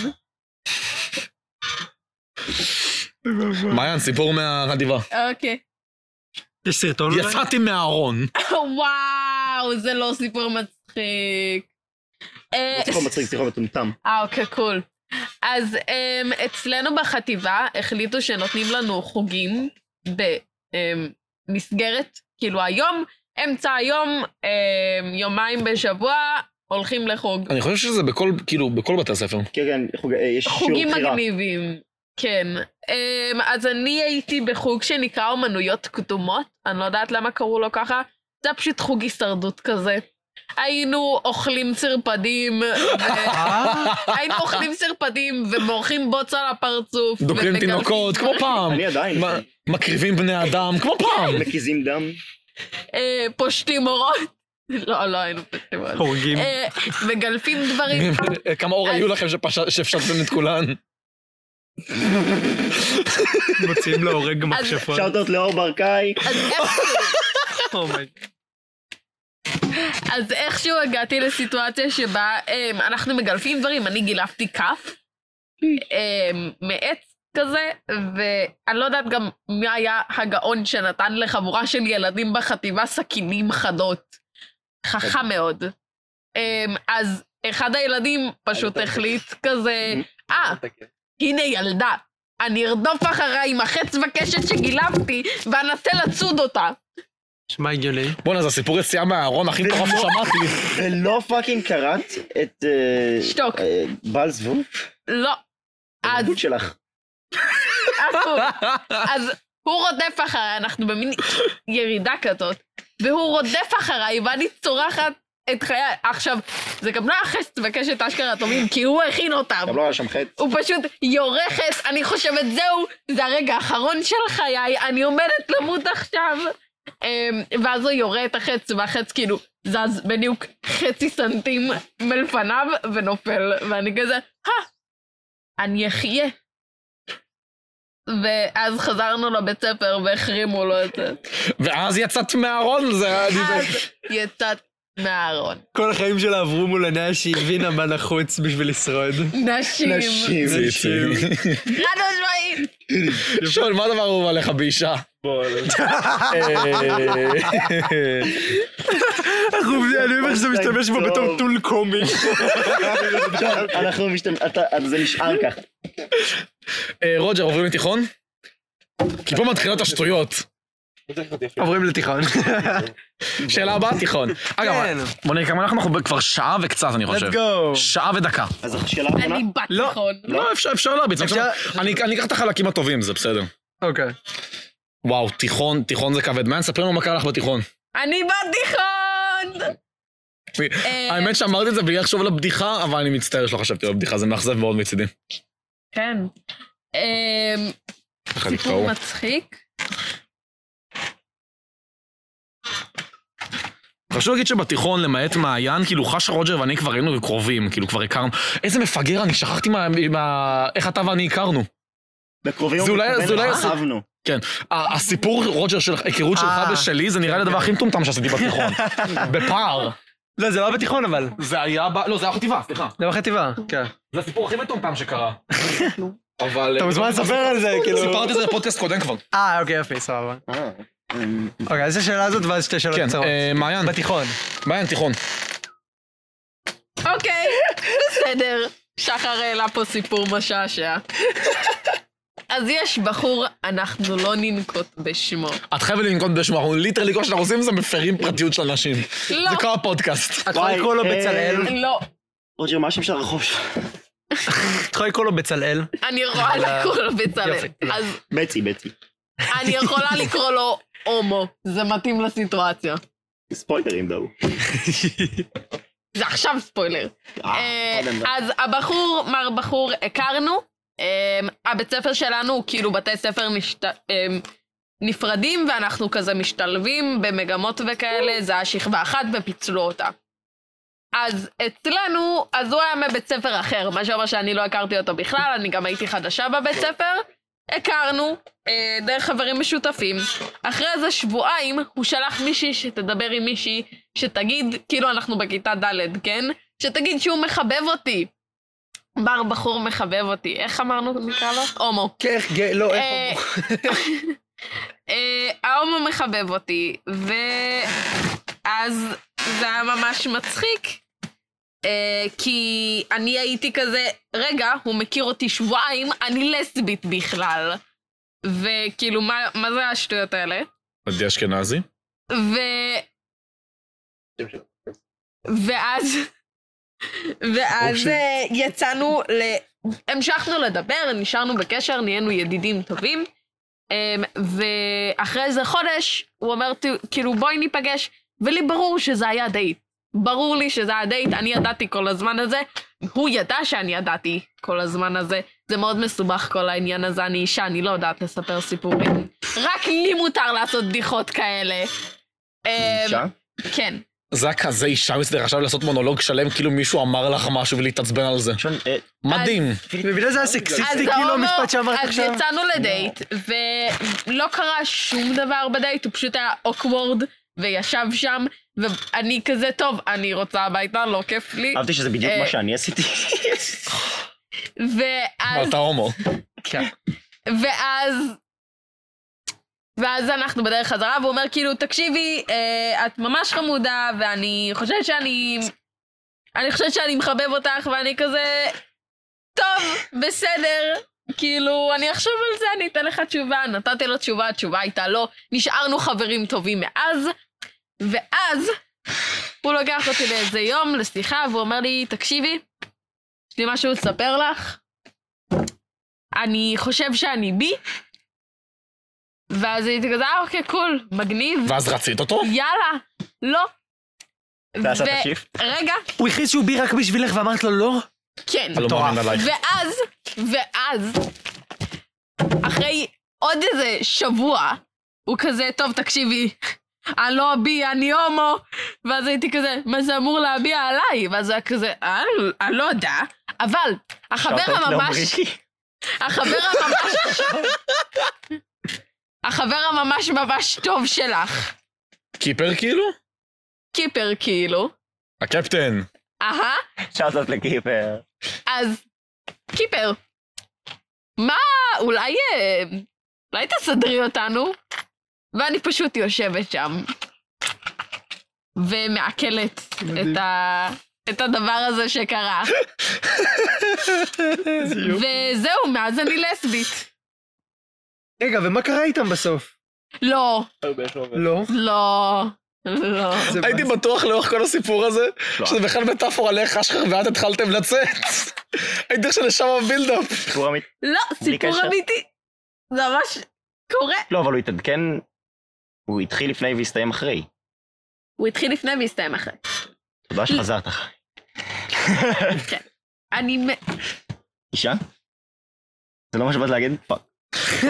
Speaker 2: מעיין, סיפור מהחטיבה.
Speaker 5: אוקיי.
Speaker 3: יש סרטון אולי?
Speaker 2: יצאתי מהארון.
Speaker 5: וואו, זה לא סיפור מצחיק. אה,
Speaker 4: שיחו לא מצחיק, שיחו מטומטם.
Speaker 5: אה, אוקיי, קול. אז אמ, אצלנו בחטיבה החליטו שנותנים לנו חוגים במסגרת, כאילו היום, אמצע היום, אמ, יומיים בשבוע, הולכים לחוג.
Speaker 2: אני חושב שזה בכל, כאילו, בכל בתי הספר.
Speaker 4: כן, כן, חוג- אה, יש שיעור
Speaker 5: חוגים
Speaker 4: בחירה.
Speaker 5: מגניבים, כן. אמ, אז אני הייתי בחוג שנקרא אומנויות קדומות, אני לא יודעת למה קראו לו ככה, זה היה פשוט חוג הישרדות כזה. היינו אוכלים צרפדים, ו-
Speaker 2: אה?
Speaker 5: היינו אוכלים סרפדים ומורחים בוץ על הפרצוף.
Speaker 2: דוקרים
Speaker 5: ומגרשים
Speaker 2: תינוקות, כמו
Speaker 5: דברים.
Speaker 2: פעם.
Speaker 4: אני עדיין.
Speaker 2: מה- מקריבים בני אדם, כמו פעם.
Speaker 4: מקיזים דם.
Speaker 5: אה, פושטים אורות. לא, לא היינו פסטיבל.
Speaker 3: הורגים.
Speaker 5: אה, מגלפים דברים.
Speaker 2: כמה אור
Speaker 5: אז-
Speaker 2: היו לכם שפש- שהפשטתם את כולן?
Speaker 3: מוציאים להורג
Speaker 5: אז-
Speaker 3: מכשפות. Oh
Speaker 4: שאוטות לאור ברקאי.
Speaker 5: אז איכשהו,
Speaker 3: אומייג.
Speaker 5: אז איכשהו הגעתי לסיטואציה שבה אמ, אנחנו מגלפים דברים, אני גילפתי כף אמ, מעץ כזה, ואני לא יודעת גם מי היה הגאון שנתן לחבורה של ילדים בחטיבה סכינים חדות. חכם מאוד. אמ, אז אחד הילדים פשוט החליט כזה, אה, הנה ילדה, אני ארדוף אחריה עם החץ וקשת שגילפתי, ואנסה לצוד אותה.
Speaker 3: נשמע הגיוני.
Speaker 2: בואנה, זה הסיפור יציאה מהארון הכי מטורף ששמעתי.
Speaker 4: ולא פאקינג קראת את... אה,
Speaker 5: שתוק.
Speaker 4: אה, בעל זבוב?
Speaker 5: לא. אז
Speaker 4: הדמות שלך.
Speaker 5: עפו. אז הוא רודף אחריי, אנחנו במין ירידה כזאת, והוא רודף אחריי, ואני צורחת את חיי. עכשיו, זה גם לא החס מבקשת אשכרה התומים, כי הוא הכין אותם.
Speaker 4: גם לא היה שם חטא.
Speaker 5: הוא פשוט יורכת, אני חושבת, זהו, זה הרגע האחרון של חיי, אני עומדת למות עכשיו. אמ, ואז הוא יורה את החץ, והחץ כאילו זז בדיוק חצי סנטים מלפניו ונופל, ואני כזה, הא, אני אחיה. ואז חזרנו לבית ספר והחרימו לו את זה.
Speaker 2: ואז יצאת מהארון, זה היה...
Speaker 3: אה,
Speaker 5: אז יצאת מהארון.
Speaker 3: כל החיים שלה עברו מול עיניה שהיא הבינה מה נחוץ בשביל לשרוד.
Speaker 5: נשים.
Speaker 4: נשים.
Speaker 5: חד משמעית.
Speaker 2: שואל, מה הדבר האהוב עליך באישה?
Speaker 6: בוא,
Speaker 2: אה,
Speaker 3: אני אוהב איך זה
Speaker 4: משתמש בו בתור
Speaker 3: טול קומי.
Speaker 4: אנחנו משתמשים... זה נשאר ככה.
Speaker 2: אה, רוג'ר, עוברים לתיכון? כי פה מתחילות השטויות.
Speaker 3: עוברים לתיכון.
Speaker 2: שאלה הבאה, תיכון. אגב,
Speaker 3: כן.
Speaker 2: בוא נראה כמה אנחנו אנחנו כבר שעה וקצת, אני חושב.
Speaker 3: Let's go.
Speaker 2: שעה ודקה.
Speaker 4: אז השאלה האחרונה?
Speaker 5: אני בת
Speaker 3: לא.
Speaker 5: תיכון.
Speaker 2: לא, אפשר- אפשר להרביץ.
Speaker 3: אפשר-
Speaker 2: אפשר- אני אני אקח את החלקים הטובים, זה בסדר.
Speaker 3: אוקיי.
Speaker 2: וואו, תיכון, תיכון זה כבד. מה, ספרי לנו מה קרה לך בתיכון.
Speaker 5: אני בת תיכון! אה,
Speaker 2: האמת שאמרתי את זה בלי לחשוב על הבדיחה, אבל אני מצטער שלא חשבתי על הבדיחה, זה מאכזב מאוד מצידי.
Speaker 5: כן. אמ,
Speaker 2: ככה
Speaker 5: סיפור
Speaker 2: תקראו.
Speaker 5: מצחיק.
Speaker 2: חשוב להגיד שבתיכון, למעט מעיין, כאילו חשה רוג'ר ואני כבר היינו קרובים, כאילו כבר הכרנו. איזה מפגר, אני שכחתי מה... מה- איך אתה ואני הכרנו.
Speaker 4: בקרובים
Speaker 2: זה אולי- זה אולי-
Speaker 4: אהבנו.
Speaker 2: ה- הסיפור, רוג'ר, של ההיכרות שלך
Speaker 3: אה.
Speaker 2: ושלי, זה נראה לי הדבר הכי מטומטם שעשיתי בתיכון. בפער.
Speaker 3: לא, זה לא בתיכון אבל.
Speaker 2: זה היה ב... לא, זה היה חטיבה, סליחה.
Speaker 3: זה בחטיבה. כן.
Speaker 2: זה הסיפור הכי מטומטם שקרה. אבל... אה,
Speaker 3: אתה מוזמן לספר על זה, כאילו.
Speaker 2: סיפרתי את זה בפודקאסט קודם כבר.
Speaker 3: אה, אוקיי, יופי, סבבה.
Speaker 4: אה, אמ,
Speaker 3: אוקיי, אז השאלה הזאת ואז שתי שאלות
Speaker 2: כן,
Speaker 3: קצרות.
Speaker 2: אה, מעיין,
Speaker 3: בתיכון.
Speaker 2: מעיין, תיכון.
Speaker 5: אוקיי, בסדר. שחר העלה פה סיפור משעשע. אז יש בחור, אנחנו לא ננקוט בשמו.
Speaker 2: את חייבת לנקוט בשמו, אנחנו ליטרלי כל שאנחנו עושים זה מפרים פרטיות של אנשים.
Speaker 5: לא,
Speaker 2: זה כל הפודקאסט.
Speaker 3: את יכולה
Speaker 4: וואי,
Speaker 3: לקרוא לו
Speaker 4: אה,
Speaker 3: בצלאל?
Speaker 5: לא.
Speaker 4: רוג'ר, מה השם של הרחוב שלך?
Speaker 3: את יכולה לקרוא לו בצלאל?
Speaker 5: אני יכולה
Speaker 3: אבל, אה,
Speaker 5: לקרוא לו בצלאל.
Speaker 3: יופי.
Speaker 5: אז
Speaker 4: בצי, בצי.
Speaker 5: אני יכולה לקרוא לו הומו. זה מתאים לסיטואציה.
Speaker 4: ספוילרים דו.
Speaker 5: אה, זה עכשיו ספוילר. אה,
Speaker 4: כן,
Speaker 5: אז הבחור, מר בחור, הכרנו. אמ, הבית ספר שלנו הוא כאילו בתי ספר משת... אמ, נפרדים, ואנחנו כזה משתלבים במגמות וכאלה, זה היה שכבה אחת ופיצלו אותה. אז אצלנו, אז הוא היה מבית ספר אחר, מה שאומר שאני לא הכרתי אותו בכלל, אני גם הייתי חדשה בבית ספר. הכרנו, אה, דרך חברים משותפים. אחרי איזה שבועיים, הוא שלח מישהי שתדבר עם מישהי, שתגיד, כאילו אנחנו בכיתה ד', כן? שתגיד שהוא מחבב אותי. בר בחור מחבב אותי. איך אמרנו, נקרא לו? הומו.
Speaker 3: כן, לא,
Speaker 5: אה, אה, ההומו מחבב אותי, ואז זה היה ממש מצחיק. אה, כי אני הייתי כזה, רגע, הוא מכיר אותי שבועיים, אני לסבית בכלל. וכאילו, מה, מה זה השטויות האלה?
Speaker 2: עדי אשכנזי?
Speaker 5: ו... ואז... ואז אה, יצאנו ל... המשכנו לדבר, נשארנו בקשר, נהיינו ידידים טובים. אמ, ואחרי איזה חודש, הוא אומר, "ת- כאילו, בואי ניפגש. ולי ברור שזה היה דייט. ברור לי שזה היה דייט, אני ידעתי כל הזמן הזה. הוא ידע שאני ידעתי כל הזמן הזה. זה מאוד מסובך כל העניין הזה, אני אישה, אני לא יודעת לספר סיפורים. רק לי מותר לעשות בדיחות כאלה. אמ,
Speaker 4: אישה?
Speaker 5: כן.
Speaker 2: זה היה כזה אישה מצדך עכשיו לעשות מונולוג שלם, כאילו מישהו אמר לך משהו ולהתעצבן על זה.
Speaker 4: שון, אה,
Speaker 2: מדהים.
Speaker 3: ובגלל זה היה
Speaker 5: אז
Speaker 3: סקסיסטי, כאילו
Speaker 5: ההומו-
Speaker 3: המשפט שאמרת עכשיו.
Speaker 5: אז יצאנו לדייט, ולא קרה שום דבר בדייט, הוא פשוט היה אוקוורד, וישב שם, ואני כזה, טוב, אני רוצה הביתה, לא כיף לי.
Speaker 4: אהבתי שזה בדיוק
Speaker 5: אה,
Speaker 4: מה שאני עשיתי.
Speaker 5: ואז,
Speaker 2: אתה הומו.
Speaker 5: ואז... ואז אנחנו בדרך חזרה, והוא אומר כאילו, תקשיבי, אה, את ממש חמודה, ואני חושבת שאני... אני חושבת שאני מחבב אותך, ואני כזה... טוב, בסדר. כאילו, אני אחשוב על זה, אני אתן לך תשובה. נתתי לו תשובה, התשובה הייתה לא. נשארנו חברים טובים מאז, ואז הוא לוקח אותי לאיזה יום לשיחה, והוא אומר לי, תקשיבי, יש לי משהו לספר לך. אני חושב שאני בי. ואז הייתי כזה, אה, אוקיי, קול, מגניב,
Speaker 2: ואז רצית אותו?
Speaker 5: יאללה, לא.
Speaker 4: ועשה
Speaker 5: ו-
Speaker 4: תקשיב.
Speaker 5: רגע,
Speaker 3: הוא הכריז שהוא בי רק בשבילך ואמרת לו לא?
Speaker 5: כן.
Speaker 2: אני לא מאמין עלייך.
Speaker 5: ואז, ואז, אחרי עוד איזה שבוע, הוא כזה, טוב, תקשיבי, אני לא אביע, אני הומו. ואז הייתי כזה, מה זה אמור להביע עליי? ואז הוא היה כזה, "אני- אני לא יודע. אבל, החבר
Speaker 4: שאלת את נאום
Speaker 5: הממש...
Speaker 4: ריקי.
Speaker 5: החבר הממש... החבר הממש ממש טוב שלך,
Speaker 2: קיפר כאילו?
Speaker 5: קיפר כאילו,
Speaker 2: הקפטן.
Speaker 5: אהה,
Speaker 4: שאלת לקיפר.
Speaker 5: אז קיפר, מה, אולי, אה, אולי תסדרי אותנו? ואני פשוט יושבת שם ומעכלת את, ה... את הדבר הזה שקרה. וזהו, מאז אני לסבית.
Speaker 3: רגע, ומה קרה איתם בסוף?
Speaker 5: לא,
Speaker 3: לא.
Speaker 5: לא, לא.
Speaker 3: זה
Speaker 2: הייתי
Speaker 3: בא-
Speaker 2: בטוח לאורך כל הסיפור הזה,
Speaker 4: לא,
Speaker 2: שזה בכלל מטאפורה לאיך אשכרה ואת התחלתם לצאת. הייתי חושב שלשם הבילדאפ.
Speaker 4: סיפור אמיתי.
Speaker 5: לא,
Speaker 4: בלי
Speaker 5: סיפור
Speaker 4: קשר.
Speaker 5: אמיתי. זה ממש קורה.
Speaker 4: לא, אבל הוא התעדכן, הוא התחיל לפני והסתיים אחרי.
Speaker 5: הוא התחיל לפני והסתיים אחרי.
Speaker 4: תודה שחזרת.
Speaker 5: אני מ-
Speaker 4: אישה? זה לא מה שבאת להגיד? פאק.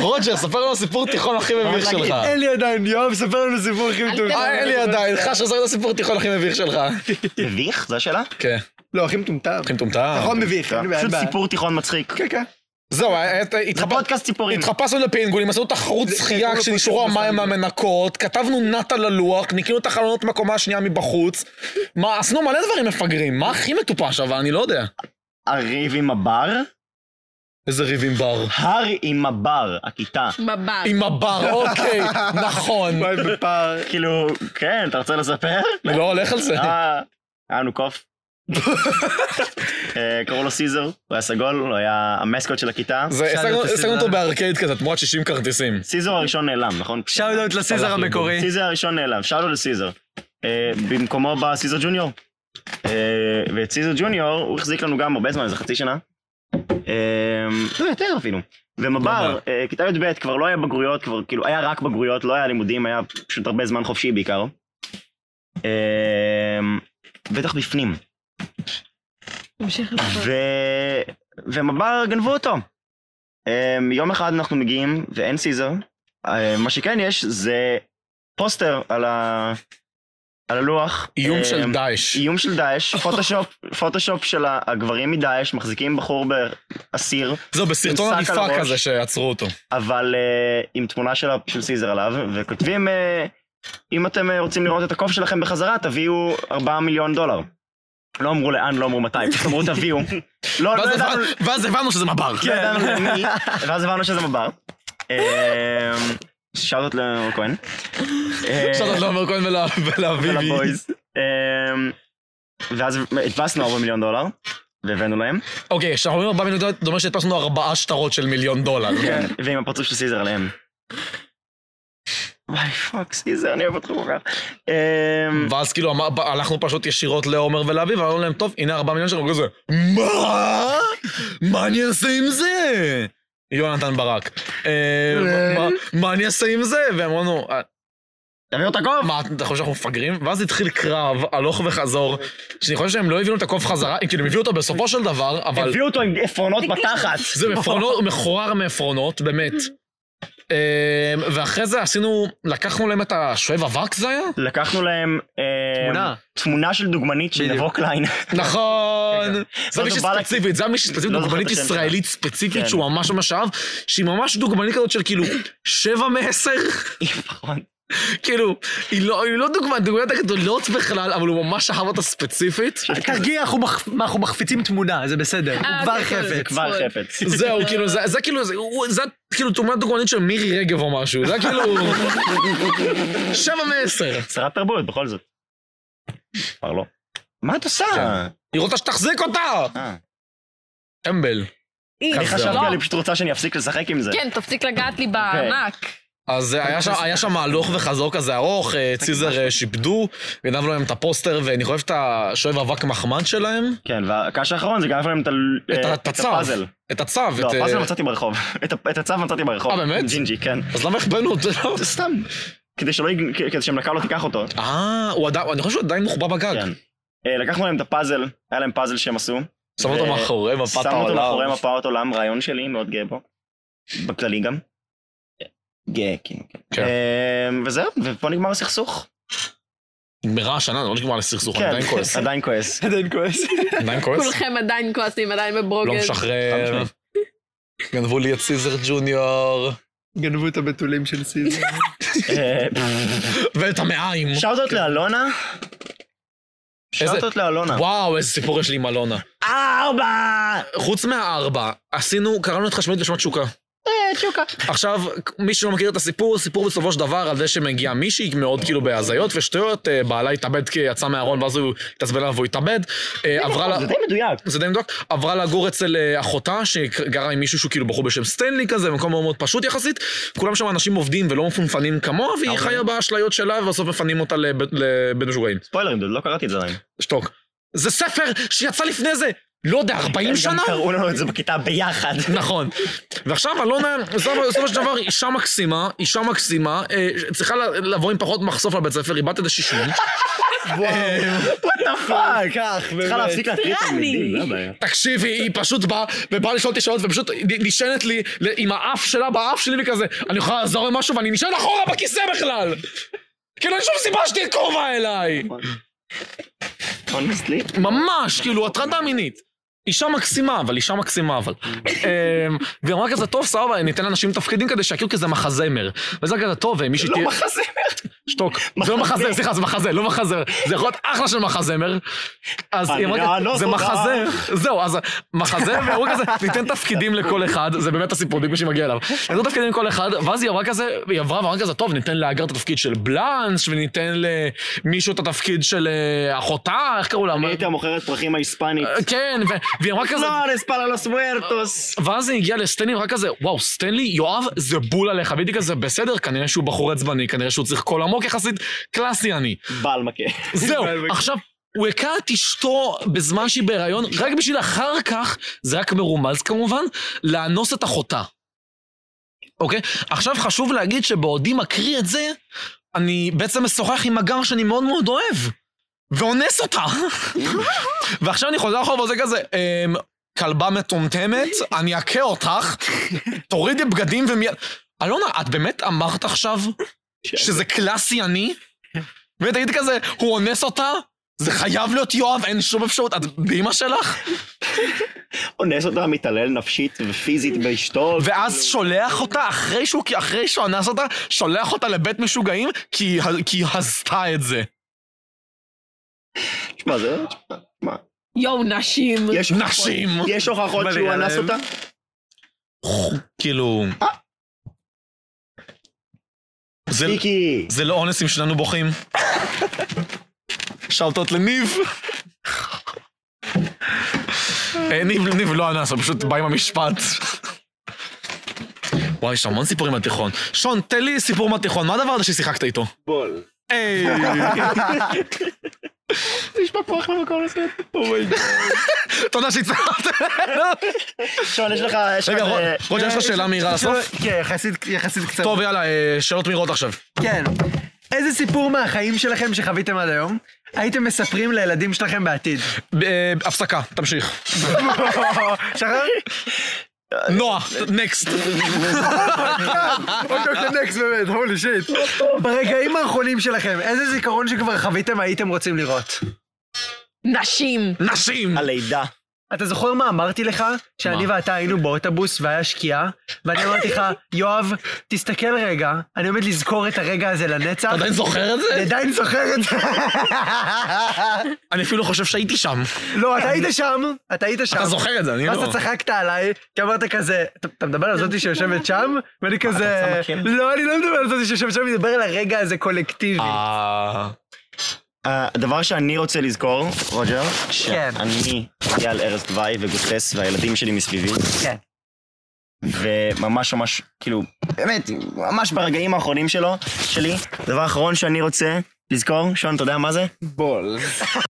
Speaker 2: רוג'ר, ספר לנו סיפור תיכון הכי מביך
Speaker 4: להגיד.
Speaker 2: שלך.
Speaker 3: אין לי עדיין, יואב, ספר לנו סיפור הכי
Speaker 5: אל
Speaker 3: מטומטם.
Speaker 5: תדבר.
Speaker 2: אה, אין לי עדיין, חש שזה את הסיפור תיכון הכי מביך שלך.
Speaker 4: מביך? זו השאלה?
Speaker 2: כן,
Speaker 3: לא, הכי מטומטם.
Speaker 2: הכי מטומטם.
Speaker 3: נכון, מביך. אין בעיה, אין
Speaker 4: פשוט
Speaker 3: בעיה.
Speaker 4: סיפור תיכון מצחיק.
Speaker 3: כן, כן.
Speaker 2: זהו, אה, היה- היה-
Speaker 4: זה
Speaker 2: התחפ-
Speaker 4: פודקאסט סיפורים.
Speaker 2: התחפשנו לפינגולים, עשינו תחרות
Speaker 3: זה-
Speaker 2: שחייה
Speaker 3: זה-
Speaker 2: כשנשארו
Speaker 3: זה-
Speaker 2: המים
Speaker 3: זה-
Speaker 2: מהמנקות, כתבנו נאט על הלוח, ניקינו את החלונות מהקומה השנייה מבחוץ. מה, עשינו מלא דברים מפגרים, מה הכי מטופש אבל אני לא יודע.
Speaker 4: הריב עם הבר?
Speaker 2: איזה ריב עם בר.
Speaker 4: הר עם הבר, הכיתה.
Speaker 5: מבט.
Speaker 2: עם הבר, אוקיי, נכון.
Speaker 3: וואי, בפער.
Speaker 4: כאילו, כן, אתה רוצה לספר?
Speaker 2: אני לא הולך על זה.
Speaker 4: אה, היה לנו קוף. אה, קראו לו סיזר, הוא היה סגול, הוא היה המסקוט של הכיתה.
Speaker 2: זה,
Speaker 3: שאלנו
Speaker 2: השגנו
Speaker 3: את
Speaker 2: השגנו
Speaker 3: הסדרה.
Speaker 2: אותו בארקייד כזה, תמורת 60 כרטיסים.
Speaker 4: סיזר הראשון נעלם, נכון?
Speaker 3: שאוט אאוט לסיזר
Speaker 2: הלך לי
Speaker 3: המקורי.
Speaker 4: סיזר הראשון נעלם, שאלו לסיזר. אה, במקומו בא סיזר ג'וניור. אה, ואת סיזר ג'וניור, הוא החזיק לנו גם הרבה זמן, איזה חצי שנה. אה, לא, יותר אפילו. ומבר, אה, כיתה י"ב כבר לא היה בגרויות, כבר כאילו היה רק בגרויות, לא היה לימודים, היה פשוט הרבה זמן חופשי בעיקר. אה, בטח בפנים.
Speaker 5: תמשיך
Speaker 4: ו... ומבר גנבו אותו. אמ, יום אחד אנחנו מגיעים ואין סיזר. אמ, מה שכן יש זה פוסטר על, ה... על הלוח.
Speaker 2: איום
Speaker 4: אמ,
Speaker 2: של דאעש.
Speaker 4: איום של דאעש, פוטושופ, פוטושופ של ה- הגברים מדאעש, מחזיקים בחור באסיר,
Speaker 2: זהו, בסרטון
Speaker 4: עם שק על
Speaker 2: עדיפה
Speaker 4: הראש.
Speaker 2: כזה שעצרו אותו.
Speaker 4: אבל אה, עם תמונה של, ה- של סיזר עליו, וכותבים, אה, אם אתם אה, רוצים לראות את הקוף שלכם בחזרה, תביאו 4 מיליון דולר. לא אמרו לאן, לא אמרו מתי, פשוט אמרו תביאו. לא, לא
Speaker 2: ואז
Speaker 4: ידענו,
Speaker 2: הבנ- ואז הבנו שזה מבר.
Speaker 3: כן.
Speaker 4: לא ידענו למי, ואז הבנו שזה מב"ר. אה, שאלות לאור כהן. אה,
Speaker 2: אפשר לתת לעומר לא, כהן ול- ולאביבי.
Speaker 4: ולבויז. אה, ואז הדפסנו 4 מיליון דולר, והבאנו להם,
Speaker 2: אוקיי, כשאנחנו אומרים 4 מיליון דולר, זה אומר שהדפסנו ארבעה שטרות של מיליון דולר.
Speaker 3: כן.
Speaker 4: ועם הפרצוף של סיזר עליהם. וואי פאק סיזר, אני אוהב אותך כל כך. אה,
Speaker 2: ואז כאילו אמר- ב- הלכנו פשוט ישירות לעומר ולאביב, ואמרנו להם, טוב, הנה 4 מיליון שלנו, כזה, מה? מה אני אעשה עם זה? יונתן ברק. אה, מה- מה אני אעשה עם זה? והם אמרנו, "אה,
Speaker 4: תביאו את הקוף!
Speaker 2: מה, אתה חושב שאנחנו מפגרים? ואז התחיל קרב הלוך וחזור, שאני חושב שהם לא הביאו את הקוף חזרה, הם כאילו הביאו אותו בסופו של דבר, אבל
Speaker 4: הביאו אותו עם עפרונות בתחת.
Speaker 2: זה מפרונות, הוא מכוער מעפרונות, באמת. אה, ואחרי זה עשינו, לקחנו להם את השואב אבק זה היה?
Speaker 4: לקחנו להם... אה,
Speaker 3: תמונה.
Speaker 4: תמונה של דוגמנית של
Speaker 3: בדיוק.
Speaker 4: נבו קליין.
Speaker 2: נכון. זה
Speaker 4: לא,
Speaker 2: מישהי
Speaker 4: זה בא
Speaker 2: ספציפית, זה היה מישהי ספציפית,
Speaker 4: לא זוכר
Speaker 2: דוגמנית
Speaker 4: את השם שלה.
Speaker 2: ישראלית ספציפית
Speaker 4: כן.
Speaker 2: שהוא ממש ממש אהב, שהיא ממש דוגמנית כזאת של כאילו שבע מעשר,
Speaker 4: עיוורון.
Speaker 2: כאילו, היא לא היא לא דוגמנית, דוגמנית הגדולות בכלל, אבל הוא ממש אהב אותה ספציפית.
Speaker 3: תרגיע, אנחנו מח- אנחנו מחפיצים תמונה, זה בסדר. הוא
Speaker 5: אה,
Speaker 3: כבר
Speaker 5: אוקיי,
Speaker 3: חפץ.
Speaker 5: אוקיי.
Speaker 4: כבר חפץ.
Speaker 2: זהו, כאילו, זה זה כאילו, זה- הוא- זה כאילו תמונת דוגמנית של מירי רגב או משהו, זה היה כאילו... שבע מעשר.
Speaker 4: שרת תרבות, בכל זאת. כבר לא. מה את
Speaker 2: כן.
Speaker 4: עושה?
Speaker 2: היא רוצה שתחזיק אותה!
Speaker 4: אה.
Speaker 2: טמבל.
Speaker 4: אני
Speaker 2: כזה. אוקיי.
Speaker 4: חשבתי,
Speaker 5: לא.
Speaker 4: אני פשוט רוצה שאני אפסיק לשחק עם זה.
Speaker 5: כן, תפסיק לגעת לי בענק.
Speaker 2: אז היה שם, היה שם הלוך וחזור כזה ארוך, אה, ציזר אה, שיפדו, גנבנו להם לא את הפוסטר, ואני חושב את השואב אבק מחמד שלהם,
Speaker 4: כן, והקש האחרון זה גם איפה להם את ה-
Speaker 2: את
Speaker 4: אה,
Speaker 2: הצו.
Speaker 4: הפאזל.
Speaker 2: את הצו,
Speaker 4: לא,
Speaker 2: את...
Speaker 4: הפאזל
Speaker 2: אה,
Speaker 4: מצאתי ברחוב. את ה- את הצו מצאתי ברחוב.
Speaker 2: אה, באמת?
Speaker 4: ג'ינג'י, כן.
Speaker 2: אז למה החבאנו אותו?
Speaker 4: זה סתם. כדי שלא יג... כדי שמלכה לא תיקח אותו.
Speaker 2: אה, הוא עדיין, אני חושב שהוא עדיין מחובר בגג.
Speaker 4: כן. אה, לקחנו להם את הפאזל, היה להם פאזל שהם עשו.
Speaker 2: שם אותו
Speaker 4: ו-
Speaker 2: מאחורי מפת
Speaker 4: שם אותו מאחורי
Speaker 2: העולם.
Speaker 4: מפת העולם, רעיון שלי, מאוד גאה בו. בכללי גם. גאה, כן. כן.
Speaker 2: כן.
Speaker 4: אה, וזהו, ופה נגמר הסכסוך.
Speaker 2: נגמרה השנה, זה לא נגמר לסכסוך, אני
Speaker 4: כן,
Speaker 2: עדיין כועס.
Speaker 4: עדיין כועס.
Speaker 3: עדיין כועס.
Speaker 2: עדיין כועס?
Speaker 5: כולכם עדיין כועסים, עדיין
Speaker 2: לא
Speaker 5: בברוגז.
Speaker 2: משחרר. גנבו לי את סיזר ג'וניור.
Speaker 3: גנבו את הבתולים של סיזר.
Speaker 4: אה,
Speaker 2: ואת המעיים.
Speaker 4: שאוטות לאלונה.
Speaker 2: איזה-
Speaker 4: שאוטות לאלונה.
Speaker 2: וואו, איזה סיפור יש לי עם אלונה.
Speaker 4: ארבע!
Speaker 2: חוץ מהארבע, עשינו, קראנו את חשמלית בשמת שוקה.
Speaker 5: אה,
Speaker 2: עכשיו, מי שלא מכיר את הסיפור, סיפור בסופו של דבר על זה שמגיעה מישהי מאוד כאילו בהזיות ושטויות, אה, בעלה התאבד כי יצא מהארון ואז הוא התעצבן עליו והוא התאבד. אה, עברה לה...
Speaker 4: זה די מדויק.
Speaker 2: זה די מדויק, עברה לגור אצל אה, אחותה שגרה עם מישהו שהוא כאילו בחור בשם סטנלי כזה, במקום מאוד מאוד פשוט יחסית. כולם שם אנשים עובדים ולא מפונפנים כמוה,
Speaker 4: אוקיי.
Speaker 2: והיא חיה באשליות שלה ובסוף מפנים אותה לבית- לבן משוגעים.
Speaker 4: ספוילרים, דוד, לא קראתי את זה עדיין.
Speaker 2: שתוק. זה ספר שיצא לפני זה, לא יודע, 40 שנה?
Speaker 4: גם קראו לנו את זה בכיתה ביחד.
Speaker 2: נכון. ועכשיו אלונה, בסופו בסופו של דבר, אישה מקסימה, אישה מקסימה, אה, צריכה ל- לבוא עם פחות מחשוף לבית ספר, היא בת איזה 60.
Speaker 4: וואט דה פאק. צריכה להפסיק להטריד
Speaker 5: סרני.
Speaker 4: תלמידים, זה הבעיה.
Speaker 2: תקשיבי, היא פשוט באה, ובאה לשאול אותי שאלות, ופשוט נשענת לי ל- עם האף שלה באף שלי וכזה, אני יכולה לעזור עם משהו ואני נשען אחורה בכיסא בכלל! כאילו אין שום סיבה שתהיה קרובה אליי!
Speaker 4: honestly.
Speaker 2: ממש, כאילו, הטרדה מינית. אישה מקסימה, אבל אישה מקסימה, אבל. אמ, והיא אמרה כזה, טוב, סבבה, ניתן לאנשים תפקידים כדי שיכירו כזה מחזמר. וזה כזה, טוב, אה, מי
Speaker 4: לא
Speaker 2: שתהיה...
Speaker 4: מחזמר.
Speaker 2: שתוק. זה לא מחזמר, סליחה, זה מחזה, לא מחזמר. זה יכול להיות אחלה של מחזמר. אז היא אמרה,
Speaker 4: אני לא
Speaker 2: זה
Speaker 4: תודה."
Speaker 2: מחזה, זהו, אז מחזה, והוא כזה, ניתן תפקידים לכל אחד, זה באמת הסיפור, בדיוק שמגיע אליו. ניתן תפקידים לכל אחד, ואז היא אמרה כזה, היא עברה ואמרה כזה, טוב, ניתן לאגר את התפקיד של בלאנש, וניתן למישהו את התפקיד של אה, אחותה, איך קראו לה?
Speaker 4: אני הייתי המוכרת פרחים ההיספנית.
Speaker 2: כן, ו- והיא אמרה כזה,
Speaker 4: פלורס פללוס וורטוס.
Speaker 2: ואז היא הגיעה לסטנלי, רק כזה, וואו, סטנלי, יואב, זה בול עליך. והייתי כזה, בסדר, כנראה שהוא בחור עצבני, כנראה שהוא צריך קול עמוק יחסית, קלאסי אני.
Speaker 4: בעל מכה.
Speaker 2: זהו, עכשיו, הוא הכה את אשתו בזמן שהיא בהיריון, רק בשביל אחר כך, זה רק מרומז כמובן, לאנוס את אחותה. אוקיי? עכשיו חשוב להגיד שבעודי מקריא את זה, אני בעצם משוחח עם מג"ר שאני מאוד מאוד אוהב, ואונס אותה. ועכשיו אני חוזר אחורה וזה כזה, אמ, כלבה מטומטמת, אני אכה אותך, תורידי בגדים ומיד... אלונה, את באמת אמרת עכשיו שזה קלאסי אני? באמת הייתי כזה, הוא אונס אותה? זה חייב להיות יואב, אין שום אפשרות, את באמא שלך?
Speaker 4: אונס אותה, מתעלל נפשית ופיזית באשתו.
Speaker 2: ואז שולח אותה, אחרי שהוא, אחרי שהוא אנס אותה, שולח אותה לבית משוגעים, כי היא ה- כי היא הזתה את זה.
Speaker 4: תשמע, זה... תשמע, תשמע.
Speaker 5: יואו, נשים.
Speaker 4: יש הוכחות-
Speaker 2: נשים.
Speaker 4: יש הוכחות שהוא
Speaker 3: מלא
Speaker 4: אנס
Speaker 3: עליהם.
Speaker 4: אותה?
Speaker 2: כאילו... זה,
Speaker 4: מיקי.
Speaker 2: זה לא אונס אם שנינו בוכים. שאלתות לניב. אה, ניב, ניב לא אנס, הוא פשוט בא עם המשפט. וואי, יש המון סיפורים מהתיכון. שון, תן לי סיפור מהתיכון, מה הדבר הזה ששיחקת איתו?
Speaker 6: בול.
Speaker 2: היי.
Speaker 4: נשמע פה אחלה מקום לעשות.
Speaker 2: תודה שהצטרפת.
Speaker 4: שון, יש לך... יש לך אה,
Speaker 2: רגע,
Speaker 4: איזה-
Speaker 3: אה,
Speaker 2: רוד- רוג'ר, יש לך שאלה מהירה לסוף?
Speaker 3: כן, יחסית- יחסית קצר.
Speaker 2: טוב, יאללה, אה, שאלות מהירות עכשיו.
Speaker 3: כן. איזה סיפור מהחיים שלכם שחוויתם עד היום, הייתם מספרים לילדים שלכם בעתיד?
Speaker 2: אה, הפסקה, תמשיך.
Speaker 3: שחר?
Speaker 2: נועה, נקסט.
Speaker 3: אוקיי, אוקיי, נקסט באמת, הולי שיט. ברגעים האחרונים שלכם, איזה זיכרון שכבר חוויתם הייתם רוצים לראות?
Speaker 5: נשים.
Speaker 2: נשים!
Speaker 4: הלידה.
Speaker 3: אתה זוכר מה אמרתי לך? שאני ואתה היינו באוטובוס והיה שקיעה, ואני אמרתי לך, יואב, תסתכל רגע, אני עומד לזכור את הרגע הזה לנצח.
Speaker 2: אתה עדיין זוכר את
Speaker 3: אני
Speaker 2: זה?
Speaker 3: עדיין זוכר את זה.
Speaker 2: אני אפילו חושב שהייתי שם.
Speaker 3: לא, אתה היית שם, אתה היית שם.
Speaker 2: אתה זוכר את זה, אני
Speaker 3: ואז
Speaker 2: לא.
Speaker 3: אתה צחקת עליי, כי אמרת כזה, "אתה- אתה מדבר על זאתי שיושבת שם? ואני כזה,
Speaker 4: רוצה מכיר?
Speaker 3: לא, אני לא מדבר על זאתי שיושבת שם, אני מדבר על הרגע הזה קולקטיבי.
Speaker 2: אה,
Speaker 4: הדבר שאני רוצה לזכור, רוג'ר,
Speaker 3: כן.
Speaker 4: שאני אייל ארז דווי וגוטס והילדים שלי מסביבי,
Speaker 3: כן.
Speaker 4: וממש ממש, כאילו, באמת, ממש ברגעים האחרונים שלו, שלי, דבר אחרון שאני רוצה לזכור, שון, אתה יודע מה זה?
Speaker 1: בול.